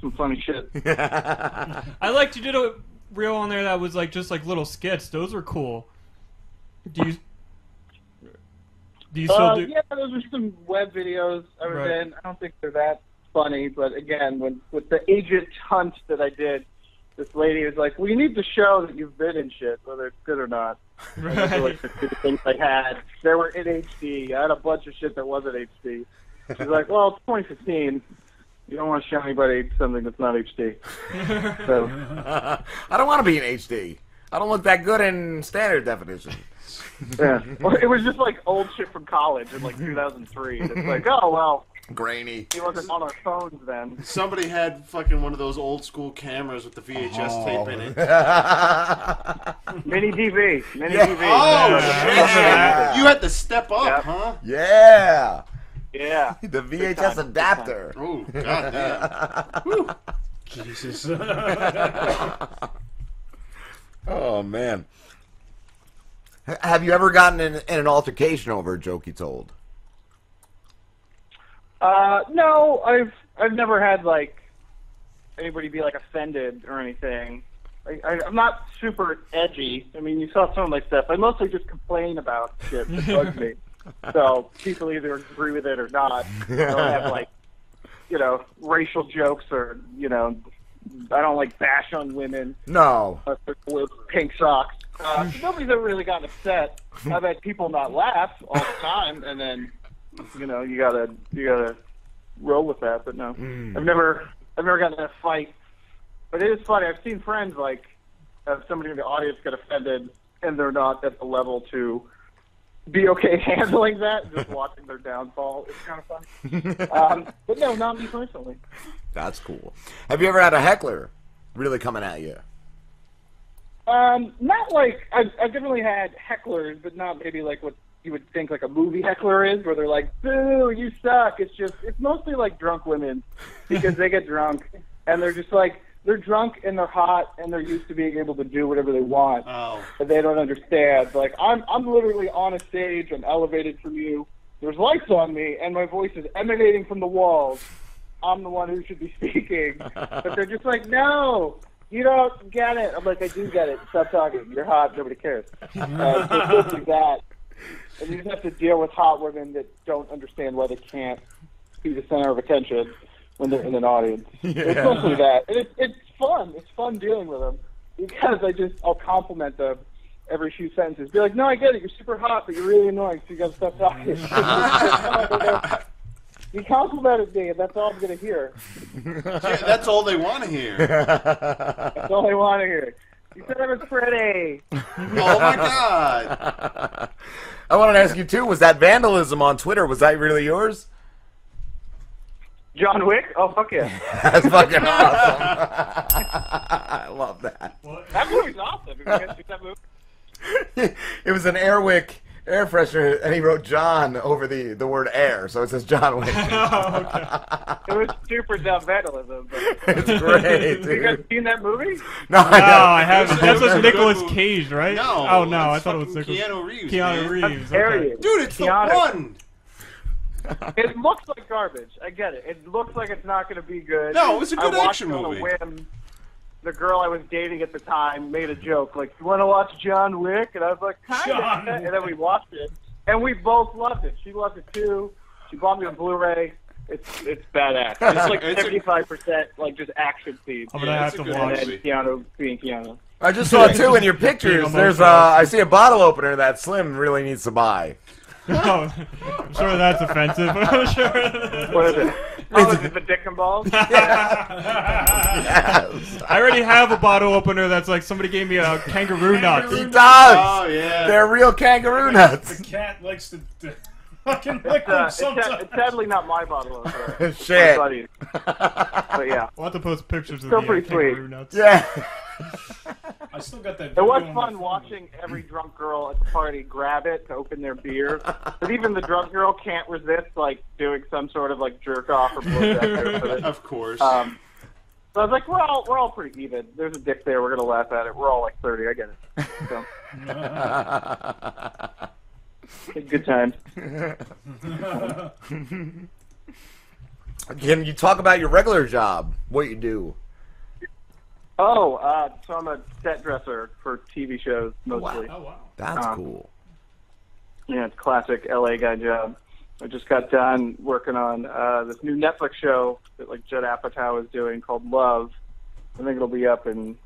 M: some funny shit.
E: I liked you did a reel on there that was like just like little skits. Those were cool. Do you do you still
M: uh,
E: do?
M: Yeah, those are some web videos I was
E: Right.
M: in. I don't think they're that funny, but again, when, with the agent hunt that I did, this lady was like, "Well, you need to show that you've been in shit, whether it's good or not." And those are, like the two things I had. They were in HD. I had a bunch of shit that wasn't HD. She's like, "Well, it's 2015. You don't want to show anybody something that's not HD." so.
B: I don't want to be in HD. I don't look that good in standard definition.
M: Yeah. Well, it was just like old shit from college in like 2003. It's like, oh well,
B: grainy.
M: He wasn't on our phones then.
G: Somebody had fucking one of those old school cameras with the VHS
B: Oh.
G: tape in it.
M: mini DV, mini
G: Yeah.
M: DV.
G: Oh, shit. Yeah. You had to step up, huh?
B: Yeah.
M: Yeah.
B: The
G: Big
B: VHS
G: time, big
B: adapter.
G: time. Ooh, goddamn. Whew. Jesus.
B: oh man. H- Have you ever gotten in, in an altercation over a joke you told?
M: Uh, no, I've I've never had like anybody be like offended or anything. I, I, I'm not super edgy. I mean, you saw some of my stuff. I mostly just complain about shit that bugs me. So people either agree with it or not. I don't have like you know racial jokes or you know I don't like bash on women.
B: No.
M: Uh, with pink socks. Uh, nobody's ever really gotten upset. I've had people not laugh all the time, and then you know you gotta you gotta roll with that. But no,
I: Hmm.
M: I've never I've never gotten in a fight. But it is funny. I've seen friends like have somebody in the audience get offended, and they're not at the level to be okay handling that. and Just watching their downfall. It's kind of funny. um, but no, not me personally.
B: That's cool. Have you ever had a heckler really coming at you?
M: Um, not like I've, I've definitely had hecklers, but not maybe like what you would think like a movie heckler is, where they're like, "Boo, you suck." It's just it's mostly like drunk women because they get drunk and they're just like they're drunk and they're hot and they're used to being able to do whatever they want,
G: oh.
M: but they don't understand. Like I'm I'm literally on a stage, I'm elevated from you. There's lights on me, and my voice is emanating from the walls. I'm the one who should be speaking. But they're just like, no, you don't get it. I'm like, I do get it. Stop talking. You're hot. Nobody cares. Uh, so it's just like that. And you just have to deal with hot women that don't understand why they can't be the center of attention when they're in an audience. It's
L: Yeah.
M: mostly that. And it's, it's fun. It's fun dealing with them because I just, I'll compliment them every few sentences. Be like, no, I get it. You're super hot, but you're really annoying, so you got to stop talking. you complimented me, and that's all I'm going to hear.
G: Yeah, that's all they want to hear.
M: That's all I want to hear. You said I was pretty.
G: Oh my god.
B: I wanted to ask you too. Was that vandalism on Twitter? Was that really yours?
M: John Wick? Oh, fuck yeah.
B: That's fucking awesome. I love that.
M: That movie's awesome. Have you guys seen that movie?
B: It was an Airwick air freshener, and he wrote John over the, the word air, so it says John Wick.
M: Oh, It was super dumb vandalism. But...
B: It's great,
M: Have you guys
B: dude.
M: seen that movie?
B: No, I
E: No,
B: haven't.
E: I haven't. That's with
B: Good
E: Nicolas
B: move.
E: Cage, right?
B: No,
E: Oh no, I
B: that's
E: thought it was
B: fucking
E: Nicolas.
B: Keanu Reeves,
E: Keanu
B: man.
E: Reeves.
M: How dare
E: okay.
M: you.
G: Dude, it's
M: Keanu.
G: the one.
M: It looks like garbage. I get it. It looks like it's not going to be good.
G: No, it was a good
M: I watched
G: action
M: it on a
G: movie.
M: whim. the girl I was dating at the time made a joke like, "You want to watch John Wick?" And I was like,
F: John
M: "Kind of." And then we watched it, and we both loved it. She loved it too. She bought me a Blu-ray. It's it's badass. It's like
L: It's a-
M: seventy five percent like just action scenes.
E: I'm gonna Yeah, have it's a to good watch
M: And then
E: movie.
M: Keanu being Keanu.
B: I just saw two in your pictures. There's uh, I see a bottle opener that Slim really needs to buy.
E: Oh, I'm sure that's offensive. I'm sure.
M: What is it? Oh, is it the dick and balls?
E: I already have a bottle opener that's like somebody gave me a kangaroo nut.
B: He does.
F: Oh, yeah.
B: They're real kangaroo
F: The
B: nuts.
F: cat likes to to fucking lick
M: It's, uh,
F: them
M: it's, sad-
F: sometimes.
M: it's sadly not my bottle of uh,
B: Shit.
M: my buddy's. But yeah.
E: We'll have to post pictures of
M: Still
E: the uh,
M: pretty
E: kangaroo
M: sweet.
E: nuts.
B: Yeah.
F: I still got that.
M: It was
F: video on my
M: fun watching every drunk girl at the party grab it to open their beer, but even the drunk girl can't resist like doing some sort of like jerk off or blowjob.
G: Of course.
M: Um, so I was like, we're all we're all pretty even. There's a dick there. We're gonna laugh at it. We're all like 30. I get it. So, good time.
B: Can you talk about your regular job? What you do?
M: Oh, uh, so I'm a set dresser for TV shows mostly.
F: Oh wow.
B: That's
M: Um,
B: cool.
M: Yeah, it's classic LA guy job. I just got done working on uh, this new Netflix show that like Judd Apatow is doing called Love. I think it'll be up in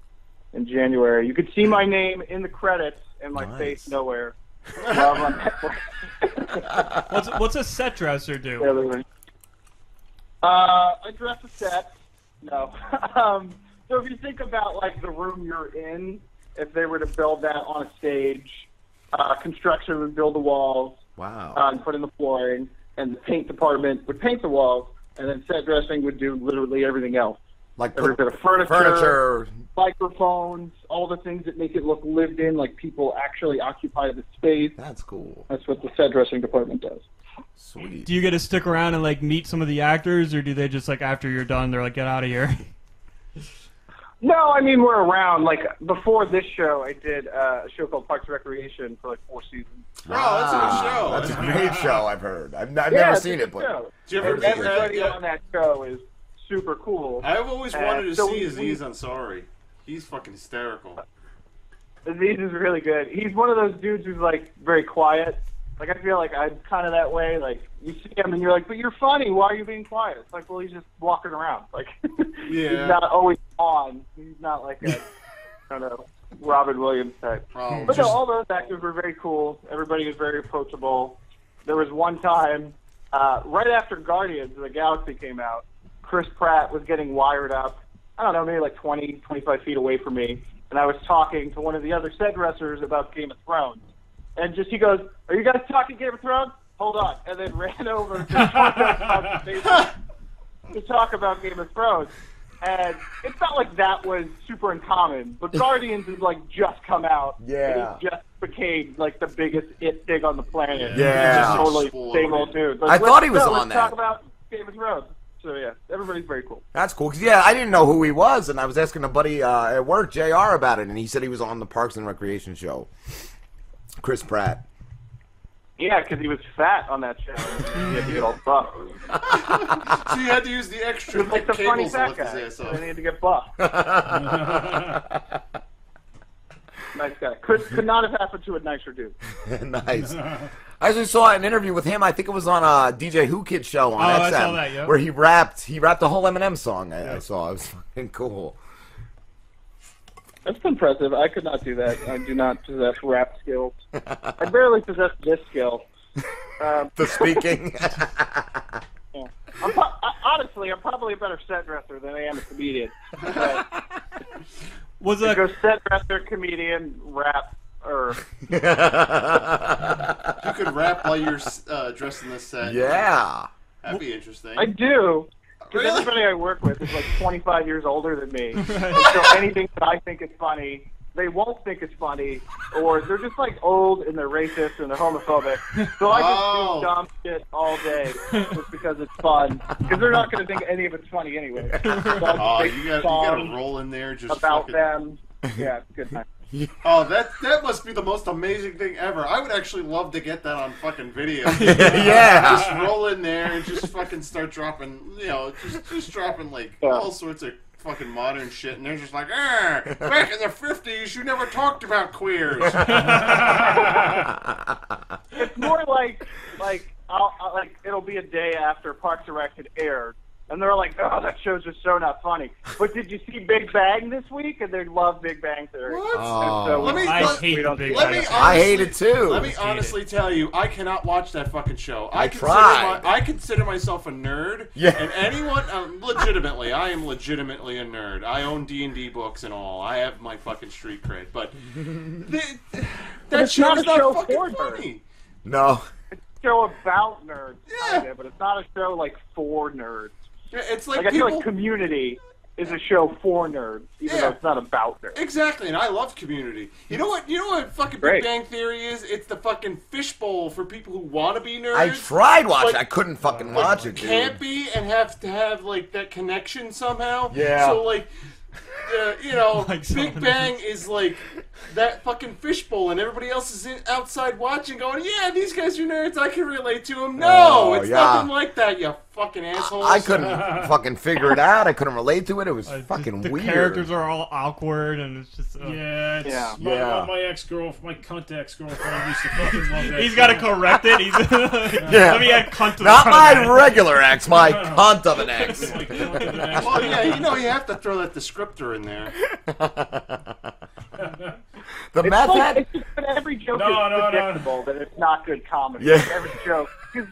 M: in January. You could see my name in the credits and my
E: Nice.
M: face nowhere. Love on Netflix.
E: What's what's a set dresser
M: Yeah,
E: do?
M: they're like- Uh, I dress a set. No. um, so if you think about like the room you're in, if they were to build that on a stage, uh, construction would build the walls
B: Wow.
M: uh, and put in the flooring, and the paint department would paint the walls, and then set dressing would do literally everything else.
B: Like
M: every
B: put
M: bit of furniture,
B: furniture.
M: microphones, all the things that make it look lived in, like people actually occupy the space.
B: That's cool.
M: That's what the set dressing department does.
B: Sweet.
E: Do you get to stick around and like meet some of the actors, or do they just like after you're done, they're like get out of here?
M: No, I mean we're around. Like before this show, I did uh, a show called Parks and Recreation for like four seasons. Oh,
G: Oh,
B: Ah, That's a great show. I've heard. I've, I've
M: Yeah,
B: never
M: it's a
B: seen
M: good
B: it, but
M: show.
G: Do you ever
M: And
G: get that-
M: everybody
G: yeah.
M: on that show is super cool.
G: I've always
M: And
G: wanted to
M: Uh, so
G: see
M: we- we-
G: Aziz Ansari. He's fucking hysterical.
M: Aziz is really good. He's one of those dudes who's like very quiet. Like I feel like I'm kind of that way. Like you see him and you're like, but you're funny. Why are you being quiet? It's like, well, he's just walking around. Like
G: Yeah.
M: he's not always on. He's not like a I don't know Robin Williams type.
J: Um, Hmm.
G: Oh,
M: but no, all those actors were very cool. Everybody was very approachable. There was one time uh, right after Guardians of the Galaxy came out, Chris Pratt was getting wired up. I don't know, maybe like 20, 25 feet away from me, and I was talking to one of the other set dressers about Game of Thrones, and just he goes, "Are you guys talking Game of Thrones? Hold on," and then ran over to, to talk about Game of Thrones. And it's not like that was super uncommon, but Guardians has like just come out.
B: Yeah.
M: And it just became like the biggest it thing on the planet. It's
B: Yeah.
M: just totally
B: Exploded.
M: same old dude.
B: I
M: Like,
B: thought he
M: let's-
B: was
M: no,
B: on
M: let's Talk
B: that.
M: about Game of Thrones. So yeah, everybody's very cool.
B: That's cool. 'cause, yeah, I didn't know who he was, and I was asking a buddy uh, at work, Jr. about it, and he said he was on the Parks and Recreation show. Chris Pratt.
M: Yeah, because he was fat on that show. he had to get all buff.
G: so you had to use the extra
M: Like the funny
G: cables to
M: fat
G: lift
M: guy.
G: his ass
M: So
G: Uh, up.
M: he had to get buff. nice guy. Could could not have happened to a nicer dude.
B: nice. I actually saw an interview with him. I think it was on a DJ Who Kid show on
E: Oh, I
B: XM,
E: saw that, yeah.
B: where he rapped. He rapped a whole Eminem song. I, I saw. It was fucking cool.
M: That's impressive. I could not do that. I do not possess rap skills. I barely possess this skill. Um,
B: The speaking.
M: yeah. I'm pro- I, honestly, I'm probably a better set dresser than I am a comedian.
E: Was
M: a go set dresser, comedian, rap, er. or
G: You could rap while you're uh, dressed in this set.
B: Yeah.
G: That'd be interesting.
M: I do. Because
G: Really?
M: everybody I work with is like 25 years older than me. And so anything that I think is funny, they won't think it's funny, or they're just like old and they're racist and they're homophobic. So I just
G: Oh.
M: do dumb shit all day just because it's fun. Because they're not going to think any of it's funny anyway. So I just
G: Oh,
M: make
G: you got you got
M: songs
G: to roll in there just
M: about
G: fucking-
M: them. Yeah, it's a good time.
G: Oh, that that must be the most amazing thing ever. I would actually love to get that on fucking video.
B: Yeah.
G: just roll in there and just fucking start dropping, you know, just just dropping like
J: Yeah.
G: all sorts of fucking modern shit, and they're just like, "Ah, back in the fifties, you never talked about queers."
M: it's more like like I'll, i like it'll be a day after Parks and Rec had aired, and they're like, "Oh, that show's just so not funny." But did you see Big Bang this week? And they love Big Bang Theory.
G: What?
B: Oh.
M: So
G: Let me-
M: we-
G: I
M: we
G: hate
M: don't do
G: Let me
M: that.
G: honestly, Let me honestly tell you, I cannot watch that fucking show. I,
B: I
G: consider
B: tried.
G: My, I consider myself a nerd.
B: Yeah.
G: And anyone, um, legitimately, I am legitimately a nerd. I own D and D books and all. I have my fucking street cred, but th-
M: But
G: that
M: it's not
G: show's
M: a
G: not,
M: show
G: fucking
M: for
G: funny.
B: No.
M: show about nerds, kinda, but it's not a show like for nerds.
G: Yeah, It's like,
M: I feel
G: people.
M: like Community is a show for nerds, even
G: Yeah.
M: though it's not about nerds.
G: Exactly, and I love Community. You know what? You know what fucking
M: Great.
G: Big Bang Theory is? It's the fucking fishbowl for people who want to be nerds.
B: I tried watching.
G: but
B: I couldn't fucking
G: but
B: watch it, dude.
G: Can't be and have to have like that connection somehow.
B: Yeah.
G: So like, uh, you know, Big Bang is like that fucking fishbowl, and everybody else is in, outside watching, going, "Yeah, these guys are nerds. I can relate to them." No,
B: Oh,
G: it's
B: yeah.
G: nothing like that. You fucking assholes.
B: I couldn't fucking figure it out. I couldn't relate to it. It was fucking
E: The
B: weird.
E: characters are all awkward, and it's just. Uh,
F: Yeah, it's
B: Yeah.
F: My,
B: Yeah.
F: my ex girlfriend, my cunt ex girlfriend used to fucking love that.
E: He's got to correct it. He's
B: Yeah.
E: let me add cunt to
B: Not
E: the
B: my
E: front of that.
B: regular ex, my cunt of an ex.
G: well, yeah, you know, you have to throw that descriptor in there.
B: the
M: It's
B: meth
M: like-
B: head?
M: it's just that every joke
F: No,
M: is
F: no, no.
M: predictable, that it's not good comedy.
B: Yeah.
M: Like, Every joke. 'Cause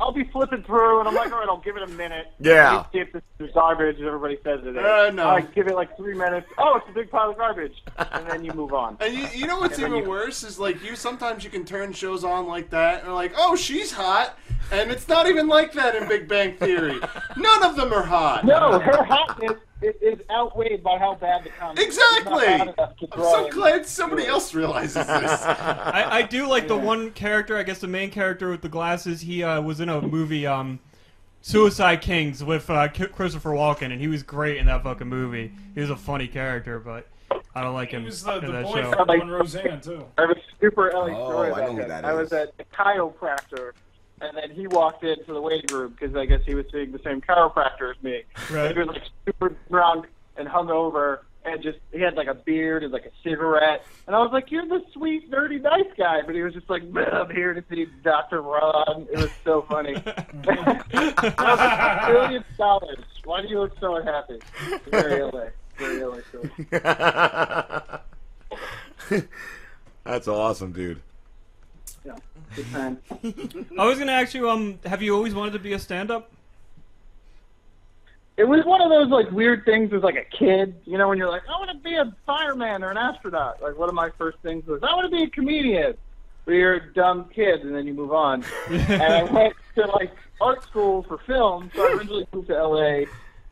M: I'll be flipping through and I'm like, all right, I'll give it a minute.
B: Yeah.
M: Let me See if this is garbage as everybody says it is.
G: Uh, no.
M: I give it like three minutes. Oh, it's a big pile of garbage. And then you move on.
G: And you, you know what's
M: And then
G: even
M: you-
G: worse is like you sometimes you can turn shows on like that and like oh she's hot and it's not even like that in Big Bang Theory. None of them are hot.
M: No, her hotness is, is outweighed by how bad the comedy is. It's not
G: Exactly.
M: hot enough to
G: I'm
M: draw
G: so
M: in.
G: glad somebody else realizes this.
E: I, I do like the one character, I guess the main character with the glasses. He uh, was in a movie, um, Suicide Kings, with uh, Ki- Christopher Walken, and he was great in that fucking movie. He was a funny character, but I don't like him
F: He was the,
E: in
F: the
E: that
F: boy
E: show.
F: from on Roseanne too.
M: I have a super early
B: Oh,
M: story
B: I
M: about
B: know who
M: him.
B: that
M: I was
B: is.
M: at a chiropractor, and then he walked into the waiting room because I guess he was seeing the same chiropractor as me.
E: Right.
M: He was like super drunk and hungover, and just he had like a beard and like a cigarette, and I was like, "You're the sweet, nerdy, nice guy," but he was just like, "Bleh, "I'm here to see Doctor Ron." It was so funny. I was like, "Billion dollars. Why do you look so unhappy?" Very LA. Very LA story.
B: That's awesome, dude.
M: Yeah. Good time.
E: I was gonna ask you, um, have you always wanted to be a stand-up?
M: It was one of those like weird things as like a kid, you know, when you're like, I want to be a fireman or an astronaut. Like one of my first things was, I want to be a comedian. But you're a dumb kid, and then you move on. and I went to like art school for film, so I originally moved to LA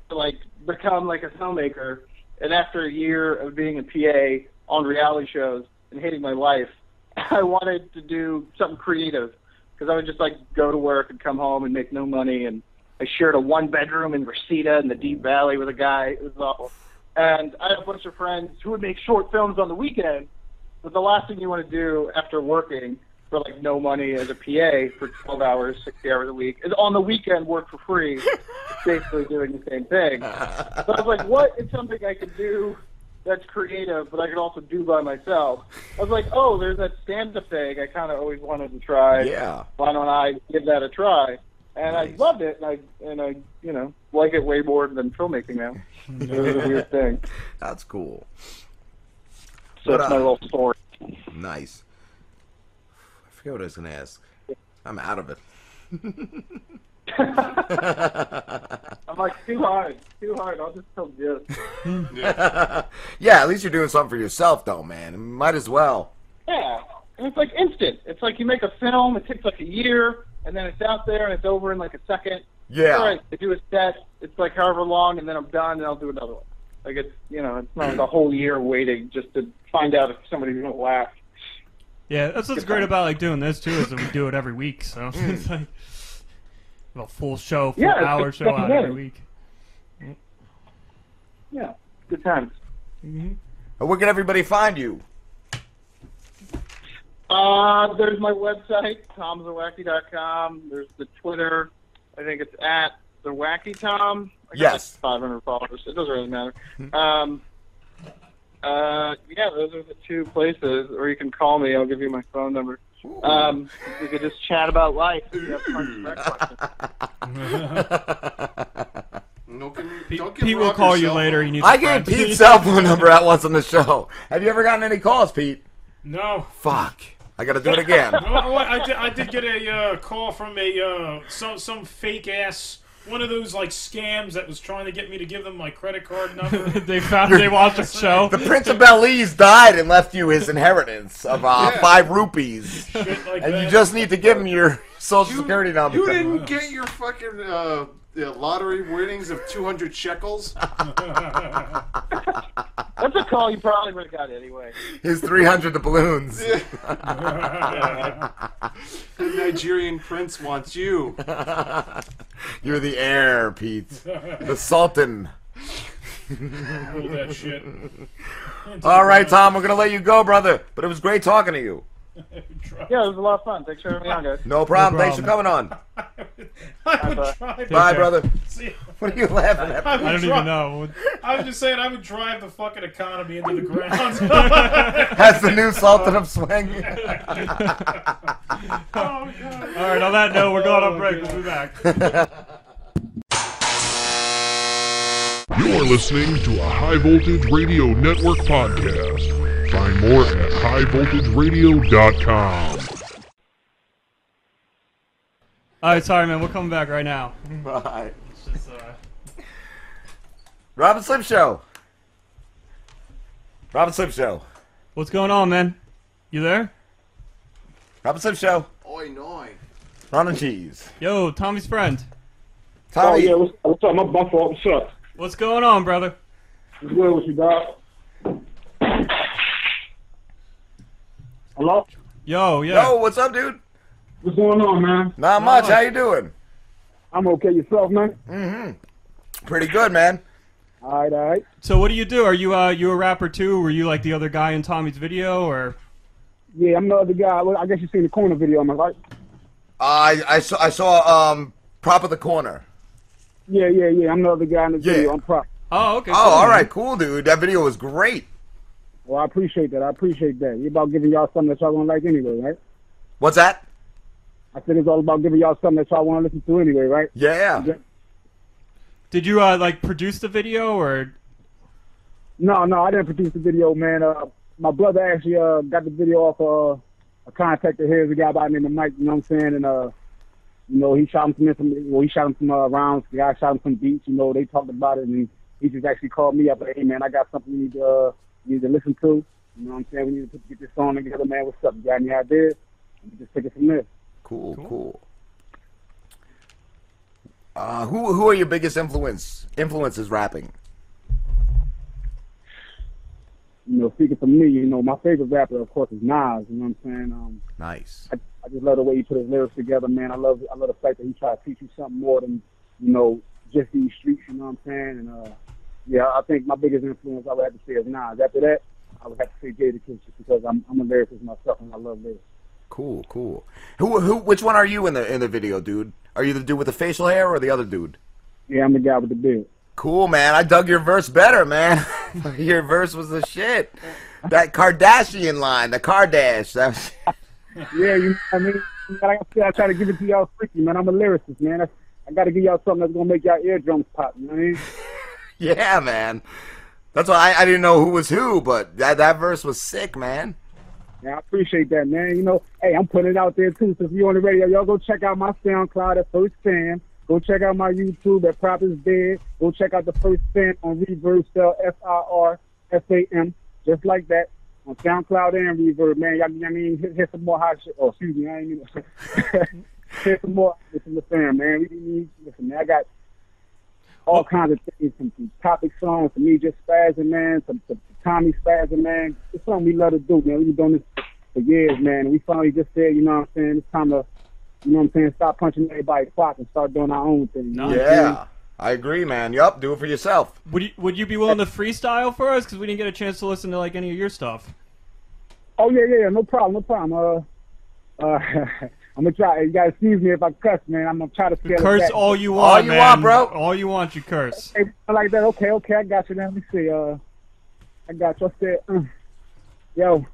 M: to like become like a filmmaker. And after a year of being a PA on reality shows and hating my life, I wanted to do something creative because I would just like go to work and come home and make no money and I shared a one bedroom in Reseda in the Deep Valley with a guy. It was awful. And I had a bunch of friends who would make short films on the weekend, but the last thing you want to do after working for like no money as a PA for 12 hours, 60 hours a week, is on the weekend work for free, basically doing the same thing. So I was like, what is something I could do that's creative, but I could also do by myself? I was like, oh, there's that stand-up thing I kind of always wanted to try
B: Yeah.
M: why don't I give that a try? And I
B: Nice.
M: loved it, and I and I you know like it way more than filmmaking now. it was a weird thing.
B: That's cool.
M: So
B: What
M: it's
B: up?
M: my little story.
B: Nice. I forget what I was gonna ask. I'm out of it.
M: I'm like too hard, too hard. I'll just tell you.
B: yeah, at least you're doing something for yourself, though, man. Might as well.
M: Yeah, and it's like instant. It's like you make a film. It takes like a year, and then it's out there, and it's over in like a second.
B: Yeah.
M: All right, I do a set. It's like however long, and then I'm done, and I'll do another one. Like it's you know it's
B: Hmm.
M: not the whole year waiting just to find out if somebody's gonna laugh.
E: Yeah, that's what's great about like doing this too is that we do it every week, so it's like a full show, full
M: Yeah, it's
E: hour
M: just
E: show out every
M: documentary.
E: week.
M: Yeah, good times.
B: And Where can everybody find you?
M: Uh, there's my website, tomsthewacky.com. There's the Twitter. I think it's at the Wacky Tom. I got
B: Yes.
M: like 500 followers. It doesn't really matter.
E: Hmm.
M: Um, uh, yeah, those are the two places. Or you can call me. I'll give you my phone number. Um, we could just chat about life. if you have fun questions.
G: No,
E: Pete,
G: don't give
E: Pete will
G: Rob
E: call
G: your
E: you
G: cell
E: later.
G: phone.
E: You need.
B: I
E: some
B: gave
E: friends.
B: Pete's cell phone number out once on the show. Have you ever gotten any calls, Pete?
F: No.
B: Fuck. I gotta do it again.
F: Oh, oh, I, did, I did get a uh, call from a uh, some some fake ass one of those like scams that was trying to get me to give them my credit card number.
E: they found they watched the show.
B: The Prince of Bel Ease died and left you his inheritance of uh,
F: Yeah.
B: five rupees, and you just need to give him your social security number.
G: You didn't get your fucking uh, the lottery winnings of 200 shekels?
M: That's a call you probably would have got anyway.
B: His three hundred the balloons.
G: The Nigerian prince wants you.
B: You're the heir, Pete. The Sultan.
F: Hold that shit.
B: All right, Tom, we're gonna let you go, brother. But it was great talking to you.
M: Yeah, it was a lot of fun. Thanks for having me on, guys.
B: No problem. Thanks for coming on. Bye, brother.
F: See ya.
B: What are you laughing at?
F: I would
B: I don't even
F: drive-
E: know.
F: I was just saying I would drive the fucking economy into the ground.
B: That's the new Sultan of Swing.
E: All right. On that note, we're going on break. We'll be back.
A: You're listening to a High Voltage Radio Network podcast. Find more at highvoltageradio.com.
E: All right. Sorry, man. We're coming back right now.
B: Bye.
E: It's just, uh,
B: Robin Slim Show. Robin Slim Show.
E: what's going on, man? You there?
B: Robin Slim Show.
G: Oi, noi.
B: Ron and Cheese.
E: Yo, Tommy's friend.
B: Tommy.
L: Oh, yeah, what's, what's up? My buffalo, what's up?
E: What's going on, brother?
L: What's good with you, dog? Hello?
E: Yo, yeah.
B: Yo, what's up, dude?
L: What's going Oh, on, man?
B: Not much. How you doing?
L: I'm okay. Yourself, man?
B: Mm-hmm. Pretty good, man.
L: All right, all right.
E: So what do you do? Are you uh you a rapper too? Were you like the other guy in Tommy's video or?
L: Yeah, I'm the other guy. Well, I guess you seen the corner video, am I right?
B: I I saw I saw um prop of the corner.
L: Yeah, yeah, yeah. I'm the other guy in the video. I'm prop.
E: Oh, okay.
B: Oh, all right, cool, dude. That video was great.
L: Well, I appreciate that. I appreciate that. You're about giving y'all something that y'all want to like anyway, right?
B: What's that?
L: I said it's all about giving y'all something that y'all want to listen to anyway, right?
B: Yeah.
E: Did you uh like produce the video or?
L: No, no, I didn't produce the video, man. Uh, my brother actually uh, got the video off uh, a contact of his, a guy by the name of Mike. You know what I'm saying? And uh, you know, he shot him some, some well, he shot him some uh, rounds. The guy shot him some beats. You know, they talked about it, and he just actually called me up. Like, hey, man, I got something you need to uh, you need to listen to. You know what I'm saying? We need to put, get this song together, man. What's up? You got any ideas? We just take it from there.
B: Cool, cool. Uh, who who are your biggest influence influences rapping?
L: You know, speaking for me, you know, my favorite rapper, of course, is Nas. You know what I'm saying? Um,
B: Nice.
L: I, I just love the way he put his lyrics together, man. I love I love the fact that he tried to teach you something more than you know just these streets. You know what I'm saying? And uh, yeah, I think my biggest influence I would have to say is Nas. After that, I would have to say Jada Kiss just because I'm I'm a lyricist myself and I love lyrics.
B: Cool, cool. Who who which one are you in the in the video, dude? Are you the dude with the facial hair or the other dude?
L: Yeah, I'm the guy with the beard.
B: Cool, man. I dug your verse better, man. your verse was the shit. That Kardashian line, the Kardash. That was,
L: Yeah, you know what I mean. Like I said, I try to give it to y'all freaky, man. I'm a lyricist, man. I, I got to give y'all something that's gonna make y'all eardrums pop. You know what I mean?
B: yeah, man. That's why I, I didn't know who was who, but that that verse was sick, man.
L: Yeah, I appreciate that, man. You know, hey, I'm putting it out there too. Since we on the radio, y'all go check out my SoundCloud at First Fam. Go check out my YouTube at Prop is Dead. Go check out the First Fam on Reverb Cell F I R F A M, just like that on SoundCloud and Reverb. Man, y'all, I mean, hit, hit some more hot shit. Oh, excuse me, I ain't even. hit some more hit from the fam, man. We need listen, man. I got all kinds of things from, from topic songs to me just spazzing, man, to, to, to Tommy spazzing, man. It's something we love to do, man. We've been doing this for years, man. And we finally just said, you know what I'm saying, it's time to, you know what I'm saying, stop punching everybody's clock and start doing our own thing. you know what I'm saying?
B: Yeah, I agree, man. Yup, do it for yourself.
E: Would you would you be willing to freestyle for us? Because we didn't get a chance to listen to like any of your stuff.
L: Oh yeah, yeah, yeah. No problem, no problem. Uh, uh, I'm gonna try. You gotta excuse me if I cuss, man. I'm gonna try to scale it
E: Curse
L: back.
E: all you want, man. All you want, you curse.
L: Hey, I like that. Okay, okay, I got you. Now let me see. Uh, I got you. I said, uh, yo,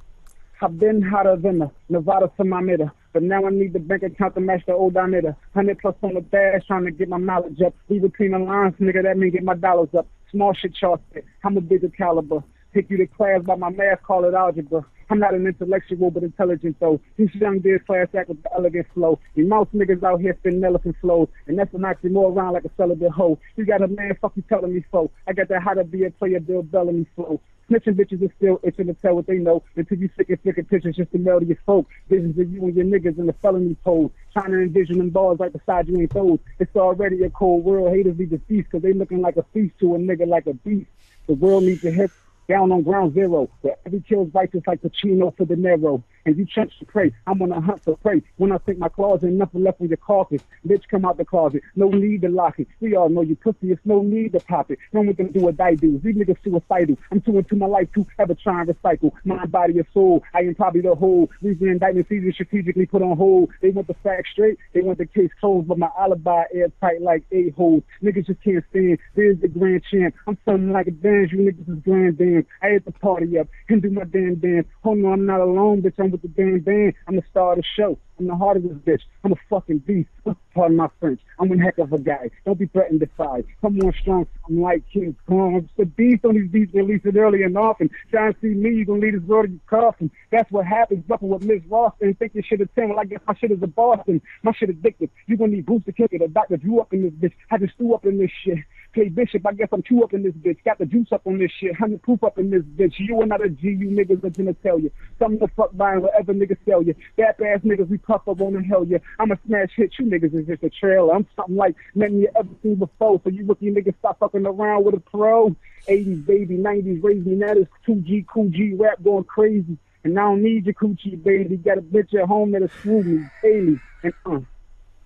L: I've been hotter than a Nevada thermometer, but now I need the bank account to match the old diameter. Hundred plus on the dash, trying to get my mileage up. Read between the lines, nigga. That mean get my dollars up. Small shit, y'all said. I'm a bigger caliber. Take you to class by my math, call it algebra. I'm not an intellectual, but intelligent though. These young did class act with the elegant flow. You mouse niggas out here spinning elephant flows, and that's an oxymoron around like a celibate hoe. You got a man, fuck you telling me so. I got that how to be a player, Bill Bellamy flow. Snitching bitches are still itching to tell what they know until you sick and sick of pictures just to mail to your folk. Visions of you and your niggas in the felony pose. Trying to envision them bars right beside you ain't those. It's already a cold world. Haters be deceased because they looking like a feast to a nigga like a beast. The world needs to hit down on ground zero, where every kill's righteous like Pacino for the narrow. And you trench to prey, I'm on a hunt for prey. When I think my claws ain't nothing left on your carcass, bitch, come out the closet. No need to lock it. We all know you pussy, it's no need to pop it. No one can do what I do. These niggas suicidal. I'm too into my life to ever try and recycle. Mind, body, and soul. I am probably the whole. Reason indictment season strategically put on hold. They want the facts straight, they want the case closed, but my alibi airtight like a hole. Niggas just can't stand. There's the grand champ. I'm something like a dance. You niggas is grand dance. I hit the party up and do my damn dance. Hold on, I'm not alone, bitch. I'm with the damn band. I'm the star of the show. I'm the heart of this bitch. I'm a fucking beast. Pardon my French. I'm one heck of a guy. Don't be threatened to fight. Come on strong. I'm like King Kong. I'm just a beast on these beats. Release it early and often. Try and see me. You're going to lead his world to your coffin. That's what happens. Bumping with Miss Roston. Think your shit is 10. Well, I guess my shit is a Boston. My shit addictive. You're going to need boots to kick it. A doctor drew up in this bitch. I just threw up in this shit. Play Bishop, I guess I'm two up in this bitch. Got the juice up on this shit. Hundred proof up in this bitch. You are not a G, you niggas are genitalia. Something the fuck buying whatever niggas sell you. Bad ass niggas, we puff up on the hell yeah. I'm a smash hit, you niggas is just a trailer. I'm something like nothing you ever seen before. So you rookie niggas stop fucking around with a pro. 80s baby, 90s raise me. Now this 2G, cool G rap going crazy. And I don't need your coochie, baby. Got a bitch at home that'll screw me daily. And uh,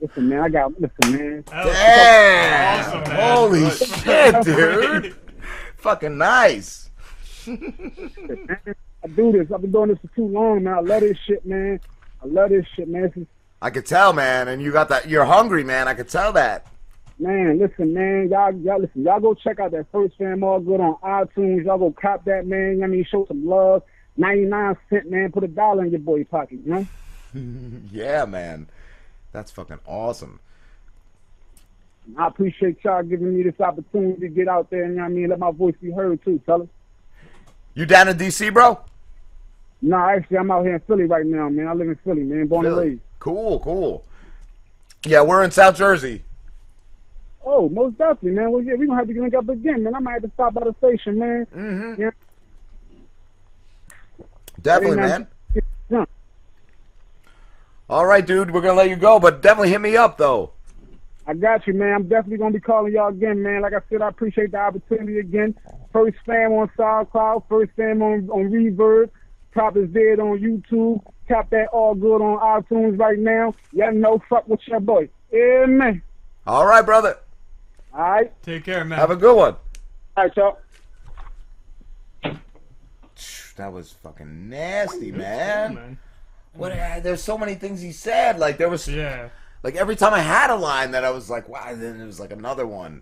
L: listen, man, I got listen, man.
B: Damn! Holy shit, dude.
L: Fucking nice. I do this. I've been doing this for too long, man. I love this shit, man. I love this shit, man. This is-
B: I could tell, man. And you got that. You're hungry, man. I could tell that.
L: Man, listen, man, y'all, y'all, listen, y'all go check out that first fam all good on iTunes. Y'all go cop that, man. I mean, show some love. Ninety nine cent, man. Put a dollar in your boy pocket, you know.
B: yeah, man. That's fucking awesome.
L: I appreciate y'all giving me this opportunity to get out there and you know what I mean let my voice be heard too, fellas.
B: You down in D.C., bro?
L: Nah, actually I'm out here in Philly right now, man. I live in Philly, man. Born
B: Philly.
L: and raised.
B: Cool, cool. Yeah, we're in South Jersey.
L: Oh, most definitely, man. Well, yeah, we gonna have to link up again, man. I might have to stop by the station, man. Mm-hmm. Yeah.
B: Definitely,
L: Very
B: man. All right, dude. We're gonna let you go, but definitely hit me up though.
L: I got you, man. I'm definitely gonna be calling y'all again, man. Like I said, I appreciate the opportunity again. First fam on SoundCloud, first fam on on Reverb, Prop is dead on YouTube. Tap that all good on iTunes right now. Y'all know, fuck with your boy. Yeah, man.
B: All right, brother.
L: All right.
E: Take care, man.
B: Have a good one.
L: All right, y'all.
B: That was fucking nasty, man. What? uh, There's so many things he said. Like there was.
E: Yeah.
B: Like every time I had a line that I was like, wow. And then it was like another one.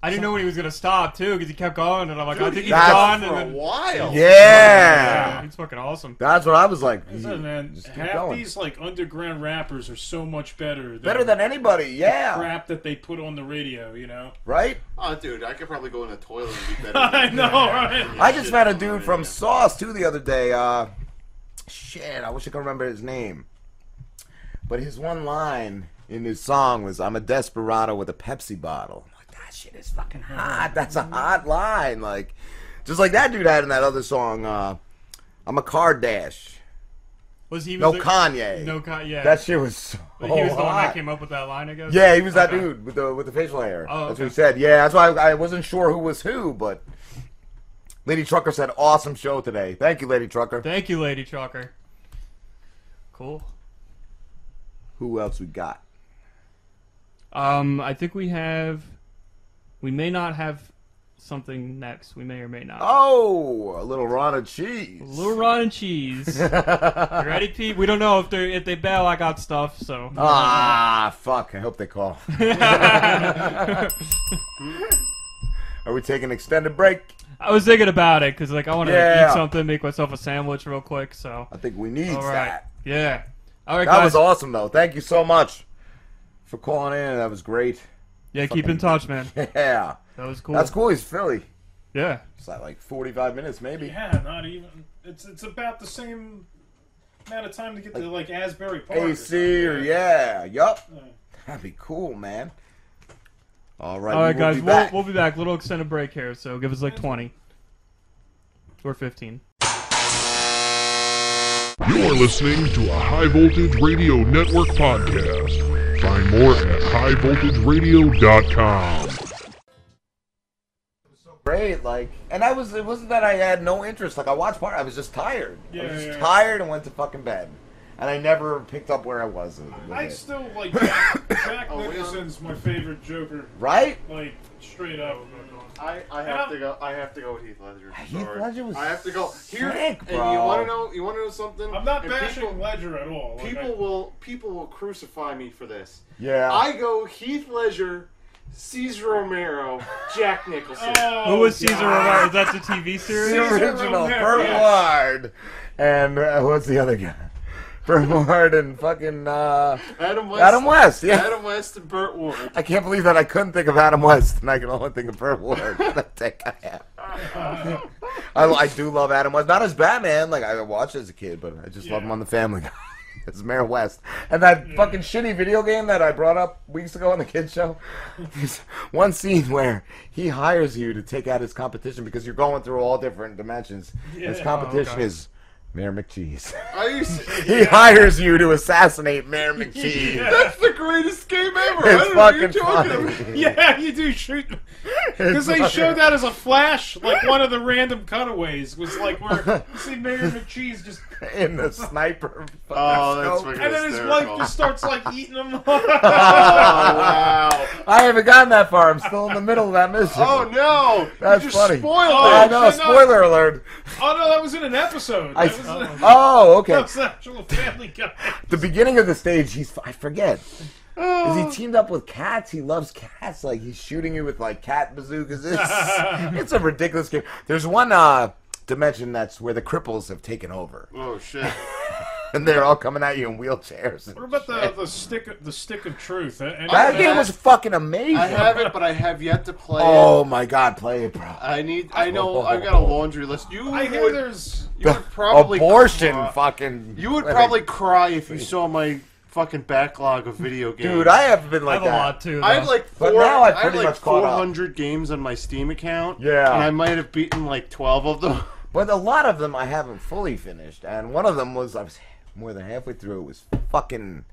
E: I didn't know when he was gonna stop too, because he kept going, and I'm like, I
B: Dude,
E: think
B: he
E: he's
B: stopped
E: gone
B: for
E: and
B: a
E: then-
B: while.
E: Yeah,
B: Yeah.
E: he's fucking awesome.
B: That's what I was like.
F: Listen, man,
B: just keep
F: half
B: going.
F: these like underground rappers are so much better. Than
B: Better than anybody,
F: the
B: yeah.
F: crap that they put on the radio, you know.
B: Right?
G: Oh, dude, I could probably go in the toilet and be better. than
F: I
G: that.
F: know, right?
B: I just met a dude from Sauce too the other day. Uh, shit, I wish I could remember his name. But his one line in his song was, "I'm a desperado with a Pepsi bottle." I'm like, that shit is fucking hot. That's a hot line. Like, just like that dude had in that other song. Uh, I'm a car dash.
E: Was he was
B: No
E: the-
B: Kanye.
E: No Kanye. Yeah.
B: That shit was so
E: But he was the one that
B: hot.
E: came up with that line, I guess.
B: Yeah, he was that
E: Okay.
B: dude with the with the facial hair.
E: Oh,
B: that's
E: okay.
B: what he said. Yeah, that's why I, I wasn't sure who was who, but Lady Trucker said awesome show today. Thank you, Lady Trucker.
E: Thank you, Lady Trucker. Cool.
B: Who else we got?
E: Um, I think we have. We may not have something next. We may or may not.
B: Oh, a little Rana cheese.
E: Uh, Little Ron and Cheese. you ready, Pete? We don't know if they if they bail. I got stuff. So
B: Ah, fuck. I hope they call. Are we taking an extended break?
E: I was thinking about it because like I want to
B: Yeah.
E: eat something, make myself a sandwich real quick. So
B: I think we need
E: All right.
B: that.
E: Yeah. All right,
B: That
E: guys.
B: was awesome, though. Thank you so much for calling in. That was great.
E: Yeah, keep in touch, man.
B: Yeah.
E: That was cool.
B: That's cool. He's Philly.
E: Yeah.
B: It's like, like 45 minutes, maybe.
F: Yeah, not even. It's it's about the same amount of time to get to like Asbury Park. or
B: AC or
F: something.
B: yeah. Yup. That'd be cool, man. All right.
E: All right,
B: we will
E: guys.
B: be
E: we'll
B: back.
E: we'll be back. Little extended break here. So give us like twenty or fifteen.
A: You're listening to a High Voltage Radio Network podcast. Find more at highvoltageradio.com.
B: great. Like, and I was. It wasn't that I had no interest. Like, I watched part. I was just tired. I
F: Yeah,
B: was just
F: yeah, yeah.
B: tired and went to fucking bed. And I never picked up where I was. with
F: I
B: it.
F: still like Jack, Jack Nicholson's my favorite Joker.
B: Right?
F: Like straight up.
G: I, I have to go. I have to go with Heath Ledger. I'm
B: Heath
G: sorry.
B: Ledger was
G: I have to go here.
B: sick,
G: and you
B: bro.
G: want to know? You want to know something?
F: I'm not
G: And
F: bashing
G: people-
F: Ledger at all. Like,
G: People will people will crucify me for this.
B: Yeah.
G: I go Heath Ledger, Caesar Romero, Jack Nicholson.
F: Oh,
E: Who was
B: Oh,
E: Caesar Romero? Is that the TV series?
B: the original
G: Romero,
B: Burt
G: yes.
B: Ward. And uh, what's the other guy? Burt Ward and fucking uh,
G: Adam West.
B: Adam West, yeah.
G: Adam West and Burt Ward.
B: I can't believe that I couldn't think of Adam West, and I can only think of Burt Ward. That's it.
F: Uh,
B: I, I do love Adam West, not as Batman. Like I watched as a kid, but I just love him on The Family Guy. It's Mayor West, and that fucking shitty video game that I brought up weeks ago on the kids show. There's one scene where he hires you to take out his competition because you're going through all different dimensions. His
G: Yeah.
B: competition
G: Oh, okay.
B: is Mayor McCheese.
G: I used to,
B: he hires you to assassinate Mayor McCheese.
G: That's the greatest game ever.
B: It's
G: I don't know what you're
B: fucking
G: talking
B: funny.
G: about.
F: Yeah, you do shoot. Because they
B: fucking-
F: showed that as a flash, like one of the random cutaways was like where you see Mayor McCheese just
B: in the sniper.
G: Oh, that's
F: and
G: fucking
F: then his wife
G: hysterical.
F: just starts like eating him.
G: Oh, wow.
B: I haven't gotten that far. I'm still in the middle of that mission.
G: Oh no!
B: That's
G: you just
B: funny.
G: Spoiled
B: Oh,
G: it.
B: I know. Spoiler alert.
F: Oh no, that was in an episode.
B: I-
F: That was in-
B: Oh, okay.
F: That was an actual Family Guy.
B: The beginning of the stage, he's I forget. Is
F: Oh.
G: Oh.
B: he teamed up with cats? He loves cats. Like he's shooting you with like cat bazookas. It's, it's a ridiculous game. There's one uh, dimension that's where the cripples have taken over,
G: Oh shit.
B: and they're all coming at you in wheelchairs.
F: What about the the stick of, the stick of truth? Any-
B: That game was fucking amazing.
G: I have it, but I have yet to play
B: Oh
G: it.
B: my god, play it, bro.
G: I need. I know. I've got a laundry list. You
F: I
G: would.
F: hear there's
G: you would probably
B: Abortion,
G: cry-
B: fucking.
G: You would probably cry if you saw my fucking backlog of video games.
B: Dude, I have been like I have a that. lot, too,
G: I
B: though.
G: have like
B: But
G: four.
B: now I've
G: I
B: pretty
G: have like
B: much caught up.
G: 400 games on my Steam account.
B: Yeah.
G: and I might have beaten like 12 of them.
B: But a lot of them I haven't fully finished, and one of them was I was more than halfway through. It was fucking.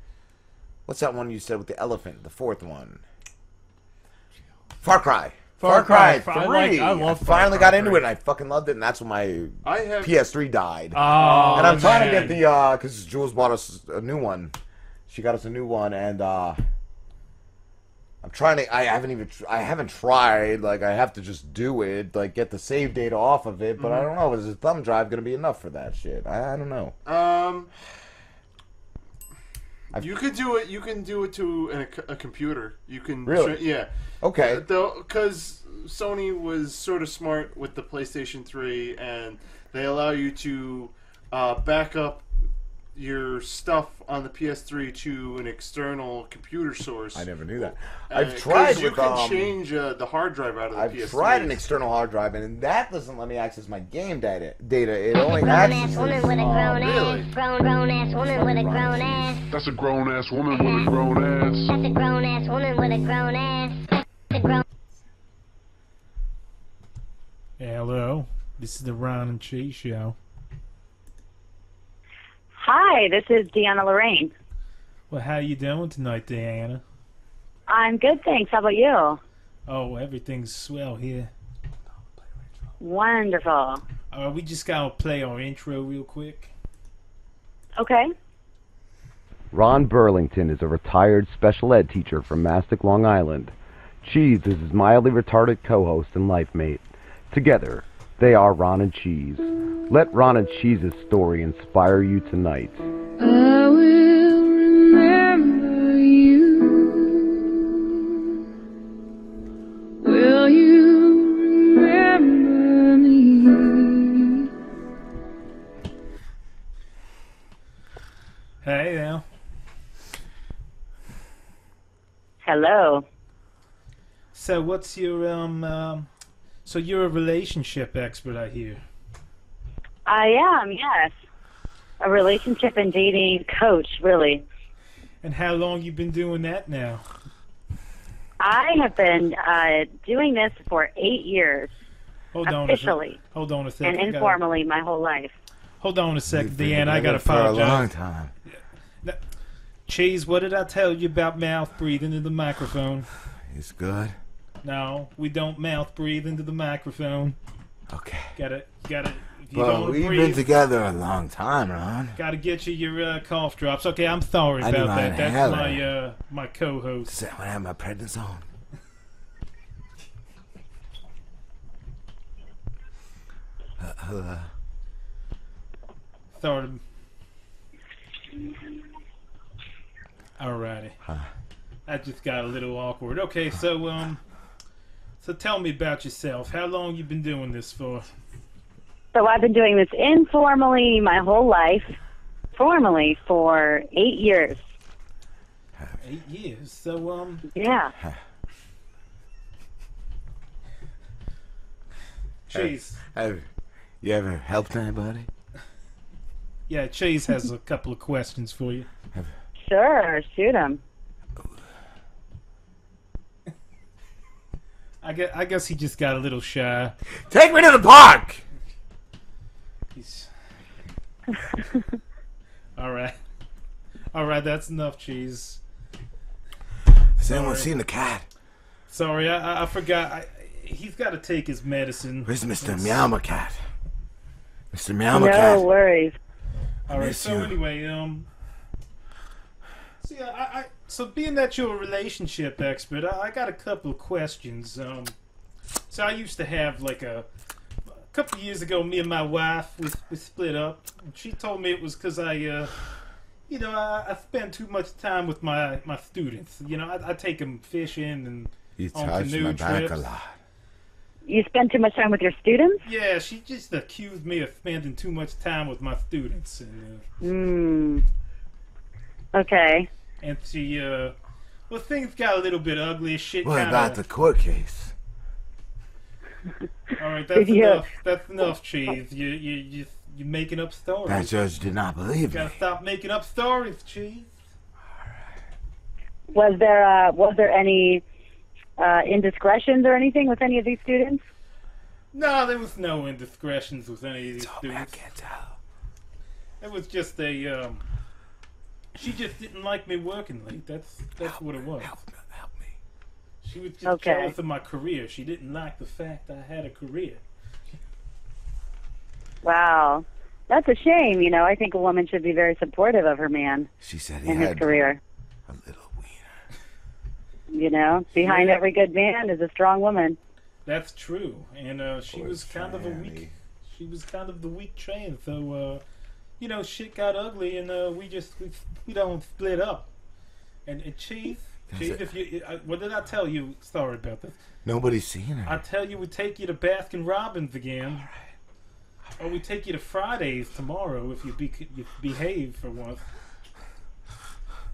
B: What's that one you said with the elephant? The fourth one. Far Cry.
E: Far Cry. I like-
B: Three.
E: I love Far
B: finally
E: Cry
B: got into
E: three.
B: it, and I fucking loved it, and that's when my
G: I have-
B: PS3 died.
E: Oh,
B: and I'm trying to
E: man.
B: get the uh, because Jules bought us a new one. She got us a new one, and uh, I'm trying to. I haven't even. tr- I haven't tried. Like I have to just do it. Like get the save data off of it. But I
G: Mhm.
B: don't know. Is the thumb drive gonna be enough for that shit? I, I don't know.
G: Um, you could do it. You can do it to an, a computer. You can
B: Really?
G: tr- yeah.
B: Okay.
G: Though, because Sony was sort of smart with the PlayStation Three, and they allow you to uh, back up your stuff on the PS3 to an external computer source.
B: I never knew that.
G: Uh,
B: I've
G: 'cause
B: tried
G: You
B: with,
G: can
B: um,
G: change uh, the hard drive out of the
B: I've
G: PS3.
B: tried an external hard drive, and that doesn't let me access my game data. Data. It only
H: Grown ass
B: accesses.
H: woman with a grown
B: Oh, really?
H: ass. Grown grown ass woman with a grown ass.
A: That's a grown ass woman with a grown ass.
H: That's a grown ass woman with a grown ass. That's a grown.
F: Hello, this is the Ron and Cheese Show.
N: Hi, this is Deanna Lorraine.
F: Well, how you doing tonight, Diana?
N: I'm good, thanks. How about you?
F: Oh, everything's swell here.
N: Wonderful.
F: Uh, we just gotta play our intro real quick.
N: Okay.
O: Ron Burlington is a retired special ed teacher from Mastic, Long Island. Cheese is his mildly retarded co host and life mate. Together, they are Ron and Cheese. Let Ron and Cheese's story inspire you tonight.
P: I will remember you. Will you remember me?
F: Hey now.
N: Hello.
F: So what's your um, um so you're a relationship expert I hear.
N: I am, yes. A relationship and dating coach, really.
F: And how long you been doing that now?
N: I have been uh, doing this for eight years.
F: Hold on a
N: officially
F: sec. Hold on a sec.
N: and
F: I gotta-
N: informally my whole life.
F: hold on a sec, Deanne.
B: been
F: I gotta
B: together for a
F: apologize.
B: long time.
F: No- Cheese, what did I tell you about mouth breathe into the microphone?
B: It's good.
F: No, we don't mouth breathe into the microphone.
B: Okay.
F: Gotta, gotta. If you
B: But
F: don't
B: we've
F: breathe,
B: been together a long time, Ron.
F: Gotta get you your uh, cough drops. Okay, I'm sorry
B: I do
F: about
B: not
F: that. That's
B: have
F: my
B: it.
F: uh, my co-host.
B: when I have my prednisone. Uh, uh,
F: Sorry. Alrighty. That just got a little awkward. Okay, so um, so tell me about yourself. How long you been doing this for?
N: So I've been doing this informally my whole life, formally for eight years.
F: Eight years. So um,
N: Yeah.
F: Cheese.
B: Have you ever helped anybody?
F: Yeah, Chase has a couple of questions for you.
N: Sure, shoot 'em.
F: I guess, I guess he just got a little shy.
B: Take me to the park.
F: He's... All right. All right, that's enough cheese.
B: Has anyone seen the cat?
F: Sorry, I, I, I forgot. I, he's got to take his medicine.
B: Where's Mr.
F: It's-
B: Meowma Cat? Mr.
N: no
B: Meowma Cat.
N: worries.
F: All right.
B: miss
F: So
B: you.
F: anyway, um, so yeah, I, I so being that you're a relationship expert, I, I got a couple of questions. Um, so I used to have like a, a couple of years ago, me and my wife we, we split up, and she told me it was because I, uh, you know, I, I spend too much time with my my students. You know, I, I take them fishing and
B: You
F: on
B: touched
F: canoe
B: my back
F: trips.
B: a lot.
N: You spend too much time with your students?
F: Yeah, she just accused me of spending too much time with my students. And, uh,
N: Hmm. Okay.
F: and she uh well things got a little bit ugly shit
B: What
F: kinda,
B: about the court case?
F: all right that's
B: Yeah.
F: enough that's enough cheese you you you you're making up stories
B: That judge did not
F: you
B: believe me.
F: gotta stop making up stories cheese
N: Was there uh, was there any uh, indiscretions or anything with any of these students?
F: no there was no indiscretions with any of these students I can't
B: tell.
F: it was just a um she just didn't like me working late that's that's what it was help,
B: help
F: me she was just
N: Okay.
F: jealous of my career she didn't like the fact I had a career
N: Wow. That's a shame, you know. I think a woman should be very supportive of her man
B: She said he
N: in his
B: had
N: career. A little wiener. You know, behind
F: Yeah.
N: every good man is a strong woman.
F: That's true, and uh, she was kind of a weak. She was kind of the weak train, so uh, you know shit got ugly, and uh, we just we, we don't split up. And, and chief,
B: That's
F: chief,
B: it.
F: if you I, what did I tell you? Sorry about this.
B: Nobody's seen her.
F: I tell you, we take you to Baskin Robbins again, or we take you to Fridays tomorrow if you, be, you behave for once.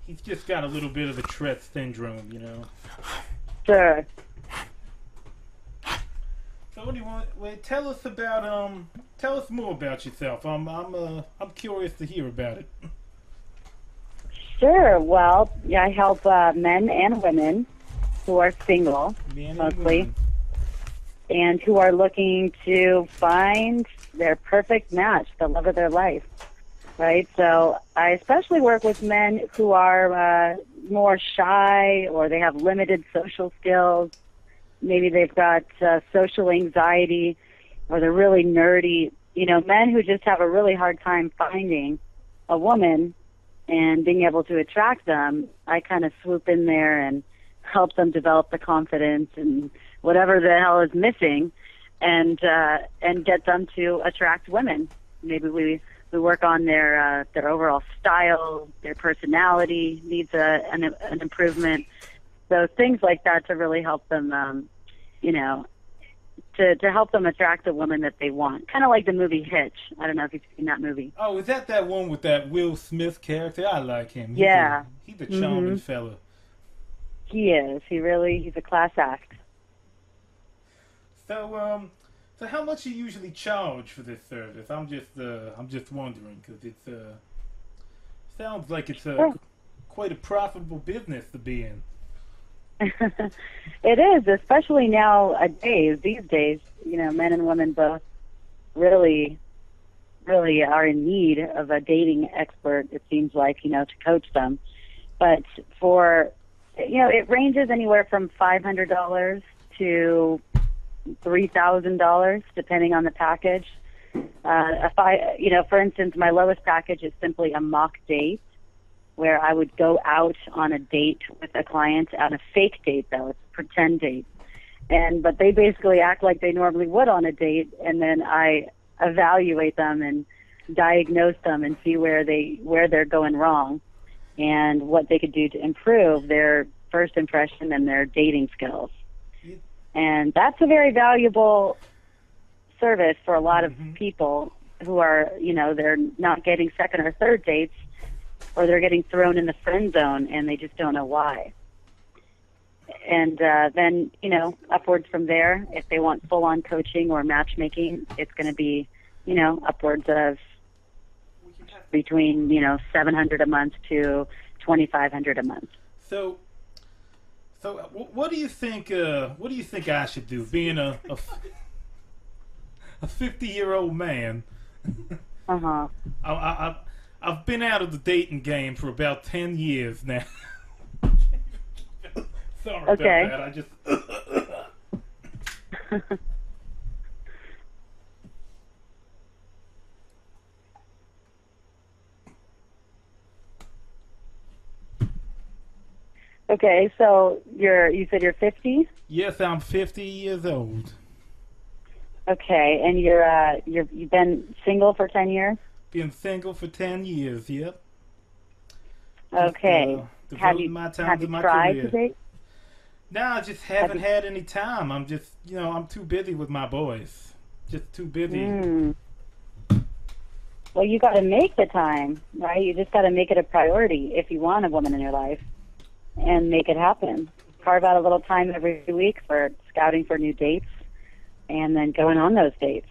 F: He's just got a little bit of the Tret syndrome, you know.
N: Sure.
F: So anyway, wait, tell us about um, tell us more about yourself. I'm I'm uh, I'm curious to hear about it.
N: Sure. Well, yeah, I help uh, men and women who are single,
F: Men and
N: mostly,
F: women.
N: and who are looking to find their perfect match, the love of their life. Right. So I especially work with men who are uh, more shy or they have limited social skills. Maybe they've got uh, social anxiety or they're really nerdy. You know, men who just have a really hard time finding a woman and being able to attract them, I kind of swoop in there and help them develop the confidence and whatever the hell is missing, and uh, and get them to attract women. Maybe we we work on their uh, their overall style, their personality needs a, an an improvement. So things like that to really help them, um, you know, to to help them attract the woman that they want. Kind of like the movie Hitch. I don't know if you've seen that movie.
F: Oh, is that that one with that Will Smith character? I like him. He's
N: Yeah.
F: a- he's a charming
N: Mhm.
F: fella.
N: He is. He really. He's a class act.
F: So, um, so how much you usually charge for this service? I'm just, uh, I'm just wondering because it's, uh, sounds like it's uh,
N: Sure.
F: quite a profitable business to be in.
N: It is, especially nowadays. These days, you know, men and women both really, really are in need of a dating expert. It seems like you know to coach them, but for you know, it ranges anywhere from five hundred dollars to three thousand dollars, depending on the package. Uh, if I, you know, for instance, my lowest package is simply a mock date where I would go out on a date with a client on a fake date though, it's a pretend date. And but they basically act like they normally would on a date and then I evaluate them and diagnose them and see where they where they're going wrong and what they could do to improve their first impression and their dating skills. And that's a very valuable service for a lot of people who are, you know, they're not getting second or third dates or they're getting thrown in the friend zone and they just don't know why. And uh, then, you know, upwards from there, if they want full on coaching or matchmaking, it's going to be, you know, upwards of between, you know, 700 a month to 2500 a month.
F: So, so uh, wh- what do you think? Uh, what do you think I should do? Being a a f- a fifty-year-old man,
N: Uh huh.
F: I, I, I I've been out of the dating game for about ten years now. Sorry
N: Okay.
F: about that. I just.
N: Okay, so you're you said you're 50?
F: yes, I'm fifty years old.
N: Okay, and you're uh you're you've been single for 10 years?
F: Been single for ten years. Yep.
N: Okay.
F: Devoting
N: have you
F: my time
N: have
F: to
N: you
F: my
N: tried
F: career.
N: to date?
F: No, I just haven't had any time. I'm just, you know, I'm too busy with my boys. Just too busy.
N: Mm. Well, you got to make the time, right? You just got to make it a priority if you want a woman in your life and make it happen. Carve out a little time every week for scouting for new dates and then going on those dates.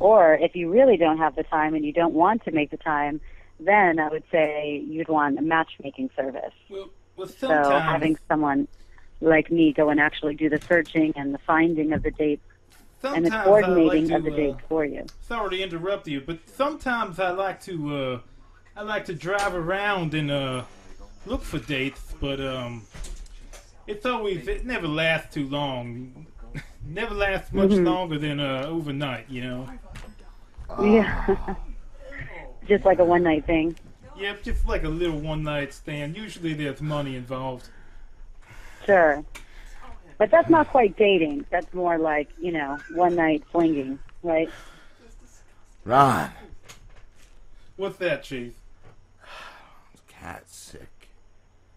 N: Or if you really don't have the time and you don't want to make the time, then I would say you'd want a matchmaking service.
F: Well,
N: So
F: sometimes-
N: having someone like me go and actually do the searching and the finding of the dates and
F: Sometimes
N: the
F: I like
N: coordinating
F: to,
N: of the
F: uh,
N: dates for you.
F: Sorry to interrupt you, but sometimes I like to, uh, I like to drive around and uh, look for dates, but um, it's always it never lasts too long. never lasts much
N: Mhm.
F: longer than uh, overnight, you know. Oh. Um,
N: yeah. Just like a one night thing.
F: Yep, just like a little one night stand. Usually there's money involved.
N: Sure. But that's not quite dating. That's more like, you know, one night flinging, right?
B: Ron,
F: What's that, Chief?
B: cat's sick.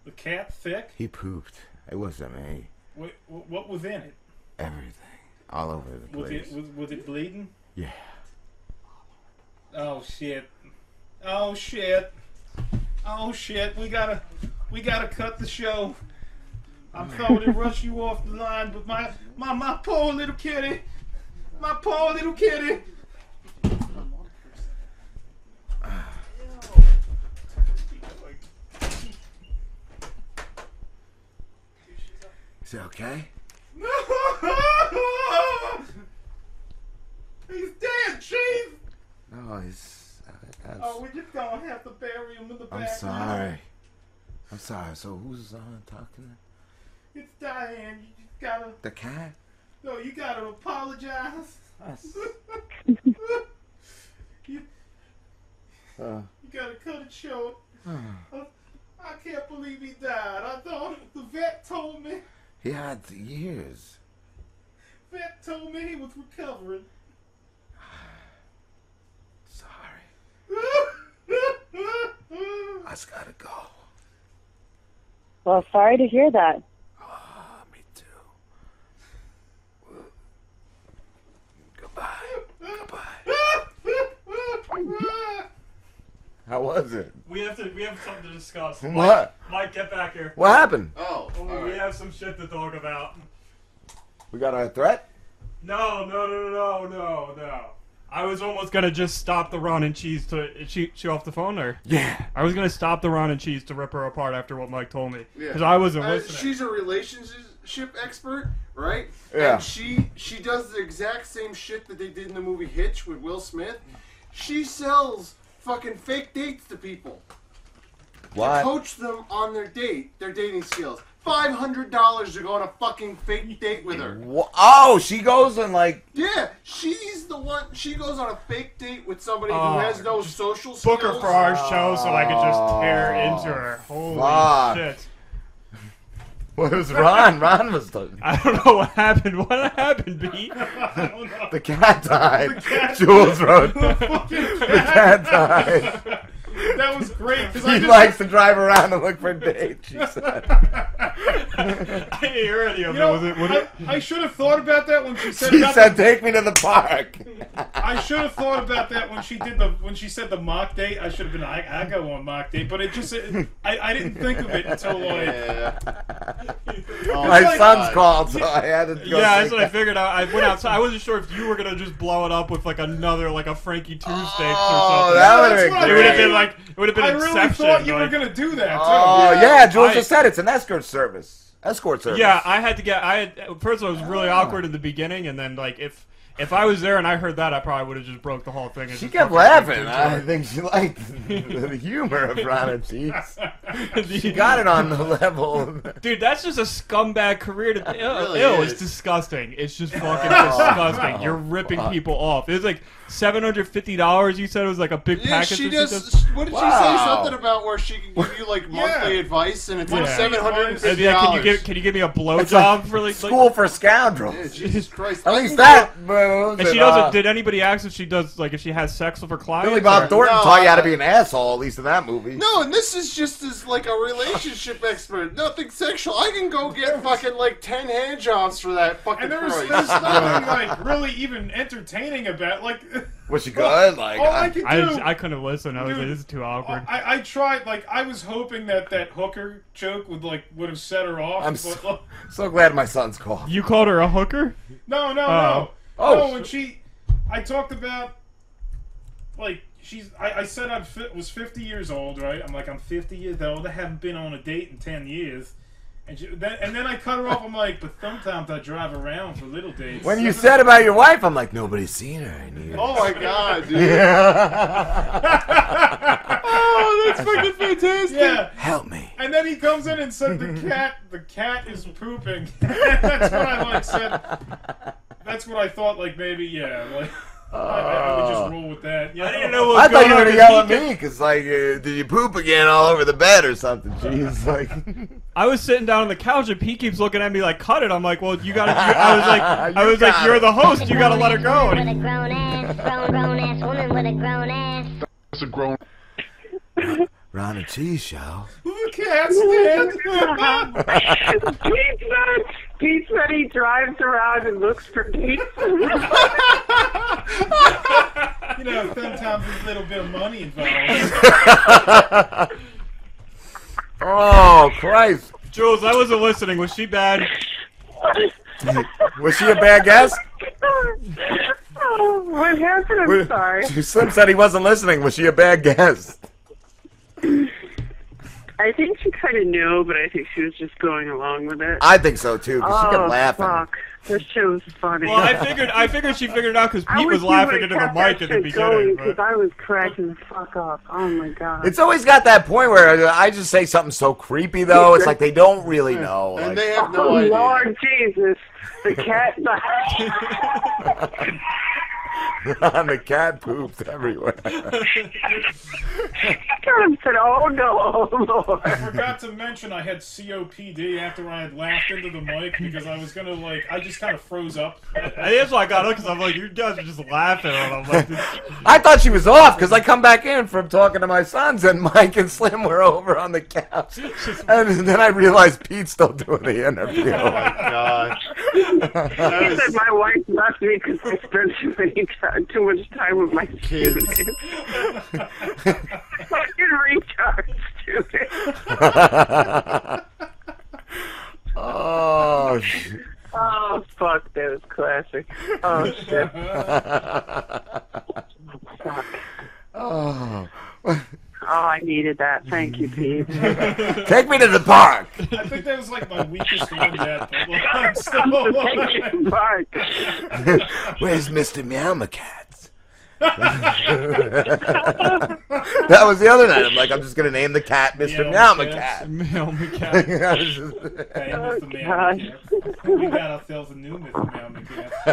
F: The cat sick?
B: He pooped. It wasn't me.
F: What, what was in it?
B: Everything. All over the
F: Was
B: place.
F: it was, was it bleeding?
B: Yeah.
F: Oh shit! Oh shit! Oh shit! We gotta we gotta cut the show. I'm
B: Mm.
F: sorry to rush you off the line, but my my my poor little kitty, my poor little kitty.
B: Is it okay?
F: He's dead, Chief.
B: No, uh, he's. I- I'm,
F: Oh, we just gonna have to bury him in the
B: I'm
F: back.
B: sorry. I'm sorry. So who's on talking?
F: It's Diane. You just gotta.
B: The cat?
F: No, you gotta apologize. you
B: Uh,
F: Uh. gotta cut it short.
B: Hmm.
F: I, I can't believe he died. I thought the vet told me.
B: He had years.
F: Vet told me he was recovering.
B: I just gotta go.
N: Well, sorry to hear that.
B: How was it?
E: We have to. We have something to discuss.
B: What?
E: Mike, Mike, get back here.
B: What happened?
E: Oh, we have some shit to talk about.
B: We got a threat?
E: No, no, no, no, no, no. I was almost gonna just stop the Ron and Cheese to she she off the phone or
B: yeah.
E: I was gonna stop the Ron and Cheese to rip her apart after what Mike told me
G: Yeah.
E: because I wasn't
G: Uh,
E: listening.
G: She's a relationship expert, right?
E: Yeah.
G: And she she does the exact same shit that they did in the movie Hitch with Will Smith. She sells fucking fake dates to people.
B: What?
G: To coach them on their date, their dating skills. Five hundred dollars to go on a fucking fake date with her.
B: Wha- Oh, she goes and like
G: Yeah, she's the one. She goes on a fake date with somebody
E: Oh,
G: who has no social skills.
E: Book her for our show so I could just tear
B: Oh.
E: into her. Holy
B: fuck.
E: shit!
B: Well, it was Ron. Ron was the.
E: I don't know what happened. What happened, B?
B: the cat died.
E: The cat-
B: Jules wrote.
E: The
B: the cat died.
F: That was great. 'cause I
B: He
F: just-
B: likes to drive around and look for dates. She said.
E: I didn't hear any
F: You
E: of
F: know,
E: it. Was it? Was
F: I,
E: it?
F: I should have thought about that when she said.
B: She
F: about
B: said,
F: the-
B: "Take me to the park."
F: I should have thought about that when she did the when she said the mock date. I should have been I, I go on mock date, but it just it, I I didn't think of it until like.
B: Oh, My
F: It's like- "Oh."
B: son's called, so I had to go.
E: yeah, that's
B: take
E: what I
B: him.
E: figured out. I went outside. I wasn't sure if you were gonna just blow it up with like another like a Frankie Tuesday
B: Oh,
E: or something.
B: that would've been
E: It would have
B: great.
E: been like it would have been.
F: I really
E: Inception,
F: thought you
E: like-
F: were gonna do that. Too.
B: Oh yeah, Jules
E: I-
B: just said it's an escort service. Escort service. Ah.
E: Yeah, I had to get. I had, first of all, it was really awkward in the beginning, and then like if if I was there and I heard that, I probably would have just broke the whole thing. and
B: She
E: just
B: kept
E: fucking
B: laughing.
E: into
B: I
E: it.
B: think she liked the humor of Ron and Cheese. She got it on the level.
E: Dude, that's just a scumbag career to ill.
B: really
E: ill. It's
B: is.
E: disgusting. It's just fucking
B: Oh,
E: disgusting.
B: no.
E: You're ripping
B: Fuck.
E: people off. It was like seven hundred fifty dollars. You said it was like a big
G: Yeah,
E: package.
G: she
E: that
G: does.
E: does?
G: What did she say?
E: Wow.
G: Something about where she can give you like monthly advice, and it's like
E: Yeah.
G: seven hundred and
E: I'd
G: fifty
E: be like, Can you
G: dollars.
E: give Can you give me a blowjob
B: It's like
E: for like
B: school for scoundrels?
G: Yeah, Jesus Christ!
B: At
G: I can
B: least that.
G: go-
B: was
E: And she
B: it, uh,
E: doesn't. did anybody ask if she does like if she has sex with her clients?
B: Billy Bob
E: or-
B: Thornton taught you how to be an asshole, at least in that movie.
G: No, and this is just as like a relationship expert. Nothing sexual. I can go get fucking like ten hand jobs for that fucking
F: And there was,
G: price.
F: there's nothing like really even entertaining about like
B: Was she good? Like,
F: All I could do-
E: I, couldn't listen. I was
F: Dude,
E: like, this is too awkward.
F: I, I tried like I was hoping that that hooker joke would like would have set her off.
B: I'm
F: but,
B: so, so glad my son's called.
E: You called her a hooker?
F: No, no, no.
B: Oh.
F: no, when she, I talked about, like she's. I, I said I fi- was fifty years old, right? I'm like I'm fifty years old. I haven't been on a date in ten years. And, she, then, and then I cut her off. I'm like, but sometimes I drive around for little dates.
B: When you said about your wife, I'm like, nobody's seen her in years.
F: Oh my God, dude.
B: oh,
F: that's fucking
G: fantastic.
F: Yeah.
B: Help me.
F: And then he comes in and said, "The cat, the cat is pooping." that's what I like said. That's what I thought. Like maybe, yeah. Like I, I would just roll with that. Yeah, I didn't know
B: Uh. I thought you were gonna yell at me because, like, uh, did you poop again all over the bed or something? Jeez, like,
E: I was sitting down on the couch and he keeps looking at me like, cut it. I'm like, well, you gotta. You, I was like, I
B: You
E: was like,
B: got
E: you're
B: it.
E: the host. You gotta let her go.
H: With a grown ass, grown, grown ass woman with a grown ass.
Q: That's a grown.
B: Ron and Cheese show.
F: The cat's dead.
I: Pete said, Pete said he drives around and looks for dates.
F: you know, sometimes there's a little bit of money involved.
B: oh Christ!
E: Jules, I wasn't listening. Was she bad?
B: Was she a bad guest?
I: oh, what happened? I'm
B: Wait.
I: sorry.
B: Slim said he wasn't listening. Was she a bad guest?
I: I think she kind of knew, but I think she was just going along with it.
B: I think so too. 'cause she
I: oh,
B: kept laughing.
I: fuck. This show was funny.
E: Well, I figured. I figured she figured it out because
I: I
E: Pete was
I: wish you would've
E: laughing into the
I: kept
E: mic
I: that shit
E: at the beginning.
I: going, 'cause
E: but-
I: I was cracking the fuck up. Oh my god.
B: It's always got that point where I just say something so creepy though. It's like they don't really know. Like,
I: oh, Lord Jesus, the cat.
B: and the cat poops everywhere.
I: should have said, "Oh no, Lord."
F: I forgot to mention I had COPD after I had laughed into the mic because I was gonna like I just kind of froze up.
E: And that's why I got up because I'm like, you guys are just laughing. And I'm like, this,
B: I thought she was off because I come back in from talking to my sons and Mike and Slim were over on the couch, and then I realized Pete's still doing the interview.
G: Oh my god.
I: He said my wife left me because I spent too many time, too much time with my kids. Fucking retard, stupid.
B: oh, sh-
I: oh fuck, that was classic. Oh shit. Fuck.
B: oh.
I: Oh, I needed that. Thank you, Pete.
B: Take me to the park.
F: I think that was like my weakest one yet. But like, I'm still
I: Come to
F: alive.
I: take you back.
B: Where's Mr. Meow Cats? that was the other night. I'm like, I'm just gonna name the cat Mr. Meow Cat.
E: Meow
F: Hey,
B: Meow
F: Mr. Meow We got ourselves a new Mr. Meow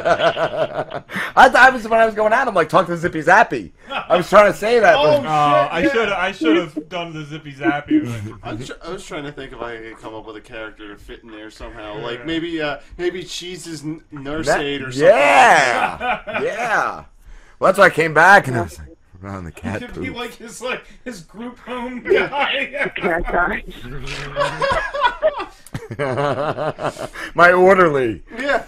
B: I thought I was when I was going out. I'm like, talk to Zippy Zappy. I was trying to say that.
E: Oh,
B: but-
E: I should I should have done the zippy zappy.
G: I'm tr- I was trying to think if I could come up with a character to fit in there somehow. Like maybe, uh, maybe Cheese's n- nurse
B: That-
G: aide or something.
B: yeah, yeah. Well, that's why I came back and I was like, around the cat
F: Could be
B: poop.
F: like his like his group home guy.
B: My orderly.
F: Yeah.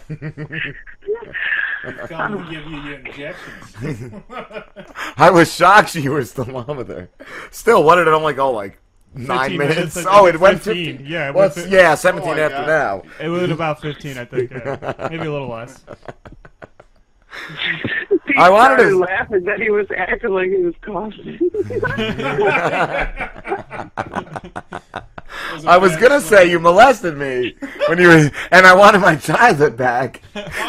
F: Come to give you your injections.
B: I was shocked you were still on with her. Still, what did it only go like nine
E: 15
B: minutes?
E: minutes, I
B: Oh,
E: think.
B: it went
E: 15,
B: 15.
E: yeah, it
B: well,
E: went
B: it's-
E: fif-
B: yeah, 17
E: Oh my
B: after
E: God.
B: now.
E: It was about 15, I think, yeah. Maybe a little less.
I: Pete
B: I wanted
I: started
B: to-
I: laughing that he was acting like he was coughing.
B: I was gonna say you molested me when you were, and I wanted my childhood back.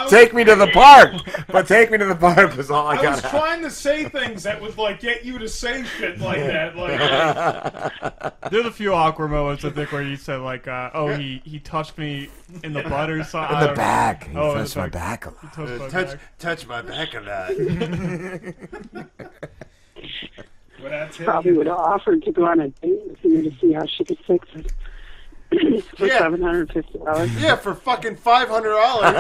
B: Take me to the park, but take me to the park was all I
F: I was
B: got. out.
F: trying to say things that would like get you to say shit like that. Like
E: There's a few awkward moments, I think, where you said, like, uh, oh, he, he touched me in the butt or something.
B: In
E: I
B: the
E: don't-
B: back. He
E: Oh, in the
B: touched my back a lot.
E: He touched
G: Uh,
E: my
G: touch,
E: back.
G: touch my back a lot.
F: what I tell
I: Probably
F: you.
I: would have offered to go on a date with you to see how she could fix it for seven hundred fifty dollars.
G: Yeah, for fucking five hundred dollars.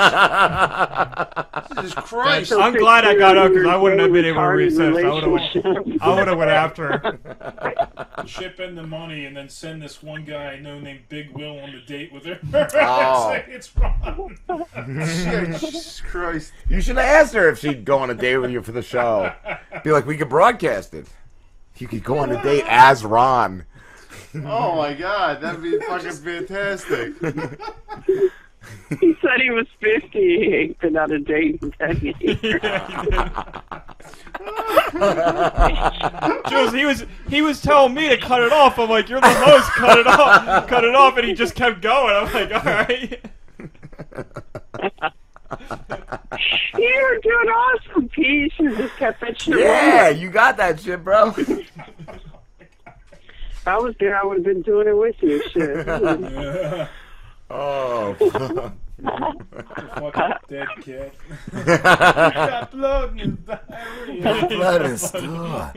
G: Jesus Christ!
E: I'm glad I got up because I wouldn't have been able to resist. I would have went, I would have went after her.
F: Ship in the money and then send this one guy I know named Big Will on the date with her.
B: Oh.
F: Say it's wrong.
G: Jesus Christ!
B: You should have asked her if she'd go on a date with you for the show. Be like, we could broadcast it. You could go on a date as Ron.
G: Oh my God, that'd be fucking fantastic.
I: He said he was fifty. He ain't been on a date in ten years.
E: Jules, he was he was telling me to cut it off. I'm like, you're the host. Cut it off. Cut it off, and he just kept going. I'm like, all right.
I: you were doing awesome, Pete. You just kept that shit
B: Yeah,
I: rolling.
B: you got that shit, bro.
I: If I was there, I would have been doing it with you. Shit.
B: oh.
F: Fucking dead cat. You got blood in his diarrhea.
B: Blood and store.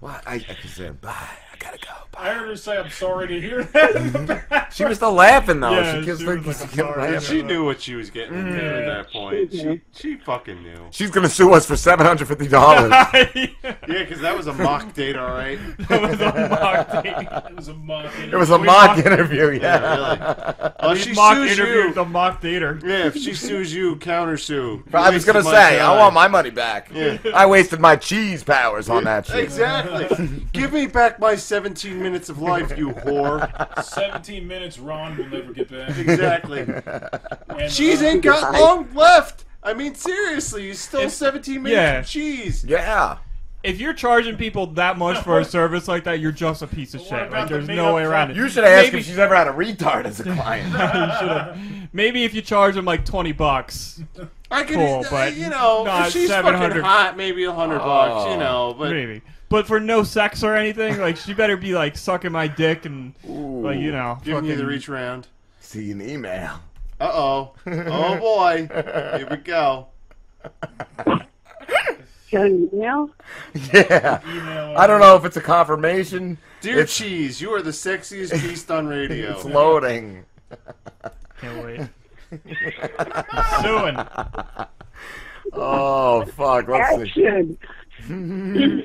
B: What? I, I just said bye. I gotta go.
F: I heard her say, "I'm sorry to hear that." in the background.
B: She was still laughing though.
G: Yeah,
B: she just
G: she
B: like,
G: was
B: she kept laughing.
G: And she knew what she was getting into at
F: Yeah.
G: that point. She
B: Mm-hmm.
G: she fucking knew.
B: She's gonna sue us for seven hundred fifty dollars.
G: Yeah, because that was a mock date, all right.
E: That was a mock date.
F: It was a mock.
B: It was a mock interview,
G: Yeah,
B: yeah.
G: really. Oh,
E: These
G: she
E: mock
G: sues
E: interviews,
G: you.
E: the mock theater.
G: Yeah, if she sues you, counter sue.
B: I was gonna say, I want my money back.
G: Yeah.
B: I wasted my cheese powers on that shit.
G: Exactly. Give me back my 17 minutes of life, you whore.
F: 17 minutes, Ron will never get back.
G: Exactly.
F: And,
G: Cheese
F: uh,
G: ain't got long left. I mean, seriously, you still 17 minutes
E: yeah.
G: of cheese.
B: Yeah.
E: If you're charging people that much for a service like that, you're just a piece of shit. Like, there's no way around it.
B: You should ask
E: Maybe-
B: if she's ever had a retard as a client.
E: You should've- Maybe if you charge them like 20 bucks.
G: I can,
E: cool, but
G: you know,
E: not
G: if she's fucking
E: 700.
G: hot, maybe a hundred bucks, you
B: Oh.
G: know, but
E: maybe. But for no sex or anything, like she better be like sucking my dick and like you know,
G: give me
E: fucking,
G: the reach round.
B: See an email.
G: Uh oh, oh boy, here we go.
I: Good email?
B: Yeah. I don't know if it's a confirmation.
G: Dear
B: It's-
G: Cheese, you are the sexiest beast on radio.
B: It's loading.
E: Can't
G: wait.
E: Suing.
B: Oh fuck! Let's
I: Action.
B: see. Mm-hmm.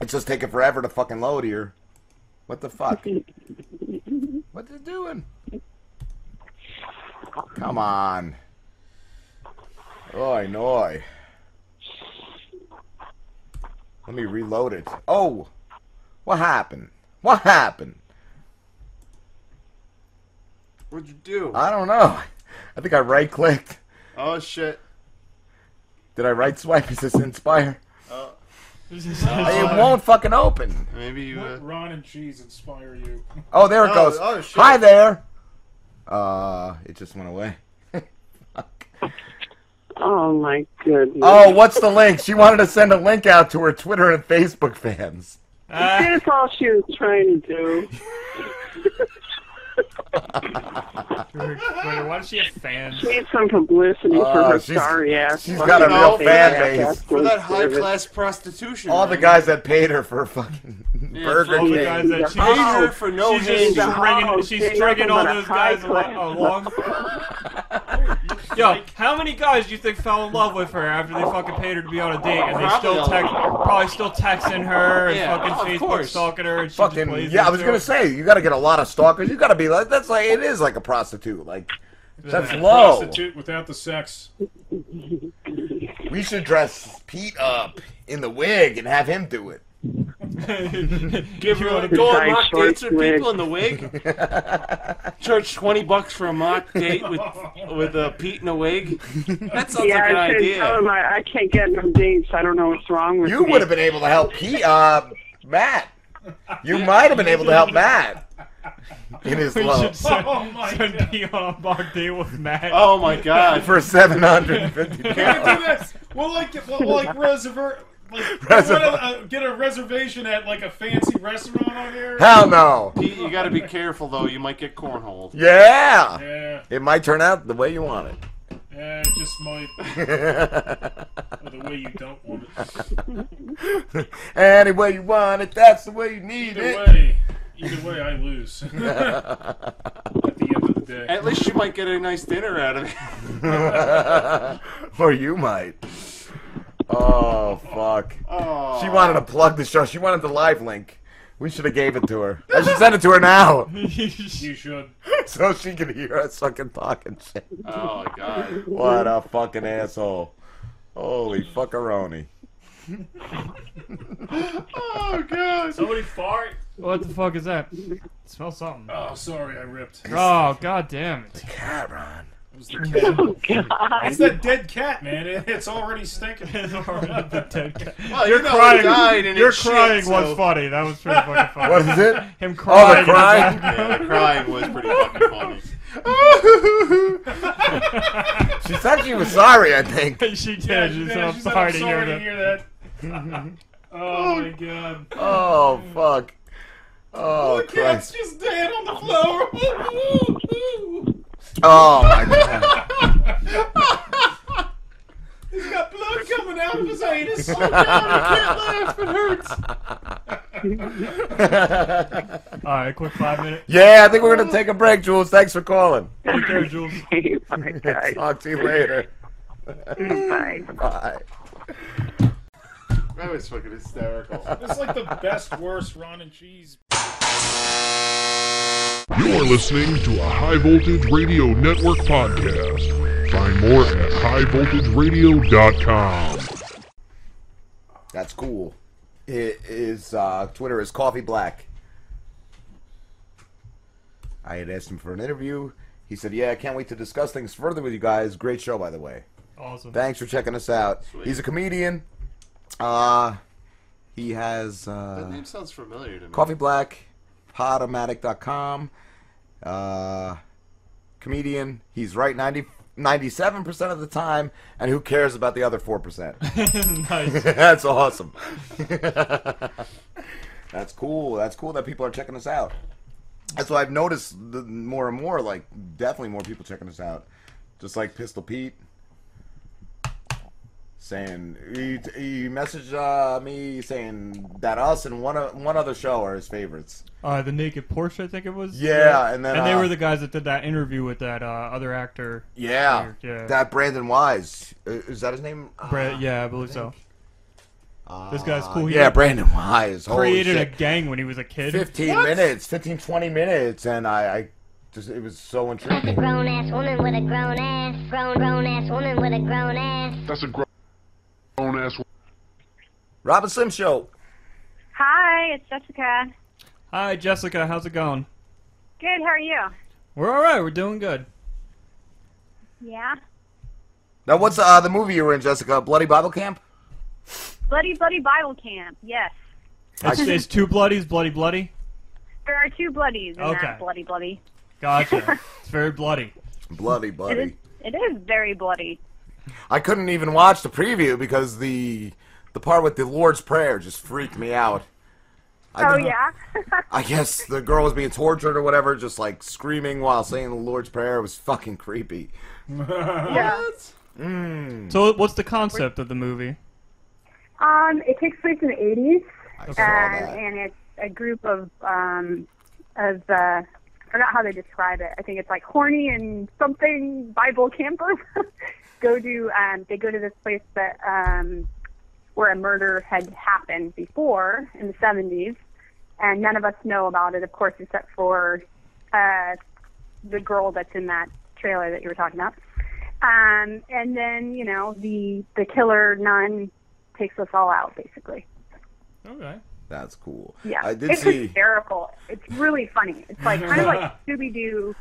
B: it's just taking forever to fucking load here. What the fuck? What's it doing? Come on. Oi, noy. Let me reload it. Oh, what happened? What happened?
G: What'd you do?
B: I don't know. I think I right clicked.
G: Oh shit.
B: Did I right swipe? Is this Inspire?
G: Oh.
B: it won't fucking open.
G: Maybe you. Uh...
F: What Ron and cheese inspire you?
B: Oh, there it
G: Oh,
B: goes.
G: oh, shit.
B: Hi there. Uh, it just went away.
I: Oh my goodness.
B: Oh, what's the link? She wanted to send a link out to her Twitter and Facebook fans.
G: Uh,
I: That's all she was trying to do.
E: Wait, why does she have fans?
I: She needs some publicity for
B: Oh,
I: her
B: she's-
I: sorry ass.
B: she's got a
I: fucking
B: real
I: fake
B: fan
I: ass
B: base.
I: ass
G: For Oh, that
I: service.
G: high class prostitution.
B: All the
G: man.
B: guys that paid her for fucking
G: Yeah,
B: Burger
G: all the
B: King.
G: guys that she-
B: Oh,
G: Paid her for no
E: She's just
G: handy.
E: stringing, she's
G: Oh,
E: stringing all
G: nothing
E: those
G: but a
E: guys alo- along. Yo, how many guys do you think fell in love with her after they fucking paid her to be on a date and they
G: Probably
E: still
G: a
E: text, probably still texting her and
G: Yeah,
E: fucking
G: of
E: Facebook
G: course.
E: stalking her and she just
B: fucking
E: plays
B: yeah. I
E: into
B: was gonna
E: it.
B: say you got to get a lot of stalkers. You got to be like that's like it is like a prostitute. Like that's
F: A
B: low.
F: Prostitute without the sex.
B: We should dress Pete up in the wig and have him do it.
G: Give her a go on mock dates with people in the wig. Charge twenty bucks for a mock date with with uh, Pete in a wig. That sounds
I: yeah,
G: like an
I: I said,
G: idea.
I: Tell him I, I can't get no dates. I don't know what's wrong with
B: You
I: me.
B: would have been able to help Pete, uh, Matt. You might have been able to help Matt in his
E: We
B: love
E: should send, send Dion on a mock date with Matt.
G: Oh my god!
B: for seven hundred and fifty
F: Can't
B: dollars.
F: do that. We'll like we'll like reserve like
B: Reserve-
F: Get, a, uh, get a reservation at like a fancy restaurant on here.
B: Hell no.
G: Pete, you got to be careful though. You might get cornholed.
B: Yeah.
F: Yeah.
B: It might turn out the way you want it.
F: Yeah, it just might. or the way you don't want it.
B: Any way you want it, that's the way you need
F: Either
B: it.
F: way, either way, I lose. at the end of the day.
G: At least you might get a nice dinner out of it.
B: or you might. Oh fuck.
G: Oh.
B: She wanted to plug the show. She wanted the live link. We should have gave it to her. I should send it to her now,
F: you should.
B: so she can hear us fucking talking shit.
G: Oh god.
B: What a fucking asshole. Holy fuckeroni.
G: Oh god.
F: Somebody fart.
E: What the fuck is that? It smells something.
F: Oh, sorry, I ripped.
E: Oh god damn it!
B: cat, Ron.
F: It was the cat.
E: Oh,
F: It's that dead cat, man. It, it's already stinking.
E: it's already the dead cat.
G: Well,
E: Your
G: you know he
E: crying,
G: died and
E: your
G: it's shit,
E: crying was
G: so-
E: funny. That was pretty fucking funny.
B: What is it?
E: Him
B: Oh,
E: crying.
B: the crying?
G: Yeah, the crying was pretty fucking funny.
B: She said she was sorry, I think.
E: she did.
F: Yeah,
E: she
F: man,
E: said, I'm
F: she said,
E: sorry to hear
F: sorry
E: that. Mm-hmm.
F: that. oh my god.
B: Oh, fuck. Oh,
F: the cat's
B: Christ.
F: just dead on the floor.
B: Oh, my God.
F: He's got blood coming out of his anus. Oh god, I can't laugh. It hurts.
E: All right, quick five minute.
B: Yeah, I think we're going to take a break, Jules. Thanks for calling.
E: Take care, Jules.
B: Talk to you later.
I: Bye.
B: Bye.
G: That was fucking hysterical.
F: It's like the best, worst Ron and cheese.
A: You're listening to a High Voltage Radio Network podcast. Find more at highvoltageradio.com.
B: That's cool. It is uh, Twitter is Coffee Black. I had asked him for an interview. He said, "Yeah, I can't wait to discuss things further with you guys. Great show, by the way.
E: Awesome.
B: Thanks for checking us out." He's a comedian. Uh, he has
G: That
B: uh,
G: name sounds familiar to me.
B: Coffee Black, Podomatic.com. Uh, comedian. He's right 90, 97% of the time, and who cares about the other 4%?
E: nice.
B: That's awesome. That's cool. That's cool that people are checking us out. That's why I've noticed the, more and more, like definitely more people checking us out. Just like Pistol Pete, saying he, he messaged uh, me saying that us and one o- one other show are his favorites.
E: Uh, the Naked Porsche, I think it was.
B: Yeah, and then,
E: and they
B: uh,
E: were the guys that did that interview with that uh, other actor.
B: Yeah,
E: yeah.
B: that Brandon Wise I- is that his name?
E: Brad, yeah, I believe so. this guy's cool. He
B: uh, yeah,
E: like,
B: Brandon Wise. Holy
E: created
B: shit.
E: a gang when he was a kid.
B: 15 minutes, 15, 20 minutes, and I, I just it was so intriguing.
H: Grown ass woman with a grown ass, grown grown ass woman with a grown ass.
A: That's a grown ass.
B: Robin Slim Show.
R: Hi, it's Jessica.
E: Hi, Jessica. How's it going?
R: Good, how are you?
E: We're all right. We're doing good.
R: Yeah.
B: Now, what's uh, the movie you were in, Jessica? Bloody Bible Camp?
R: Bloody Bloody Bible Camp, yes.
E: It's, it's two bloodies, bloody, bloody.
R: There are two bloodies in
E: Okay.
R: that bloody bloody.
E: Gotcha. it's very bloody.
B: Bloody
R: It is,
B: Buddy.
R: it is very bloody.
B: I couldn't even watch the preview because the the part with the Lord's Prayer just freaked me out.
R: oh,
B: did not-
R: yeah?
B: I guess the girl was being tortured or whatever, just like screaming while saying the Lord's Prayer. It was fucking creepy.
R: yeah.
B: Mm.
E: So, what's the concept of the movie?
R: Um, it takes place in the 80s,
E: I
R: um,
E: saw that.
R: and it's a group of, um, of uh, I forgot how they describe it. I think it's like horny and something Bible campers go to, um, they go to this place that, um, where a murder had happened before in the 70s, and none of us know about it, of course, except for uh, the girl that's in that trailer that you were talking about. Um, and then, you know, the, the killer nun takes us all out, basically.
E: Okay.
B: That's cool.
R: Yeah.
B: I did
R: it's
B: see.
R: hysterical. It's really funny. It's like kind of like Scooby Doo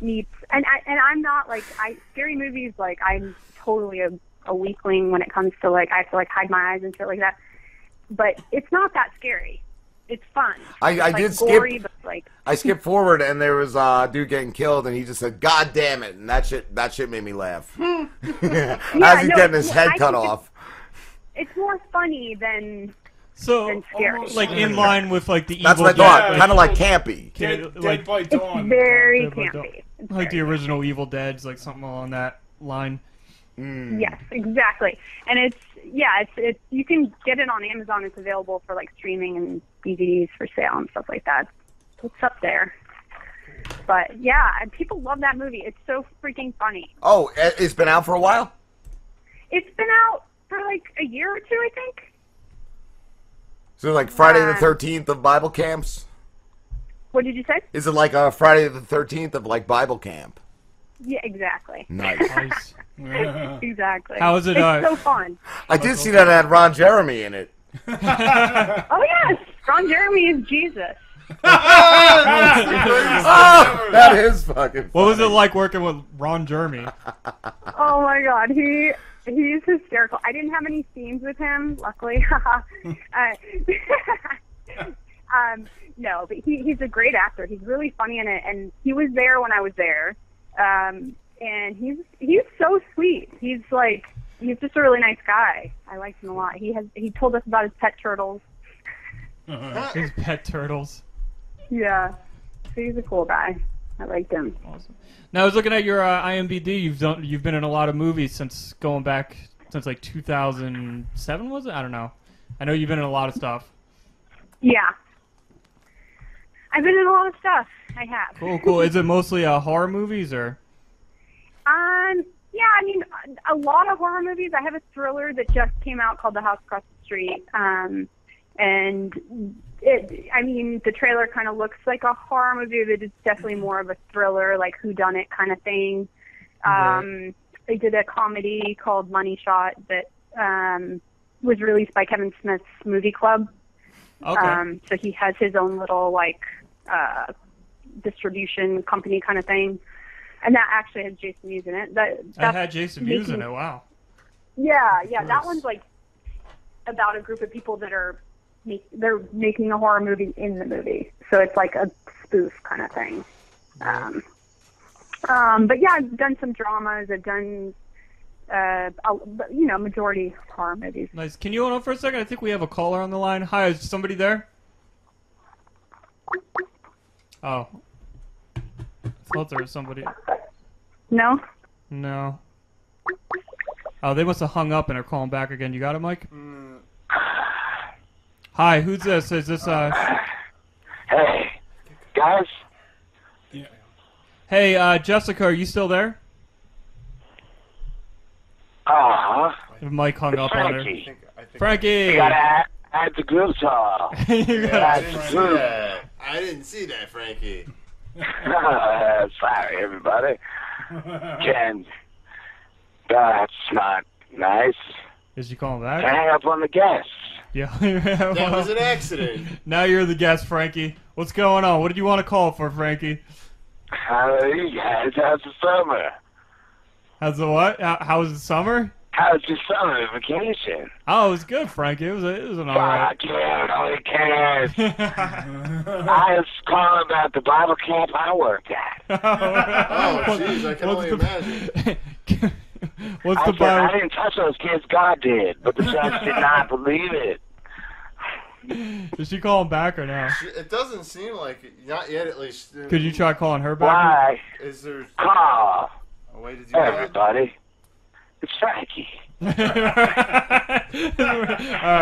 R: meets and I and I'm not like I scary movies like I'm totally a, a weakling when it comes to like I have to like hide my eyes and shit like that. But it's not that scary. It's fun.
B: I-
R: It's,
B: I
R: like,
B: did skip-
R: gory, but like
B: I skipped forward and there was uh, a dude getting killed and he just said, "God damn it!" and that shit that shit made me laugh. As he's
R: no,
B: getting his
R: I
B: head
R: think
B: cut
R: it's-
B: off.
R: it's more funny than
E: So,
R: than scary.
E: like in line with like the evil.
B: That's what I thought. kind of like campy.
E: Dead,
R: Dead
E: by
R: Dawn. It's very campy.
E: Like the original Evil Dead's, like something along that line. Mm.
B: Mm.
R: Yes, exactly. And it's yeah, it's it's you can get it on Amazon. It's available for like streaming and DVDs for sale and stuff like that. It's up there. But yeah, and people love that movie. It's so freaking funny.
B: Oh, it- it's been out for a while.
R: It's been out for like a year or two, I think.
B: So like Friday the
R: Um,
B: Thirteenth of Bible camps.
R: What did you say?
B: Is it like a Friday the Thirteenth of like Bible camp?
R: Yeah, exactly.
B: Nice.
R: exactly.
B: How is it,
R: It's
B: uh,
R: so fun.
B: I did see that it had Ron Jeremy in it.
R: Oh yes, Ron Jeremy is Jesus.
B: oh, that is fucking.
E: What was it like working with Ron Jeremy?
R: Oh my god, he he's hysterical. I didn't have any scenes with him, luckily. uh, um, no, but he he's a great actor. He's really funny in it, and he was there when I was there. Um, and he's he's so sweet. He's like he's just a really nice guy. I liked him a lot. He has he told us about his pet turtles.
E: His pet turtles.
R: Yeah, so he's a cool guy. I liked him.
E: Awesome. Now I was looking at your uh, IMDb. You've done. You've been in a lot of movies since going back since like 2007 was it? I don't know. I know you've been in a lot of stuff.
R: Yeah, I've been in a lot of stuff. I have.
E: Cool, cool. Is it mostly uh, horror movies or?
R: Um, yeah, I mean, a lot of horror movies. I have a thriller that just came out called The House Across the Street. Um, and it, I mean, the trailer kind of looks like a horror movie, but it's definitely more of a thriller, like who done it kind of thing. Um, they did a comedy called Money Shot that um, was released by Kevin Smith's Movie Club.
E: Okay.
R: Um, so he has his own little like uh, distribution company kind of thing, and that actually has Jason Mewes in it. That
E: I
R: that's
E: had Jason Mewes in
R: making-
E: it. Wow.
R: Yeah, yeah,
E: Nice.
R: that one's like about a group of people that are make, they're making a horror movie in the movie, so it's like a spoof kind of thing. Um, um, but yeah, I've done some dramas. I've done uh, a, but, you know majority horror movies.
E: Nice. Can you hold on for a second? I think we have a caller on the line. Hi, is somebody there? Oh. I thought there was somebody.
R: No.
E: No. Oh, they must have hung up and are calling back again. You got it, Mike? Hi, who's this? Is this uh?
I: Hey, guys.
E: Hey, uh, Jessica, are you still there?
I: Uh huh.
E: Mike hung up on her.
I: Frankie.
E: Frankie.
I: You gotta add, add the good song.
G: I
I: add
G: didn't
I: the
G: see
I: good.
G: that. I didn't see that, Frankie.
I: Sorry, everybody. Ken, that's not nice.
E: Is she calling
I: Hang
E: back?
I: up on the guest.
E: Yeah. that
I: That was an accident.
E: Now you're the guest, Frankie. What's going on? What did you want to call for, Frankie?
I: How are you guys? How's the summer?
E: How's the what? How, how was the summer?
I: How's your summer vacation?
E: Oh, it was good, Frankie. It was a, it was an alright.
I: Fuck you, nobody cares. I was calling about the Bible camp I worked at.
G: Oh, jeez, I can only imagine.
E: What's
I: I
E: the
I: said,
E: Bible?
I: I didn't touch those kids. God did, but the judge did not believe it.
E: Is she calling back or no?
G: It doesn't seem like it. Not yet, at least.
E: Could you try calling her back?
I: Why?
G: Is there?
I: Call
G: Oh, wait, did you?
I: everybody. It's Frankie.
E: All right,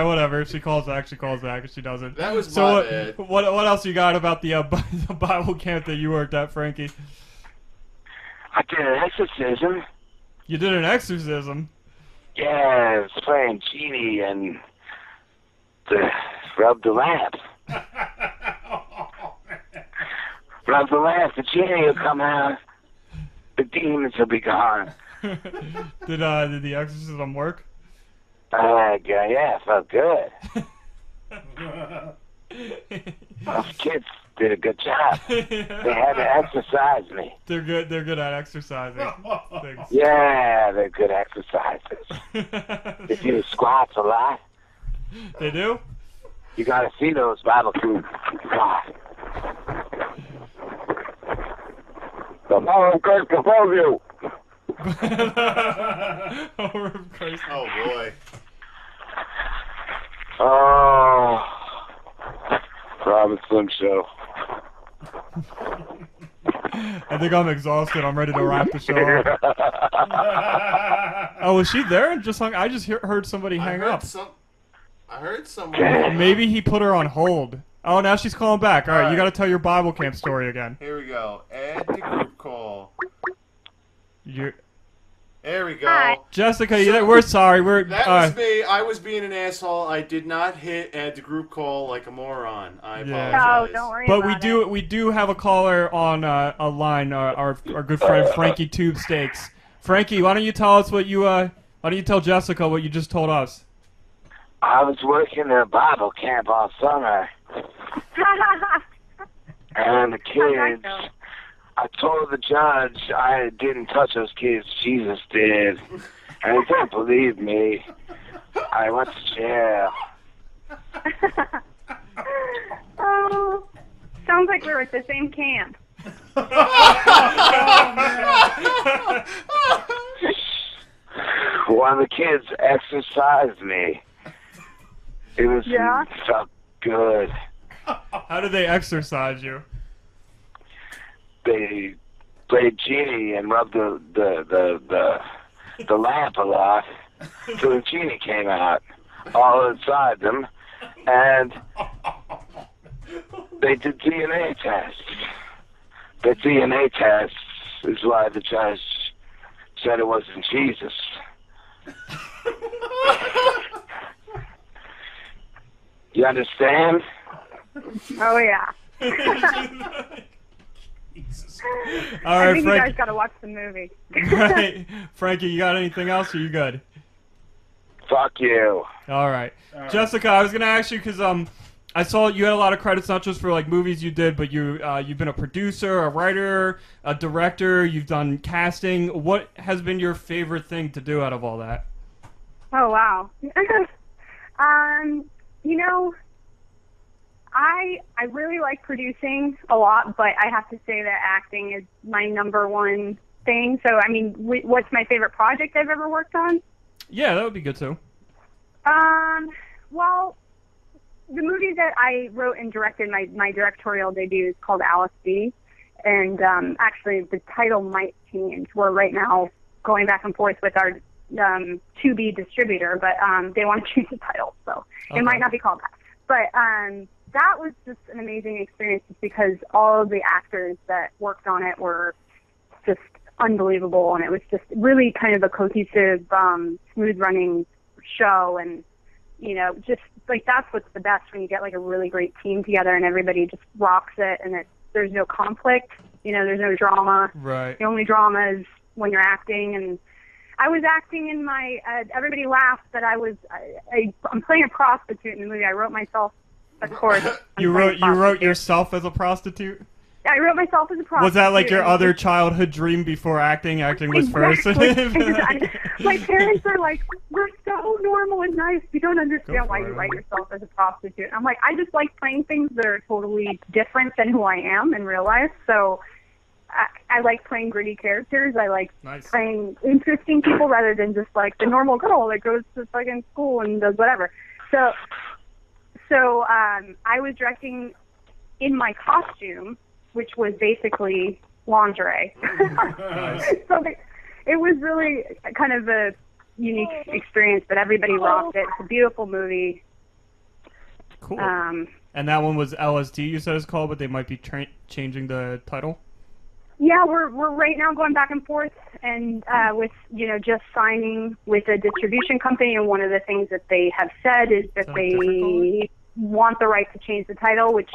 E: whatever. If she calls back, she calls back. If she doesn't,
G: That was
E: so.
G: my
E: what,
G: bad.
E: what what else you got about the, uh, Bi- the Bible camp that you worked at, Frankie?
I: I did an exorcism.
E: You did an exorcism.
I: Yeah, it's playing genie and the, rub the lamp. rub the lamp. The genie will come out. The demons will be gone.
E: Did uh did the exorcism work?
I: Uh, yeah, yeah, it felt good. Those kids did a good job. They had to exercise me.
E: They're good. They're good at exercising. Things.
I: Yeah, they're good exercises. they do squats a lot.
E: They do.
I: You gotta see those Bible crews. God. The power of Christ above you.
G: Oh boy.
I: Oh, Robin Slim Show.
E: I think I'm exhausted. I'm ready to wrap the show up. oh, was she there? and Just hung. I just hear, heard somebody hang
G: I heard
E: up.
G: some. I heard someone.
E: Maybe he put her on hold. Oh, now she's calling back. All right, you got to tell your Bible camp story again.
G: Here we go. Add to group call.
E: you
G: There we go.
E: Jessica, you we're sorry. We're
G: That
E: uh,
G: was me. I was being an asshole. I did not hit add to group call like a moron. I
E: Yeah.
G: apologize.
E: But we do we do have a caller on uh, a line. Our, our our good
G: Uh,
E: friend Frankie Tube Steaks. Frankie, why don't you tell us what you uh why don't you tell Jessica what you just told us?
I: I was working at a Bible camp all summer, and the kids. I told the judge I didn't touch those kids. Jesus did, and he didn't believe me. I went to jail.
R: Oh, sounds like we were at the same camp.
I: One of the kids exercised me. It was
E: Yeah?
I: felt good.
E: How do they exercise you?
I: They played genie and rubbed the the the the, the lamp a lot till the genie came out all inside them, and they did DNA tests. The DNA tests is why the judge said it wasn't Jesus.
R: Oh,
I: You understand?
R: Oh yeah.
E: All
R: I
E: right,
R: think you
E: Frank.
R: guys gotta watch the movie.
E: Right. Frankie, you got anything else? Or you good?
I: Fuck you.
E: All right. Jessica, I was gonna ask you because um, I saw you had a lot of credits not just for like movies you did, but you uh, you've been a producer, a writer, a director. You've done casting. What has been your favorite thing to do out of all that?
R: Oh wow. um, you know, I I really like producing a lot, but I have to say that acting is my number one thing. So I mean, wh- what's my favorite project I've ever worked on?
E: Yeah, that would be good too.
R: Um, well, the movie that I wrote and directed, my, my directorial debut is called Alice B. And um, actually, the title might change. We're right now going back and forth with our um, to be distributor, but um, they want to change the title, so
S: Okay.
R: it might not be called that. But um, that was just an amazing experience, just because all of the actors that worked on it were just unbelievable, and it was just really kind of a cohesive, um, smooth running show, and you know, just like that's what's the best when you get like a really great team together and everybody just rocks it, and it, there's no conflict, you know, there's no drama.
E: Right.
R: The only drama is when you're acting, and I was acting in my. Uh, everybody laughed, but I was. I, I, I'm playing a prostitute in the movie. I wrote myself, of course.
E: You wrote you wrote yourself as a prostitute.
R: I wrote myself as a prostitute.
E: Was that like your
R: and
E: other
R: just-
E: childhood dream before acting? Acting was first.
R: Exactly. my parents are like, we're so normal and nice. You don't understand why you write yourself as a prostitute. I'm like, I just like playing things that are totally different than who I am in real life. So I, I like playing gritty characters. I like
E: Nice.
R: playing interesting people rather than just like the normal girl that goes to fucking school and does whatever. So, so um, I was directing in my costume, which was basically lingerie. so the, it was really kind of a unique experience, but everybody rocked it. It's a beautiful movie.
E: Cool.
R: Um,
E: and that one was LSD. You said it's called, but they might be tra- changing the title.
R: yeah, we're we're right now going back and forth, and uh, with you know just signing with a distribution company. And one of the things that they have said is that they want the right to change the title, which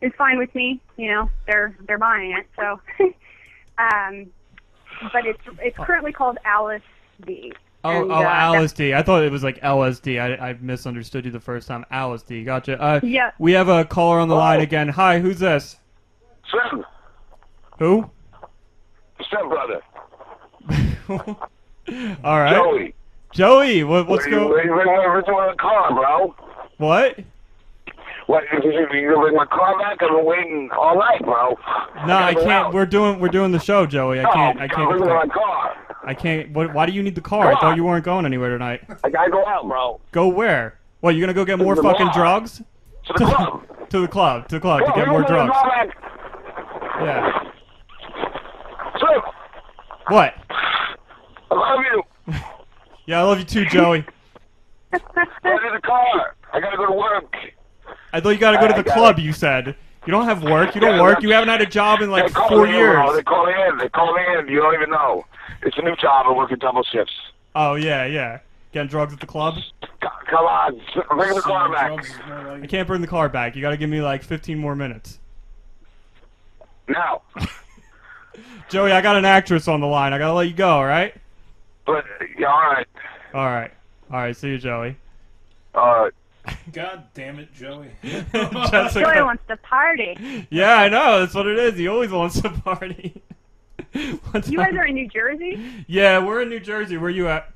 R: is fine with me. You know, they're they're buying it, so. um, but it's it's currently called Alice B.
E: Oh,
R: And,
E: oh,
R: uh, that-
E: LSD. I thought it was like LSD. I, I misunderstood you the first time. LSD. Gotcha. Uh,
R: Yeah.
E: We have a caller on the
T: Oh.
E: line again. Hi, who's this?
T: Slim,
E: Who?
T: Slim brother.
E: All right.
T: Joey.
E: Joey, what, what's
T: what do you,
E: going?
T: what do you, what do you, what do you want to call him, bro?
E: What?
T: What, you, you, you gonna bring my car back? I've been waiting all night, bro.
E: No, I can't. We're doing we're doing the show, Joey. I can't. I can't.
T: Bring
E: get
T: me my
E: the-
T: car.
E: I can't. What, why do you need the car? I thought you weren't going anywhere tonight.
T: I gotta go out, bro.
E: Go where? What? You're gonna go get
T: To
E: more
T: the
E: fucking
T: bar.
E: drugs?
T: To the club.
E: to the club. To the club.
T: Bro,
E: to get
T: you
E: more
T: bring my
E: drugs.
T: car back.
E: Yeah.
T: Slim,
E: What?
T: I love you.
E: Yeah, I love you too, Joey.
T: Get in the car. I gotta go to work.
E: I thought you gotta go
T: I-
E: to
T: I
E: the
T: got
E: club. You said you don't have work. You don't
T: Yeah,
E: work.
T: that's-
E: You haven't had a job in like
T: they call
E: four
T: me in, bro.
E: years.
T: They call me in. They call me in. You don't even know. It's a new job. I'm working double shifts.
E: Oh yeah, yeah. Getting drugs at the club.
T: Come on, bring the car back.
E: I can't bring the car back. You gotta give me like 15 more minutes.
T: Now.
E: Joey, I got an actress on the line. I gotta let you go. All right.
T: But yeah, all right,
E: All right. All right. See you, Joey.
T: all right.
U: God damn it, Joey.
E: Jessica.
R: Joey wants to party.
E: Yeah, I know. That's what it is. He always wants to party.
R: You guys are in New Jersey?
E: Yeah, we're in New Jersey. Where you at?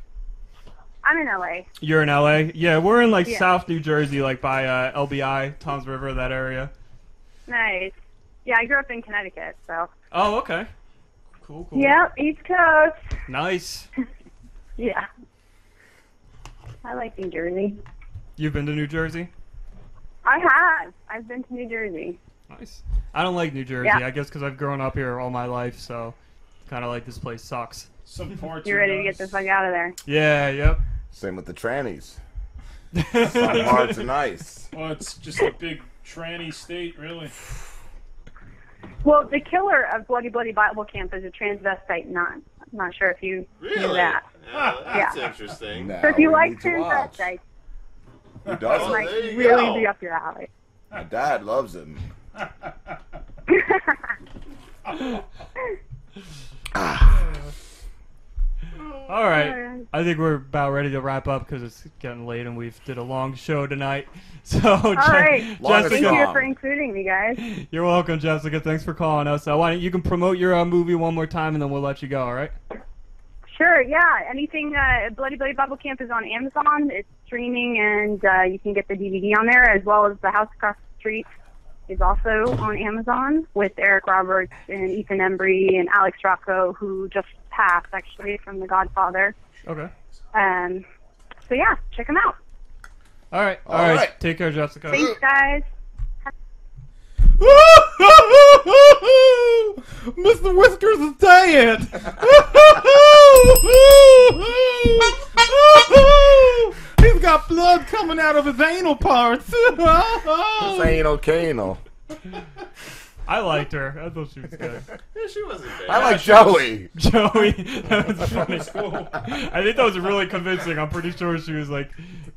R: I'm in LA.
E: You're in LA. Yeah, we're in like
R: Yeah.
E: South New Jersey, like by uh, LBI, Tom's River, that area.
R: Nice. Yeah, I grew up in Connecticut, so.
E: Oh, okay. Cool, cool.
R: Yep, East Coast.
E: Nice.
R: Yeah. I like New Jersey.
E: You've been to New Jersey?
R: I have. I've been to New Jersey.
E: Nice. I don't like New Jersey.
R: Yeah.
E: I guess because I've grown up here all my life, so kind of like this place sucks.
U: Some
R: You're ready to get the fuck out of there.
E: Yeah. Yep.
B: Same with the trannies. Some hearts are nice.
U: Well, it's just a big tranny state, really.
R: Well, the killer of Bloody Bloody Bible Camp is a transvestite nun. I'm not sure if you knew
G: Really?
R: that.
G: Yeah, that's
R: Yeah.
G: interesting.
R: so if you like transvestites,
B: Who
R: it
I: Oh
B: doesn't?
R: might really be up your alley.
B: My dad loves him.
E: All right. I think we're about ready to wrap up because it's getting late and we've did a long show tonight. So,
R: All right. Thank
E: Oh, Jessica,
R: you for including me, guys.
E: You're welcome, Jessica. Thanks for calling us. Uh, why don't you can promote your uh, movie one more time, and then we'll let you go. All right.
R: Sure, yeah. Anything, uh, Bloody Bloody Bible Camp is on Amazon. It's streaming, and uh, you can get the DVD on there, as well as The House Across the Street is also on Amazon with Eric Roberts and Ethan Embry and Alex Rocco, who just passed, actually, from The Godfather.
E: Okay.
R: Um, so, yeah, check them out.
E: All right.
R: All
E: all right.
R: right.
E: Take care, Jessica.
R: Thanks, guys.
V: Mr. Whiskers is dead.
U: He's got blood coming out of his anal parts. Oh!
B: This ain't okay, no.
E: I liked her. I thought she was good.
G: Yeah, she wasn't bad.
B: I
E: Yeah,
B: like
E: she was-
B: Joey.
E: Joey, that was funny. I think that was really convincing. I'm pretty sure she was like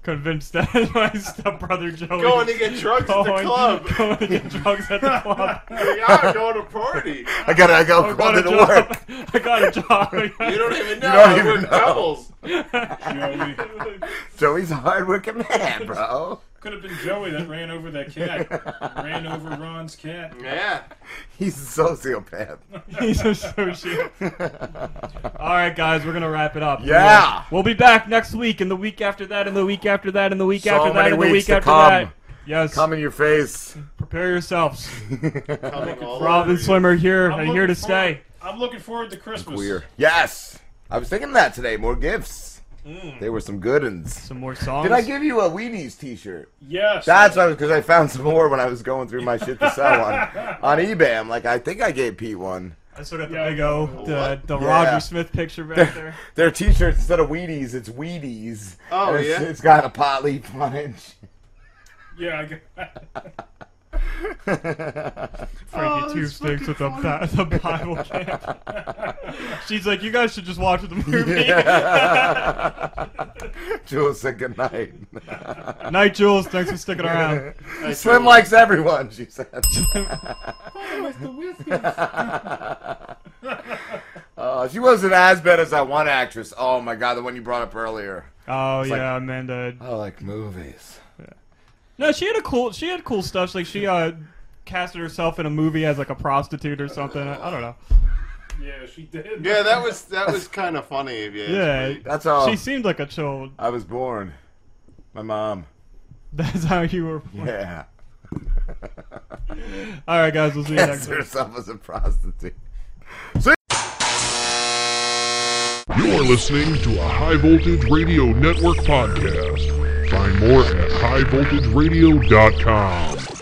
E: convinced that my stepbrother Joey
G: Going to get drugs at the
E: going-
G: club.
E: going to get drugs at the club.
G: Yeah, going to party.
B: I gotta I
E: I
B: go
E: got
B: call
E: a
B: it to
E: job.
B: work.
E: I got a job. You
G: don't even know.
B: don't even
G: We're
B: know.
G: couples.
B: Joey's a hardworking man, bro.
U: Could have been Joey that ran over that cat. ran over Ron's cat.
G: Yeah.
B: He's a sociopath.
E: He's a sociopath. All right, guys, we're gonna wrap it up.
B: Yeah.
E: we'll be back next week, and the week after that, and the week after that, and the week
B: so
E: after that,
B: many
E: and the
B: weeks
E: week
B: to
E: after
B: come.
E: that. Yes.
B: Come in your face.
E: Prepare yourselves.
B: all
E: Rob and Slimmer here
U: I'm
E: and here to
U: looking forward-
E: stay.
U: I'm looking forward to Christmas.
B: Queer. Yes. I was thinking that today. More gifts.
U: Mm.
B: They were some good ones.
E: Some more songs.
B: Did I give you a Wheaties T-shirt?
U: Yes.
B: That's what because I found some more when I was going through my shit to sell on on eBay. I'm like, I think I gave Pete one.
E: I still got the big O, uh, the, the
B: Yeah.
E: Roger Smith picture back there.
B: Their T-shirts instead of Wheaties, it's Wheaties.
E: Oh,
B: And it's,
E: yeah?
B: It's got a pot leaf on it.
U: Yeah, I got
E: Frankie
U: Oh,
E: Two
U: that's
E: Sticks with the,
U: fucking
E: ba- the
U: funny.
E: Bible camp. She's like, you guys should just watch the movie.
B: Jules said good night.
E: Night, Jules. Thanks for sticking around.
B: Slim likes everyone. She said. Uh, she wasn't as bad as that one actress. Oh my god, the one you brought up earlier.
E: Oh
B: It's like-
E: yeah, Amanda.
B: I like movies.
E: No, she had a cool. She had cool stuff. Like she uh, casted herself in a movie as like a prostitute or something. I, I don't know.
U: Yeah, she did.
G: Yeah, that was that was kind of funny. If you ask
E: Yeah,
G: me.
B: That's all.
E: She seemed like a child.
B: I was born. My mom.
E: That's how you were. born.
B: Yeah.
E: All right, guys. We'll see you next
B: Cast
E: week.
B: herself as a prostitute.
A: You're listening to a High Voltage Radio Network podcast. Find more at highvoltageradio.com.